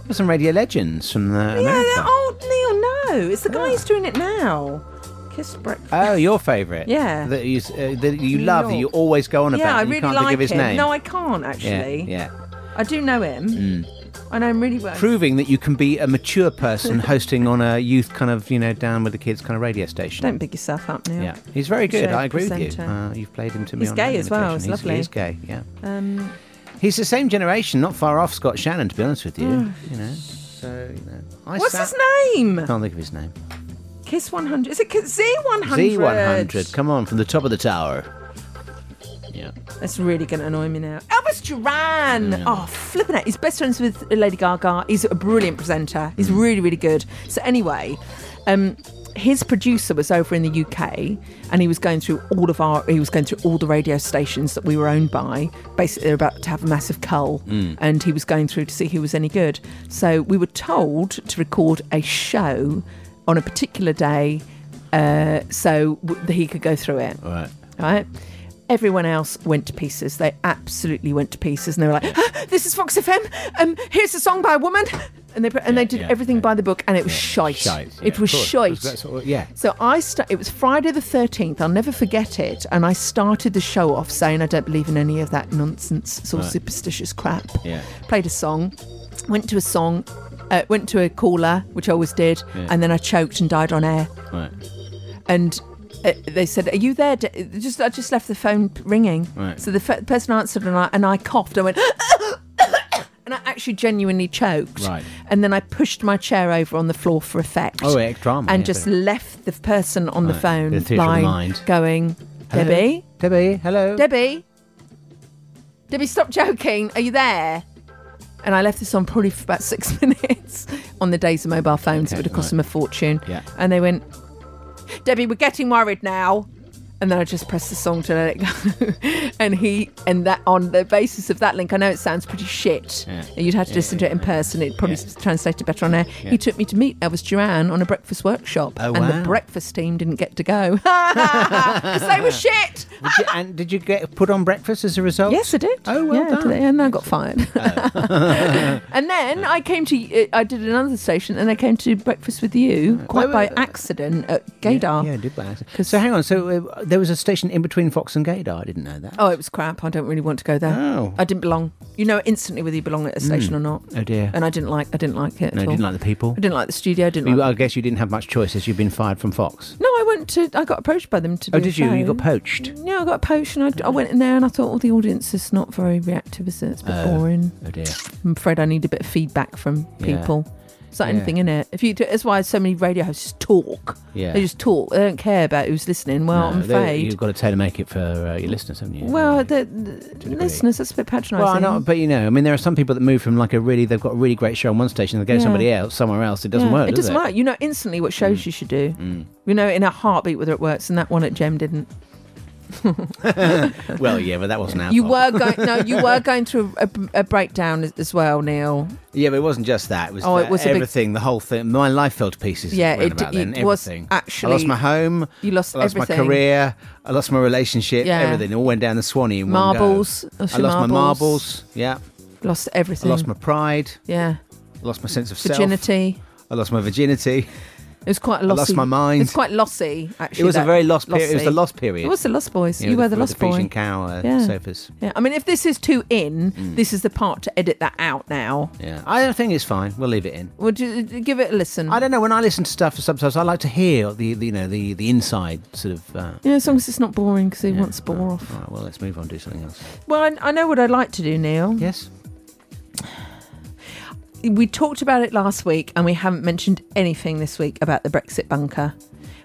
Speaker 5: There's some radio legends from the
Speaker 4: Yeah,
Speaker 5: America.
Speaker 4: that old Neil. No, it's the
Speaker 5: Ah.
Speaker 4: guy who's doing it now. Kiss breakfast.
Speaker 5: Oh, your favourite?
Speaker 4: Yeah.
Speaker 5: That you, s- uh, that you
Speaker 4: New
Speaker 5: love, that you
Speaker 4: York.
Speaker 5: always go on about.
Speaker 4: yeah, I
Speaker 5: and you
Speaker 4: really
Speaker 5: can't
Speaker 4: like
Speaker 5: think of his
Speaker 4: him.
Speaker 5: name.
Speaker 4: No, I can't
Speaker 5: Yeah,
Speaker 4: actually. <laughs>
Speaker 5: yeah.
Speaker 4: I do know him.
Speaker 5: Mm.
Speaker 4: I know him really well.
Speaker 5: Proving that you can be a
Speaker 4: <laughs>
Speaker 5: mature person hosting on a youth kind of, you know, down with the kids kind of radio station.
Speaker 4: Don't big yourself up now.
Speaker 5: Yeah, he's very good.
Speaker 4: Show
Speaker 5: I agree with you.
Speaker 4: presenter.
Speaker 5: Uh, you've played him to me.
Speaker 4: He's
Speaker 5: on
Speaker 4: gay
Speaker 5: No
Speaker 4: as well,
Speaker 5: Imitation.
Speaker 4: it's
Speaker 5: He's- He is
Speaker 4: lovely.
Speaker 5: gay. Yeah.
Speaker 4: Um,
Speaker 5: He's the same generation, not far off Scott Shannon, to be honest with you.
Speaker 4: Mm.
Speaker 5: You know. So you know. I
Speaker 4: what's
Speaker 5: sat-
Speaker 4: his name?
Speaker 5: Can't think of his name.
Speaker 4: Kiss 100. Is it Kiss Z100?
Speaker 5: Z100. Come on, from the top of the tower. Yeah.
Speaker 4: That's really going to annoy me now. Elvis Duran.
Speaker 5: Mm.
Speaker 4: Oh, flipping out. He's best friends with Lady Gaga. He's a brilliant presenter. He's
Speaker 5: Mm.
Speaker 4: really, really good. So anyway, um, his producer was over in the UK, and he was going through all of our. He was going through all the radio stations that we were owned by. Basically, they're about to have a massive cull,
Speaker 5: Mm.
Speaker 4: and he was going through to see who was any good. So we were told to record a show on a particular day, uh, so w- that he could go through it
Speaker 5: All right.
Speaker 4: right? Everyone else went to pieces. They absolutely went to pieces, and they were like, "Ah, <gasps> "This is Fox FM. Um, here's a song by a woman," and they put, and they did everything by the book, and it was shite.
Speaker 5: Shite, yeah,
Speaker 4: it was
Speaker 5: of course.
Speaker 4: shite.
Speaker 5: That's what- yeah.
Speaker 4: So I st- It was Friday the thirteenth. I'll never forget it. And I started the show off saying, "I don't believe in any of that nonsense. It's all
Speaker 5: Right.
Speaker 4: superstitious crap."
Speaker 5: Yeah.
Speaker 4: Played a song, went to a song, uh, went to a caller, which I always did,
Speaker 5: Yeah.
Speaker 4: and then I choked and died on air
Speaker 5: Right.
Speaker 4: and uh, they said, "Are you there?" D- Just I just left the phone ringing.
Speaker 5: Right.
Speaker 4: So the f- person answered, and I and I coughed. I went. <coughs> And I actually genuinely choked.
Speaker 5: Right.
Speaker 4: And then I pushed my chair over on the floor for effect.
Speaker 5: Oh, yeah, drama,
Speaker 4: And
Speaker 5: yeah,
Speaker 4: just
Speaker 5: but-
Speaker 4: left the person on the
Speaker 5: Right,
Speaker 4: phone
Speaker 5: the theatre of the
Speaker 4: line
Speaker 5: mind.
Speaker 4: going,
Speaker 5: Hello?
Speaker 4: Debbie?
Speaker 5: Debbie, hello.
Speaker 4: Debbie? Debbie, stop joking. Are you there? And I left this on probably for about six <laughs> minutes on the days of mobile phones.
Speaker 5: Okay,
Speaker 4: it would have cost
Speaker 5: right.
Speaker 4: them a fortune.
Speaker 5: Yeah.
Speaker 4: And they went, Debbie, we're getting worried now. And then I just pressed the song to let it go. <laughs> and he, and that on the basis of that link, I know it sounds pretty shit.
Speaker 5: Yeah.
Speaker 4: And You'd have to
Speaker 5: Yeah,
Speaker 4: listen to it in person. It probably translated better on air.
Speaker 5: Yeah.
Speaker 4: He took me to meet Elvis Duran on a breakfast workshop.
Speaker 5: Oh,
Speaker 4: and
Speaker 5: wow.
Speaker 4: the breakfast team didn't get to
Speaker 5: <laughs>
Speaker 4: go. <laughs> Because they were shit.
Speaker 5: Did you, and did you get put on breakfast as a result?
Speaker 4: Yes, I did.
Speaker 5: Oh, well
Speaker 4: yeah, I did
Speaker 5: done.
Speaker 4: it, and I got
Speaker 5: <laughs>
Speaker 4: fired. and then I came to, uh, I did another station, and I came to breakfast with you quite by accident at Gaydar.
Speaker 5: Yeah, I uh, did by accident. So hang on. So uh, there was a station in between Fox and Gaydar. I didn't know that.
Speaker 4: Oh, it was crap. I don't really want to go there.
Speaker 5: Oh.
Speaker 4: I didn't belong. You know instantly whether you belong at a station
Speaker 5: Mm.
Speaker 4: or not.
Speaker 5: Oh dear.
Speaker 4: And I didn't like. I didn't like it.
Speaker 5: No,
Speaker 4: at
Speaker 5: you
Speaker 4: all.
Speaker 5: didn't like the people?
Speaker 4: I didn't like the studio. I didn't.
Speaker 5: You-
Speaker 4: like
Speaker 5: I guess you didn't have much choice as you've been fired from Fox.
Speaker 4: No, I went went to. I got approached by them to. do
Speaker 5: Oh,
Speaker 4: a
Speaker 5: did you? You
Speaker 4: show.
Speaker 5: got poached.
Speaker 4: No, I got poached, and I, I went in there and I thought, oh, the audience is not very reactive, is it? It's a bit
Speaker 5: Oh.
Speaker 4: boring.
Speaker 5: Oh dear.
Speaker 4: I'm afraid I need a bit of feedback from
Speaker 5: Yeah.
Speaker 4: people. It's like
Speaker 5: Yeah.
Speaker 4: anything in it. If you do, that's why so many radio hosts just talk.
Speaker 5: Yeah.
Speaker 4: They just talk. They don't care about who's listening. Well,
Speaker 5: No,
Speaker 4: I'm
Speaker 5: they-
Speaker 4: afraid.
Speaker 5: You've got to tailor make it for uh, your listeners, haven't you?
Speaker 4: well, the, the listeners, that's a bit patronising.
Speaker 5: Well, I know, but you know, I mean, there are some people that move from like a really, they've got a really great show on one station, they go to
Speaker 4: Yeah.
Speaker 5: somebody else, somewhere else. It Mm. doesn't
Speaker 4: Yeah,
Speaker 5: work.
Speaker 4: It
Speaker 5: does
Speaker 4: doesn't work. You know instantly what shows you should do. You know in a heartbeat whether it works, and that one at Gem
Speaker 5: <laughs>
Speaker 4: didn't.
Speaker 5: Mm. <laughs> well, yeah, but that wasn't our
Speaker 4: You
Speaker 5: fault.
Speaker 4: were going
Speaker 5: <laughs>
Speaker 4: no, you were going through a, a breakdown as, as well, Neil.
Speaker 5: Yeah, but it wasn't just that. It was,
Speaker 4: Oh, it
Speaker 5: the-
Speaker 4: was a big-
Speaker 5: everything, the whole thing. My life fell to pieces.
Speaker 4: Yeah,
Speaker 5: round
Speaker 4: it-
Speaker 5: about
Speaker 4: it
Speaker 5: then.
Speaker 4: was
Speaker 5: everything. I
Speaker 4: actually-
Speaker 5: lost my home.
Speaker 4: you lost
Speaker 5: I lost
Speaker 4: everything.
Speaker 5: my career. I lost my relationship.
Speaker 4: Yeah.
Speaker 5: Everything. It all went down the Swanee. In
Speaker 4: Marbles.
Speaker 5: One go.
Speaker 4: Lost
Speaker 5: I
Speaker 4: your
Speaker 5: lost my
Speaker 4: marbles.
Speaker 5: marbles. Yeah.
Speaker 4: Lost
Speaker 5: I
Speaker 4: everything.
Speaker 5: lost my pride.
Speaker 4: yeah
Speaker 5: I lost my sense of self.
Speaker 4: virginity.
Speaker 5: I lost my virginity.
Speaker 4: It was quite
Speaker 5: I
Speaker 4: lossy.
Speaker 5: lost my mind.
Speaker 4: It's quite lossy, actually.
Speaker 5: it was a
Speaker 4: that-
Speaker 5: very lost period. It was
Speaker 4: lossy.
Speaker 5: the lost period.
Speaker 4: It was the lost boys.
Speaker 5: You
Speaker 4: You,
Speaker 5: know,
Speaker 4: were
Speaker 5: with
Speaker 4: the,
Speaker 5: the- with
Speaker 4: lost
Speaker 5: the
Speaker 4: boy.
Speaker 5: Fijian cow, uh, sofas.
Speaker 4: Yeah. I mean, if this is too in,
Speaker 5: Mm.
Speaker 4: this is the part to edit that out now.
Speaker 5: Yeah. I don't think it's fine. We'll leave it in.
Speaker 4: Would you uh, give it a listen?
Speaker 5: I don't know. When I listen to stuff sometimes, I like to hear the, the you know the the inside sort of. Uh,
Speaker 4: Yeah, as long as it's not boring, because he wants bore off.
Speaker 5: all right, well, let's move on. Do something else.
Speaker 4: Well, I, I know what I'd like to do, Neil.
Speaker 5: Yes.
Speaker 4: We talked about it last week, and we haven't mentioned anything this week about the Brexit bunker.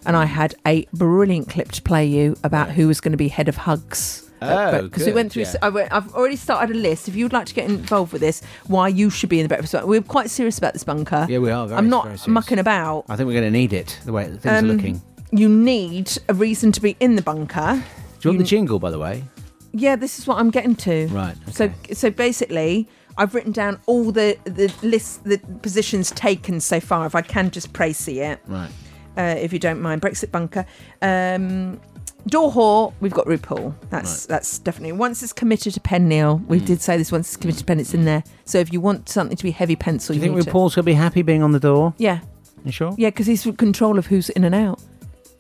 Speaker 4: And I had a brilliant clip to play you about who was going to be head of hugs.
Speaker 5: Oh,
Speaker 4: because we
Speaker 5: good,
Speaker 4: went through.
Speaker 5: yeah.
Speaker 4: I went, I've already started a list. If you'd like to get involved with this, why you should be in the breakfast bunker. We're quite serious about this bunker.
Speaker 5: Yeah, we are. Very,
Speaker 4: Uh, I'm not
Speaker 5: very serious.
Speaker 4: mucking about.
Speaker 5: I think we're going to need it. The way that things
Speaker 4: Oh. Um,
Speaker 5: are looking.
Speaker 4: You need a reason to be in the bunker.
Speaker 5: Do you want the jingle, by the way?
Speaker 4: Yeah, this is what I'm getting to.
Speaker 5: Right,
Speaker 4: So so basically, I've written down all the the list the positions taken so far. If I can just praise it,
Speaker 5: Right.
Speaker 4: uh, if you don't mind, Brexit bunker. Um, Door whore, we've got RuPaul. That's that's definitely once it's committed to pen Neil. We
Speaker 5: Hmm.
Speaker 4: did say this once it's committed to pen, it's in there. So if you want something to be heavy pencil,
Speaker 5: Do you think
Speaker 4: need
Speaker 5: RuPaul's going to be happy being on the door?
Speaker 4: To, yeah,
Speaker 5: You sure?
Speaker 4: yeah, because he's in control of who's in and out.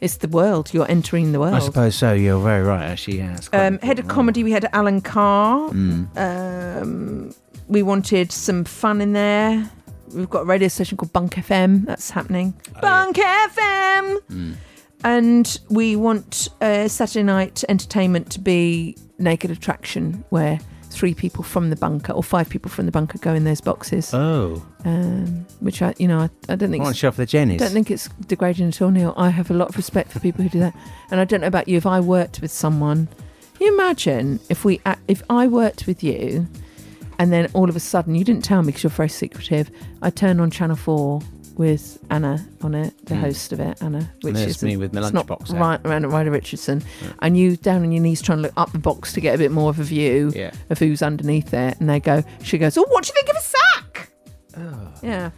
Speaker 4: It's the world. You're entering the world.
Speaker 5: I suppose so. You're very right. Actually, yeah. It's quite
Speaker 4: Um, head of comedy, we had Alan Carr. Um, we wanted some fun in there. We've got a radio station called Bunk FM. That's happening. Bunk FM.
Speaker 5: Mm.
Speaker 4: And we want uh, Saturday night entertainment to be naked attraction, where three people from the bunker or five people from the bunker go in those boxes.
Speaker 5: Oh.
Speaker 4: Um, which I, you know, I, I don't think. it's-
Speaker 5: Why don't you show off the Jennies?
Speaker 4: Don't think it's degrading at all, Neil. I have a lot of respect for people who do that, and I don't know about you. If I worked with someone, can you imagine if we, if I worked with you, and then all of a sudden you didn't tell me because you're very secretive. I turned on Channel Four with Anna on it, the
Speaker 5: Mm.
Speaker 4: host of it, Anna, which
Speaker 5: there's
Speaker 4: is
Speaker 5: me with my
Speaker 4: it's
Speaker 5: lunchbox
Speaker 4: not
Speaker 5: out.
Speaker 4: right around Ryder Richardson, and you down on your knees trying to look up the box to get a bit more of a view
Speaker 5: Yeah.
Speaker 4: of who's underneath it, and they go, she goes, oh, what do you think of a sack? Yeah.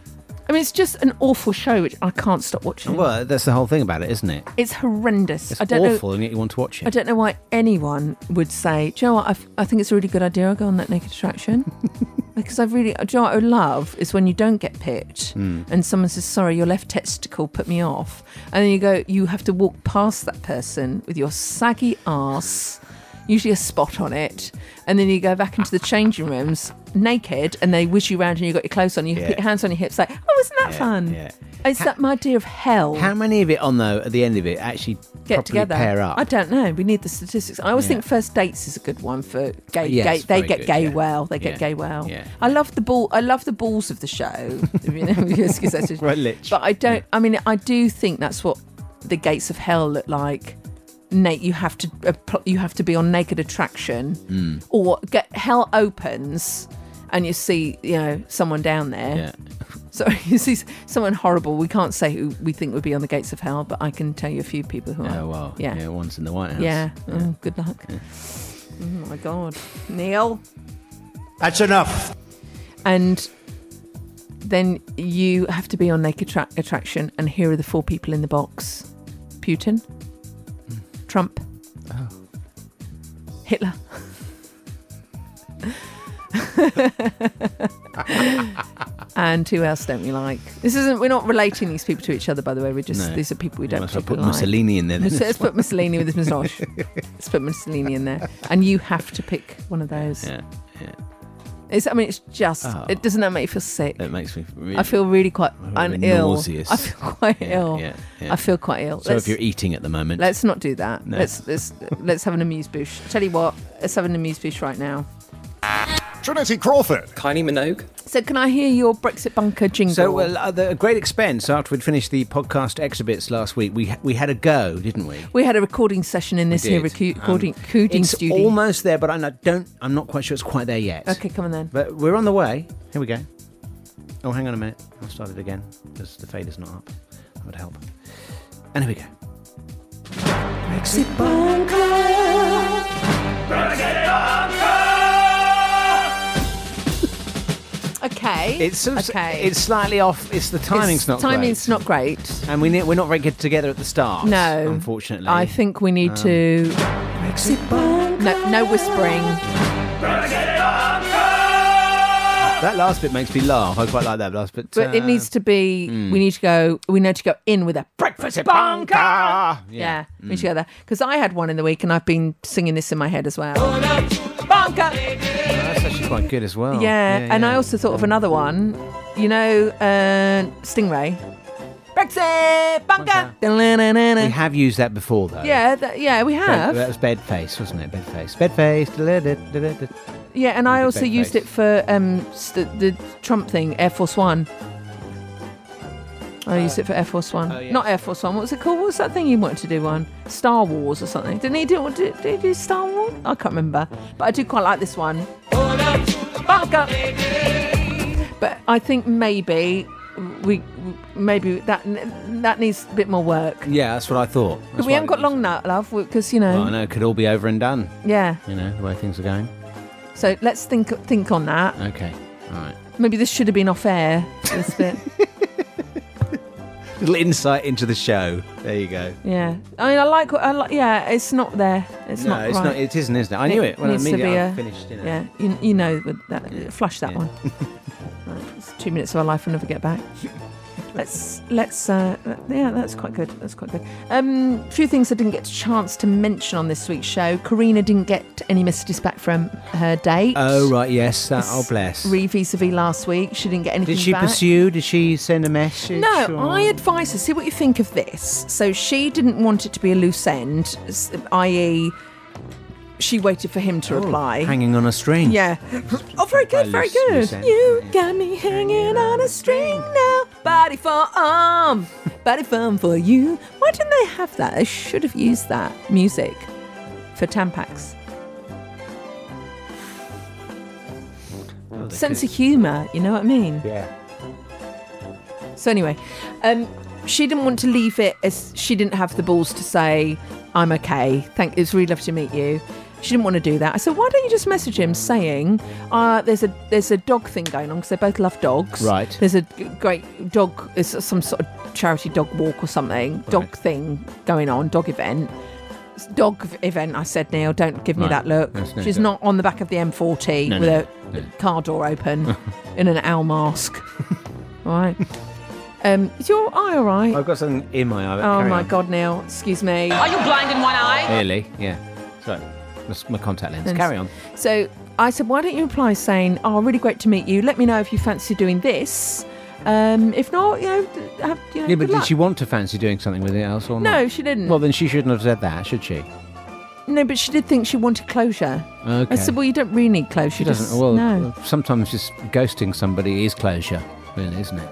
Speaker 4: I mean, it's just an awful show, which I can't stop watching.
Speaker 5: Well, that's the whole thing about it, isn't it?
Speaker 4: It's horrendous.
Speaker 5: It's
Speaker 4: I don't
Speaker 5: awful,
Speaker 4: know.
Speaker 5: and yet you want to watch it.
Speaker 4: I don't know why anyone would say, do you know what? I, f- I think it's a really good idea. I'll go on that naked
Speaker 5: <laughs>
Speaker 4: attraction. because I really, do you know what I love is when you don't get picked
Speaker 5: Mm.
Speaker 4: and someone says, sorry, your left testicle put me off. And then you go, you have to walk past that person with your saggy ass, usually a spot on it. And then you go back into the changing rooms naked and they whiz you around and you've got your clothes on, you
Speaker 5: Yeah.
Speaker 4: put your hands on your hips, like, oh, isn't that
Speaker 5: Yeah,
Speaker 4: fun?
Speaker 5: yeah.
Speaker 4: Is that my idea of hell?
Speaker 5: How many of it on though at the end of it actually
Speaker 4: get
Speaker 5: properly
Speaker 4: together.
Speaker 5: pair up?
Speaker 4: I don't know. We need the statistics. I always
Speaker 5: Yeah. Oh,
Speaker 4: think first dates is a good one for gay.
Speaker 5: Yes,
Speaker 4: gay they
Speaker 5: very
Speaker 4: get
Speaker 5: good,
Speaker 4: gay
Speaker 5: yeah.
Speaker 4: well. They get
Speaker 5: Yeah,
Speaker 4: gay well.
Speaker 5: yeah.
Speaker 4: I love the ball. I love the balls of the show. <laughs> you know, because
Speaker 5: <laughs>
Speaker 4: that's just-
Speaker 5: Right, Litch.
Speaker 4: But I don't. I mean, I do think that's what the gates of hell look like. Nate, you have to uh, pl- you have to be on naked attraction,
Speaker 5: Mm.
Speaker 4: or get hell opens, and you see you know someone down there.
Speaker 5: Yeah.
Speaker 4: <laughs> So you see someone horrible. We can't say who we think would be on the gates of hell, but I can tell you a few people who are.
Speaker 5: Oh well, yeah.
Speaker 4: yeah,
Speaker 5: One's in the White House.
Speaker 4: yeah. Oh, good luck. Oh my God, Neil.
Speaker 11: That's enough.
Speaker 4: And then you have to be on naked tra- attraction, and here are the four people in the box: Putin, Trump,
Speaker 5: Oh.
Speaker 4: Hitler. <laughs> and who else don't we like? This isn't. We're not relating these people to each other, by the way. We're just
Speaker 5: No.
Speaker 4: these are people we
Speaker 5: You
Speaker 4: don't.
Speaker 5: must have put
Speaker 4: particularly like. <laughs>
Speaker 5: Mussolini in there, then.
Speaker 4: Let's- Let's put Mussolini with his
Speaker 5: <laughs>
Speaker 4: moustache. Let's put Mussolini in there, and you have to pick one of those.
Speaker 5: Yeah, yeah.
Speaker 4: It's, I mean, it's just,
Speaker 5: Oh.
Speaker 4: it doesn't that make you feel sick?
Speaker 5: It makes me. Really,
Speaker 4: I feel really quite
Speaker 5: really
Speaker 4: un- ill.
Speaker 5: nauseous.
Speaker 4: I feel quite
Speaker 5: Yeah,
Speaker 4: ill.
Speaker 5: yeah, yeah.
Speaker 4: I feel quite ill.
Speaker 5: So if you're eating at the moment,
Speaker 4: let's not do that.
Speaker 5: No.
Speaker 4: Let's let's let's have an amuse bouche. Tell you what, let's have an amuse bouche right now. Mm.
Speaker 24: Trinity Crawford. Kylie Minogue.
Speaker 4: So can I hear your Brexit bunker jingle?
Speaker 5: So, well, at the great expense, after we'd finished the podcast exhibits last week, we we had a go, didn't we?
Speaker 4: we had a recording session in this
Speaker 5: We
Speaker 4: here
Speaker 5: did.
Speaker 4: recu-
Speaker 5: Um,
Speaker 4: recording recording
Speaker 5: it's
Speaker 4: studio.
Speaker 5: almost there, but I no- don't. I'm not quite sure it's quite there yet.
Speaker 4: okay, come on then.
Speaker 5: But we're on the way. Here we go. Oh, hang on a minute. I'll start it again because the fade is not up. That would help. And here we go.
Speaker 22: Brexit bunker. Brexit bunker.
Speaker 4: Okay.
Speaker 5: It's sort of,
Speaker 4: okay.
Speaker 5: it's slightly off. It's the timing's
Speaker 4: It's-
Speaker 5: not
Speaker 4: timing's
Speaker 5: great.
Speaker 4: not great.
Speaker 5: and we ne- we're not very good together at the start.
Speaker 4: No.
Speaker 5: unfortunately.
Speaker 4: I think we need
Speaker 5: Um,
Speaker 4: to. No, no whispering.
Speaker 5: That last bit makes me laugh. I quite like that last bit.
Speaker 4: But it
Speaker 5: uh,
Speaker 4: needs to be.
Speaker 5: mm.
Speaker 4: We need to go. We need to go in with a breakfast bunker. Yeah, Hmm.
Speaker 5: Yeah.
Speaker 4: we need to go there because I had one in the week and I've been singing this in my head as well. Bunker.
Speaker 5: That's actually quite good as well.
Speaker 4: yeah, and I
Speaker 5: yeah.
Speaker 4: also thought of another one. You know, uh, Stingray. Brexit bunker.
Speaker 5: We have used that before, though.
Speaker 4: Yeah, that, yeah, we
Speaker 5: Bed-
Speaker 4: have.
Speaker 5: That was Bedface, wasn't it? Bedface. Bedface. da-da-da-da-da.
Speaker 4: Yeah, and I
Speaker 5: With
Speaker 4: also
Speaker 5: the
Speaker 4: used
Speaker 5: back
Speaker 4: it for um s- the, the Trump thing, Air Force One. I used it for Air Force One,
Speaker 5: Oh,
Speaker 4: not Air Force One. What was it called? What was that thing you wanted to do? One Star Wars or something? Didn't he do? Did, did he do Star Wars? I can't remember, but I do quite like this one. Bunker. But I think maybe we maybe that that needs a bit more work.
Speaker 5: Yeah, that's what I thought. That's
Speaker 4: we
Speaker 5: what
Speaker 4: haven't got long now, love, because you know.
Speaker 5: Well, I know it could all be over and done.
Speaker 4: Yeah.
Speaker 5: You know the way things are going.
Speaker 4: So let's think think on that.
Speaker 5: Okay. All right.
Speaker 4: Maybe this should have been off air. This
Speaker 5: <laughs>
Speaker 4: bit.
Speaker 5: Little insight into the show. There you go.
Speaker 4: Yeah, I mean, I like, I like. Yeah, it's not there. It's
Speaker 5: no,
Speaker 4: not.
Speaker 5: it's
Speaker 4: right.
Speaker 5: not. It isn't, isn't it? I knew it when I
Speaker 4: needs to
Speaker 5: immediately
Speaker 4: be
Speaker 5: I
Speaker 4: a-
Speaker 5: finished. You know.
Speaker 4: Yeah, you, you know with that. Flush that
Speaker 5: <laughs>
Speaker 4: one. Right, it's two minutes of our life we'll never get back. Let's let's. Uh, yeah, that's quite good. That's quite good. Um, few things I didn't get a chance to mention on this week's show. Karina didn't get any messages back from her date.
Speaker 5: Oh right, yes. That, oh bless.
Speaker 4: Re vis-a-vis last week, she didn't get anything.
Speaker 5: Did she
Speaker 4: back.
Speaker 5: pursue? Did she send a message?
Speaker 4: No,
Speaker 5: or-
Speaker 4: I advise her. See what you think of this. So she didn't want it to be a loose end, s- i.e., she waited for him to reply.
Speaker 5: Oh, Hanging on a string.
Speaker 4: Yeah. Oh, very good, very
Speaker 5: loose- loose
Speaker 4: good.
Speaker 5: end,
Speaker 4: You got me hanging on a string now. Body for arm, body firm for you. Why didn't they have that? They should have used that music for Tampax.
Speaker 5: Oh, they
Speaker 4: Sense
Speaker 5: could-
Speaker 4: of humour, you know what I mean?
Speaker 5: Yeah.
Speaker 4: So anyway, um, she didn't want to leave it as she didn't have the balls to say, "I'm okay. Thank. It's really lovely to meet you." She didn't want to do that. I said, "Why don't you just message him saying uh, there's a there's a dog thing going on because they both love dogs.
Speaker 5: Right.
Speaker 4: There's a g- great dog. It's some sort of charity dog walk or something. Dog thing going on. Dog event." It's Dog v- event, I said, Neil. Don't give me
Speaker 5: Right.
Speaker 4: that look.
Speaker 5: That's no
Speaker 4: She's
Speaker 5: dog.
Speaker 4: not on the back of the M40
Speaker 5: No,
Speaker 4: with
Speaker 5: no,
Speaker 4: a car door open
Speaker 5: <laughs>
Speaker 4: in an owl mask. all right. Um, is your eye all right?
Speaker 5: I've got something in my eye. but
Speaker 4: oh
Speaker 5: carry
Speaker 4: my
Speaker 5: on.
Speaker 4: God, Neil. Excuse me.
Speaker 16: Are you blind in one eye?
Speaker 5: Really? Yeah. So, that's my contact lens.
Speaker 4: And-
Speaker 5: Carry on.
Speaker 4: So I said, why don't you reply saying, "Oh, really great to meet you. Let me know if you fancy doing this. Um, if not, you know, d- have you know."
Speaker 5: Yeah, but
Speaker 4: good
Speaker 5: did
Speaker 4: luck."
Speaker 5: she want to fancy doing something with it else or not?
Speaker 4: No, she didn't.
Speaker 5: Well, then she shouldn't have said that, should she?
Speaker 4: no, but she did think she wanted closure.
Speaker 5: Okay.
Speaker 4: I said, well, you don't really need closure.
Speaker 5: She doesn't.
Speaker 4: just-
Speaker 5: Well, uh,
Speaker 4: no.
Speaker 5: sometimes just ghosting somebody is closure, really, isn't it?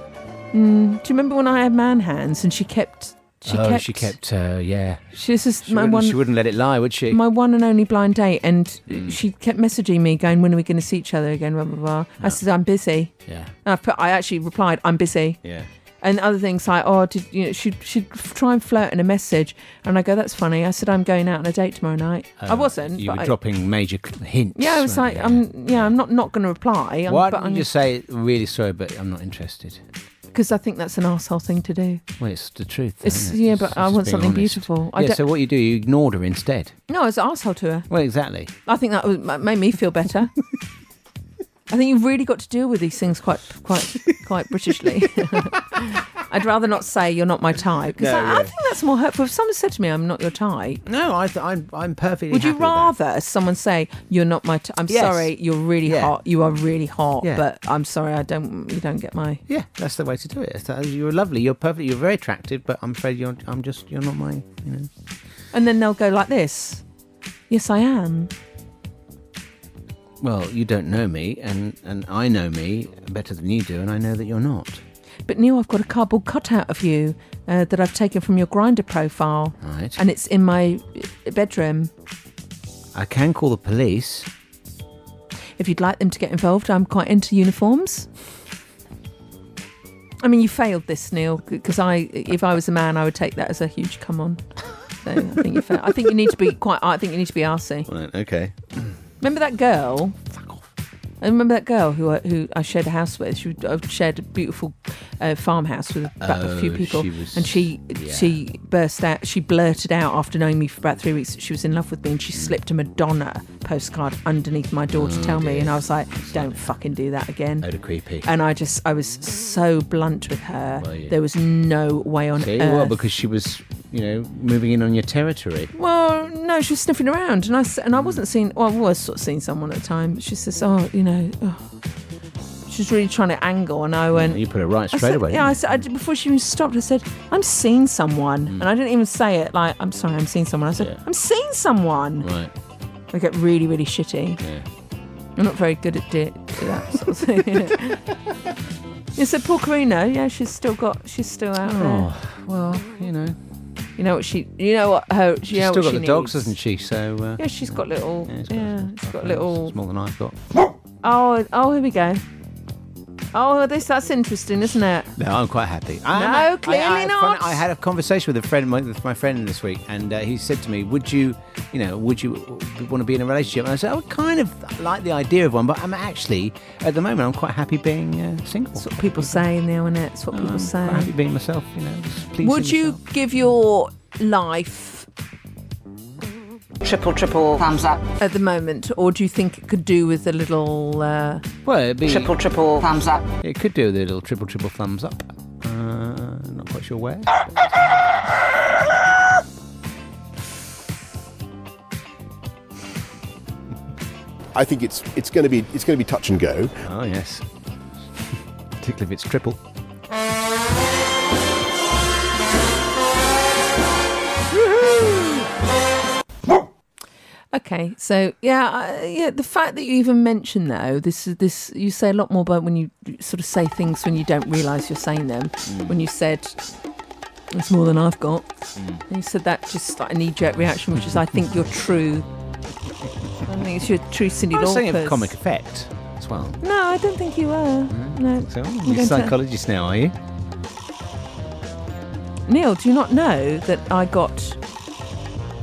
Speaker 4: Mm, do you remember when I had man hands and she kept? She
Speaker 5: oh,
Speaker 4: kept.
Speaker 5: she kept. Uh, yeah.
Speaker 4: She, this is
Speaker 5: She
Speaker 4: my
Speaker 5: wouldn't,
Speaker 4: one.
Speaker 5: she wouldn't let it lie, would she? Mm.
Speaker 4: my one and only blind date, and she kept messaging me, going, "When are we going to see each other again?" Blah blah blah. I said, "I'm busy."
Speaker 5: Yeah.
Speaker 4: And I put, I actually replied, "I'm busy."
Speaker 5: Yeah.
Speaker 4: And other things like, "Oh, did you know?" She she try and flirt in a message, and I go, "That's funny." I said, "I'm going out on a date tomorrow night." I
Speaker 5: Um,
Speaker 4: wasn't.
Speaker 5: You
Speaker 4: but
Speaker 5: were
Speaker 4: I,
Speaker 5: dropping major cl- hints.
Speaker 4: Yeah, I was
Speaker 5: weren't
Speaker 4: like, "I'm yeah, I'm not not going to reply."
Speaker 5: you?
Speaker 4: I'm,
Speaker 5: Why
Speaker 4: but
Speaker 5: don't
Speaker 4: I'm,
Speaker 5: you just say, really sorry, but I'm not interested?
Speaker 4: Because I think that's an asshole thing to do.
Speaker 5: Well, it's the truth. though,
Speaker 4: It's-
Speaker 5: isn't
Speaker 4: yeah,
Speaker 5: It's-
Speaker 4: but
Speaker 5: it's
Speaker 4: I want
Speaker 5: just being
Speaker 4: something
Speaker 5: honest.
Speaker 4: beautiful. I
Speaker 5: yeah,
Speaker 4: don't-
Speaker 5: so what you do, you ignored her instead.
Speaker 4: No, I was an asshole to her.
Speaker 5: Well, exactly.
Speaker 4: I think that was, made me feel better. I think you've really got to deal with these things quite, quite, quite Britishly. <laughs> I'd rather not say you're not my type because
Speaker 5: No,
Speaker 4: I, I
Speaker 5: yeah.
Speaker 4: think that's more hurtful. If someone said to me, "I'm not your type,"
Speaker 5: no, I th- I'm I'm perfectly.
Speaker 4: Would you
Speaker 5: happy with that.
Speaker 4: rather someone say you're not my? T- I'm
Speaker 5: Yes.
Speaker 4: sorry, you're really
Speaker 5: Yeah.
Speaker 4: hot. You are really hot,
Speaker 5: Yeah.
Speaker 4: but I'm sorry, I don't. You don't get my.
Speaker 5: Yeah, that's the way to do it. It's that- You're lovely. You're perfect. You're very attractive, but I'm afraid you're. I'm just. You're not my. You know.
Speaker 4: And then they'll go like this. Yes, I am.
Speaker 5: Well, you don't know me, and and I know me better than you do, and I know that you're not.
Speaker 4: But Neil, I've got a cardboard cutout of you uh, that I've taken from your grinder profile,
Speaker 5: Right.
Speaker 4: and it's in my uh, bedroom.
Speaker 5: I can call the police.
Speaker 4: If you'd like them to get involved, I'm quite into uniforms. I mean, you failed this, Neil, because I, if I was a man, I would take that as a huge come on. So I think you failed. I think you need to be quite. I think you need to be arsey.
Speaker 5: Right. Okay.
Speaker 4: Remember that girl? I remember that girl who I, who I shared a house with. She I shared a beautiful uh, farmhouse with about a few
Speaker 5: Oh,
Speaker 4: people,
Speaker 5: she was-
Speaker 4: and she
Speaker 5: yeah.
Speaker 4: she burst out. She blurted out after knowing me for about three weeks that she was in love with me, and she slipped a Madonna postcard underneath my door to
Speaker 5: Mm. Oh,
Speaker 4: tell me.
Speaker 5: dear.
Speaker 4: And I was like, "Don't fucking do that again."
Speaker 5: Oh, the creepy.
Speaker 4: And I just I was so blunt with her.
Speaker 5: Were you?
Speaker 4: There was no way on
Speaker 5: See,
Speaker 4: earth.
Speaker 5: well, because she was, you know, moving in on your territory.
Speaker 4: Well, no, she was sniffing around, and I s- and I wasn't seeing. Well, I was sort of seeing someone at the time. She says, "Oh, you know, oh. she's really trying to angle," and I went.
Speaker 5: You put it right
Speaker 4: I
Speaker 5: straight
Speaker 4: said-
Speaker 5: away.
Speaker 4: Yeah, I said, I did- before she even stopped, I said, "I'm seeing
Speaker 5: Mm.
Speaker 4: someone," and I didn't even say it like, "I'm sorry, I'm seeing someone." I said, "I'm seeing someone."
Speaker 5: Right.
Speaker 4: I get really, really shitty.
Speaker 5: Yeah.
Speaker 4: I'm not very good at di- that sort of thing.
Speaker 5: <laughs>
Speaker 4: yeah, so Paul Carino, yeah, she's still got, she's still out
Speaker 5: Oh,
Speaker 4: there.
Speaker 5: Well, you know,
Speaker 4: you know what she, you know what her, you
Speaker 5: She's
Speaker 4: know
Speaker 5: still
Speaker 4: what she
Speaker 5: got the dogs,
Speaker 4: needs.
Speaker 5: hasn't she? So uh,
Speaker 4: Yeah, she's got little.
Speaker 5: Yeah,
Speaker 4: Yeah,
Speaker 5: it's
Speaker 4: it's
Speaker 5: got
Speaker 4: got, little.
Speaker 5: it's more than I've got.
Speaker 4: Oh, oh, here we go. Oh, this that's interesting, isn't it?
Speaker 5: No, I'm quite happy.
Speaker 4: No, clearly
Speaker 5: I, I,
Speaker 4: not.
Speaker 5: I had a conversation with a friend, my, with my friend this week, and uh, he said to me, "Would you, you know, would you want to be in a relationship?" And I said, "I would kind of like the idea of one, but I'm actually at the moment I'm quite happy being uh, single." That's what
Speaker 4: people say now, and it's what people say.
Speaker 5: Quite happy being myself, you know. just pleasing
Speaker 4: Would you give your life
Speaker 7: Triple, triple thumbs up.
Speaker 4: at the moment, or do you think it could do with a little? Uh,
Speaker 5: Well, it'd be
Speaker 7: Triple, triple thumbs up.
Speaker 5: It could do with a little triple triple thumbs up. Uh, not quite sure where.
Speaker 15: I think it's it's going to be it's going to be touch and go.
Speaker 5: Oh yes, <laughs> particularly if it's triple.
Speaker 4: okay, so yeah, I, yeah. The fact that you even mention though, this is this. You say a lot more about when you sort of say things when you don't realise you're saying them.
Speaker 5: Mm.
Speaker 4: When you said. It's more than I've got.
Speaker 5: Mm.
Speaker 4: And you said that just like a knee-jerk reaction, which is, I think you're true. I don't think it's your true Cindy
Speaker 5: I was saying it for
Speaker 4: Lauper's.
Speaker 5: comic effect as well.
Speaker 4: No, I don't think you were. No.
Speaker 5: So,
Speaker 4: I'm
Speaker 5: you're a
Speaker 4: going to-
Speaker 5: psychologist now, are you?
Speaker 4: Neil, do you not know that I got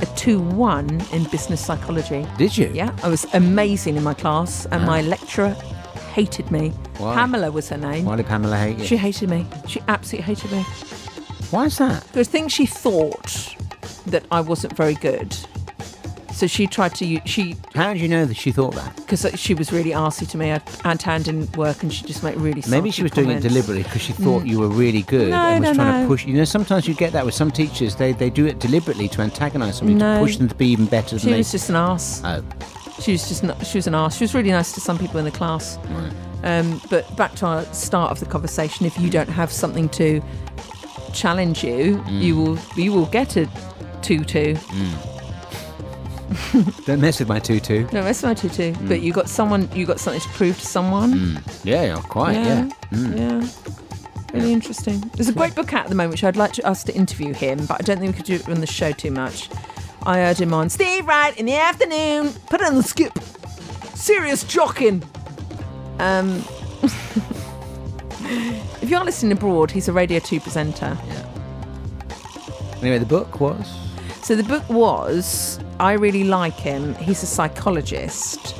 Speaker 4: a 2 1 in business psychology?
Speaker 5: Did you?
Speaker 4: Yeah, I was amazing in my class, and
Speaker 5: Ah.
Speaker 4: my lecturer hated me.
Speaker 5: Why?
Speaker 4: Pamela was her name.
Speaker 5: Why did Pamela hate you?
Speaker 4: She hated me. She absolutely hated me.
Speaker 5: Why is that?
Speaker 4: I think she thought that I wasn't very good. So she tried to. u- She
Speaker 5: How do you know that she thought that?
Speaker 4: because she was really arsy to me. I'd I'd hand in work, and she just made really.
Speaker 5: Maybe
Speaker 4: sarky
Speaker 5: she was doing it
Speaker 4: comments.
Speaker 5: deliberately because she thought
Speaker 4: Mm.
Speaker 5: you were really good
Speaker 4: No,
Speaker 5: and was
Speaker 4: no,
Speaker 5: trying to
Speaker 4: no.
Speaker 5: push. You know, sometimes you get that with some teachers. They they do it deliberately to antagonise somebody
Speaker 4: No.
Speaker 5: to push them to be even better than
Speaker 4: She
Speaker 5: they.
Speaker 4: was just an ass.
Speaker 5: Oh,
Speaker 4: She was just not, she was an arse. She was really nice to some people in the class.
Speaker 5: right.
Speaker 4: Um, but back to our start of the conversation, if you don't have something to challenge you,
Speaker 5: Mm.
Speaker 4: you will you will get a two two.
Speaker 5: Mm. Don't mess with my
Speaker 4: <laughs>
Speaker 5: tutu.
Speaker 4: No, that's not two two.
Speaker 5: Mm.
Speaker 4: But you got someone you got something to prove to someone.
Speaker 5: Mm. Yeah, yeah, quite. Yeah. Mm.
Speaker 4: Yeah. Really interesting. There's a great book out at the moment which I'd like to, us to interview him, but I don't think we could do it on the show too much. I heard him on Steve Wright in the afternoon. Put it on the skip. Serious jocking. Um, <laughs> if you are listening abroad, he's a Radio 2 presenter.
Speaker 5: Anyway, the book was.
Speaker 4: So the book was I really like him. He's a psychologist,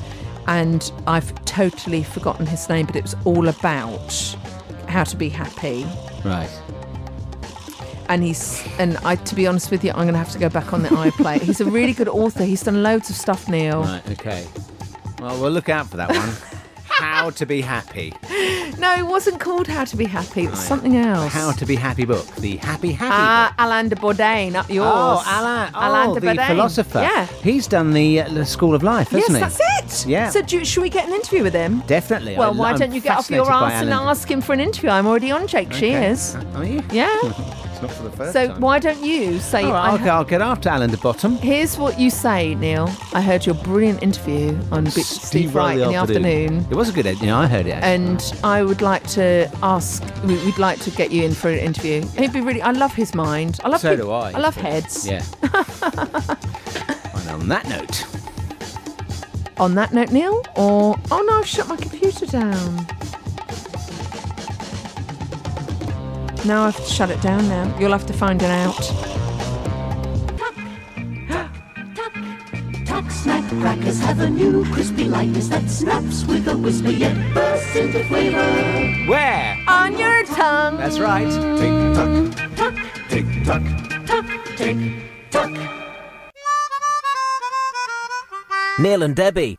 Speaker 4: and I've totally forgotten his name, but it was all about how to be happy.
Speaker 5: Right.
Speaker 4: And he's and I, to be honest with you, I'm going to have to go back on the iPlayer. He's a Oh. really good author. He's done loads of stuff, Neil. <laughs>
Speaker 5: Right. Okay. Well, we'll look out for that one. How to Be Happy.
Speaker 4: No, it wasn't called How to Be Happy. It was something else.
Speaker 5: How to Be Happy book. The Happy Happy
Speaker 4: Ah, Alain de Bourdain, up yours.
Speaker 5: Oh, Alain.
Speaker 4: Alain
Speaker 5: oh,
Speaker 4: de
Speaker 5: the
Speaker 4: Bourdain.
Speaker 5: philosopher.
Speaker 4: Yeah.
Speaker 5: He's done the, uh, the School of Life,
Speaker 4: Yes,
Speaker 5: hasn't he?
Speaker 4: that's it.
Speaker 5: Yeah.
Speaker 4: So do, should we get an interview with him?
Speaker 5: Definitely.
Speaker 4: Well,
Speaker 5: I-
Speaker 4: why
Speaker 5: I'm
Speaker 4: don't you get off your
Speaker 5: fascinated by
Speaker 4: arse and
Speaker 5: Alan. Uh,
Speaker 4: ask him for an interview? I'm already on Jake Shears.
Speaker 5: Are you? <laughs>
Speaker 4: Yeah.
Speaker 5: it's not for the first
Speaker 4: so
Speaker 5: time.
Speaker 4: why don't you say?
Speaker 5: All right,
Speaker 4: I
Speaker 5: I'll,
Speaker 4: ha-
Speaker 5: go- I'll get after Alan de Bottom.
Speaker 4: Here's what you say, Neil. I heard your brilliant interview on Bit- Steve Wright in the afternoon.
Speaker 5: It was a good you know, I heard it. Actually.
Speaker 4: And I would like to ask. we- We'd like to get you in for an interview. He'd be really. I love his mind. I love.
Speaker 5: so
Speaker 4: peop-
Speaker 5: do I.
Speaker 4: I love heads.
Speaker 5: Yeah. and on that note,
Speaker 4: <laughs> On that note, Neil. Or oh no, I've shut my computer down. No, I've shut it down now. You'll have to find it out.
Speaker 22: Tuck snack crackers have a new crispy lightness that snaps with a whisper yet bursts into flavor.
Speaker 5: where?
Speaker 4: On your tongue.
Speaker 5: That's right.
Speaker 22: Tick tuck, tuck,
Speaker 5: Tick tock.
Speaker 22: tuck, tick tuck.
Speaker 13: Neil and Debbie.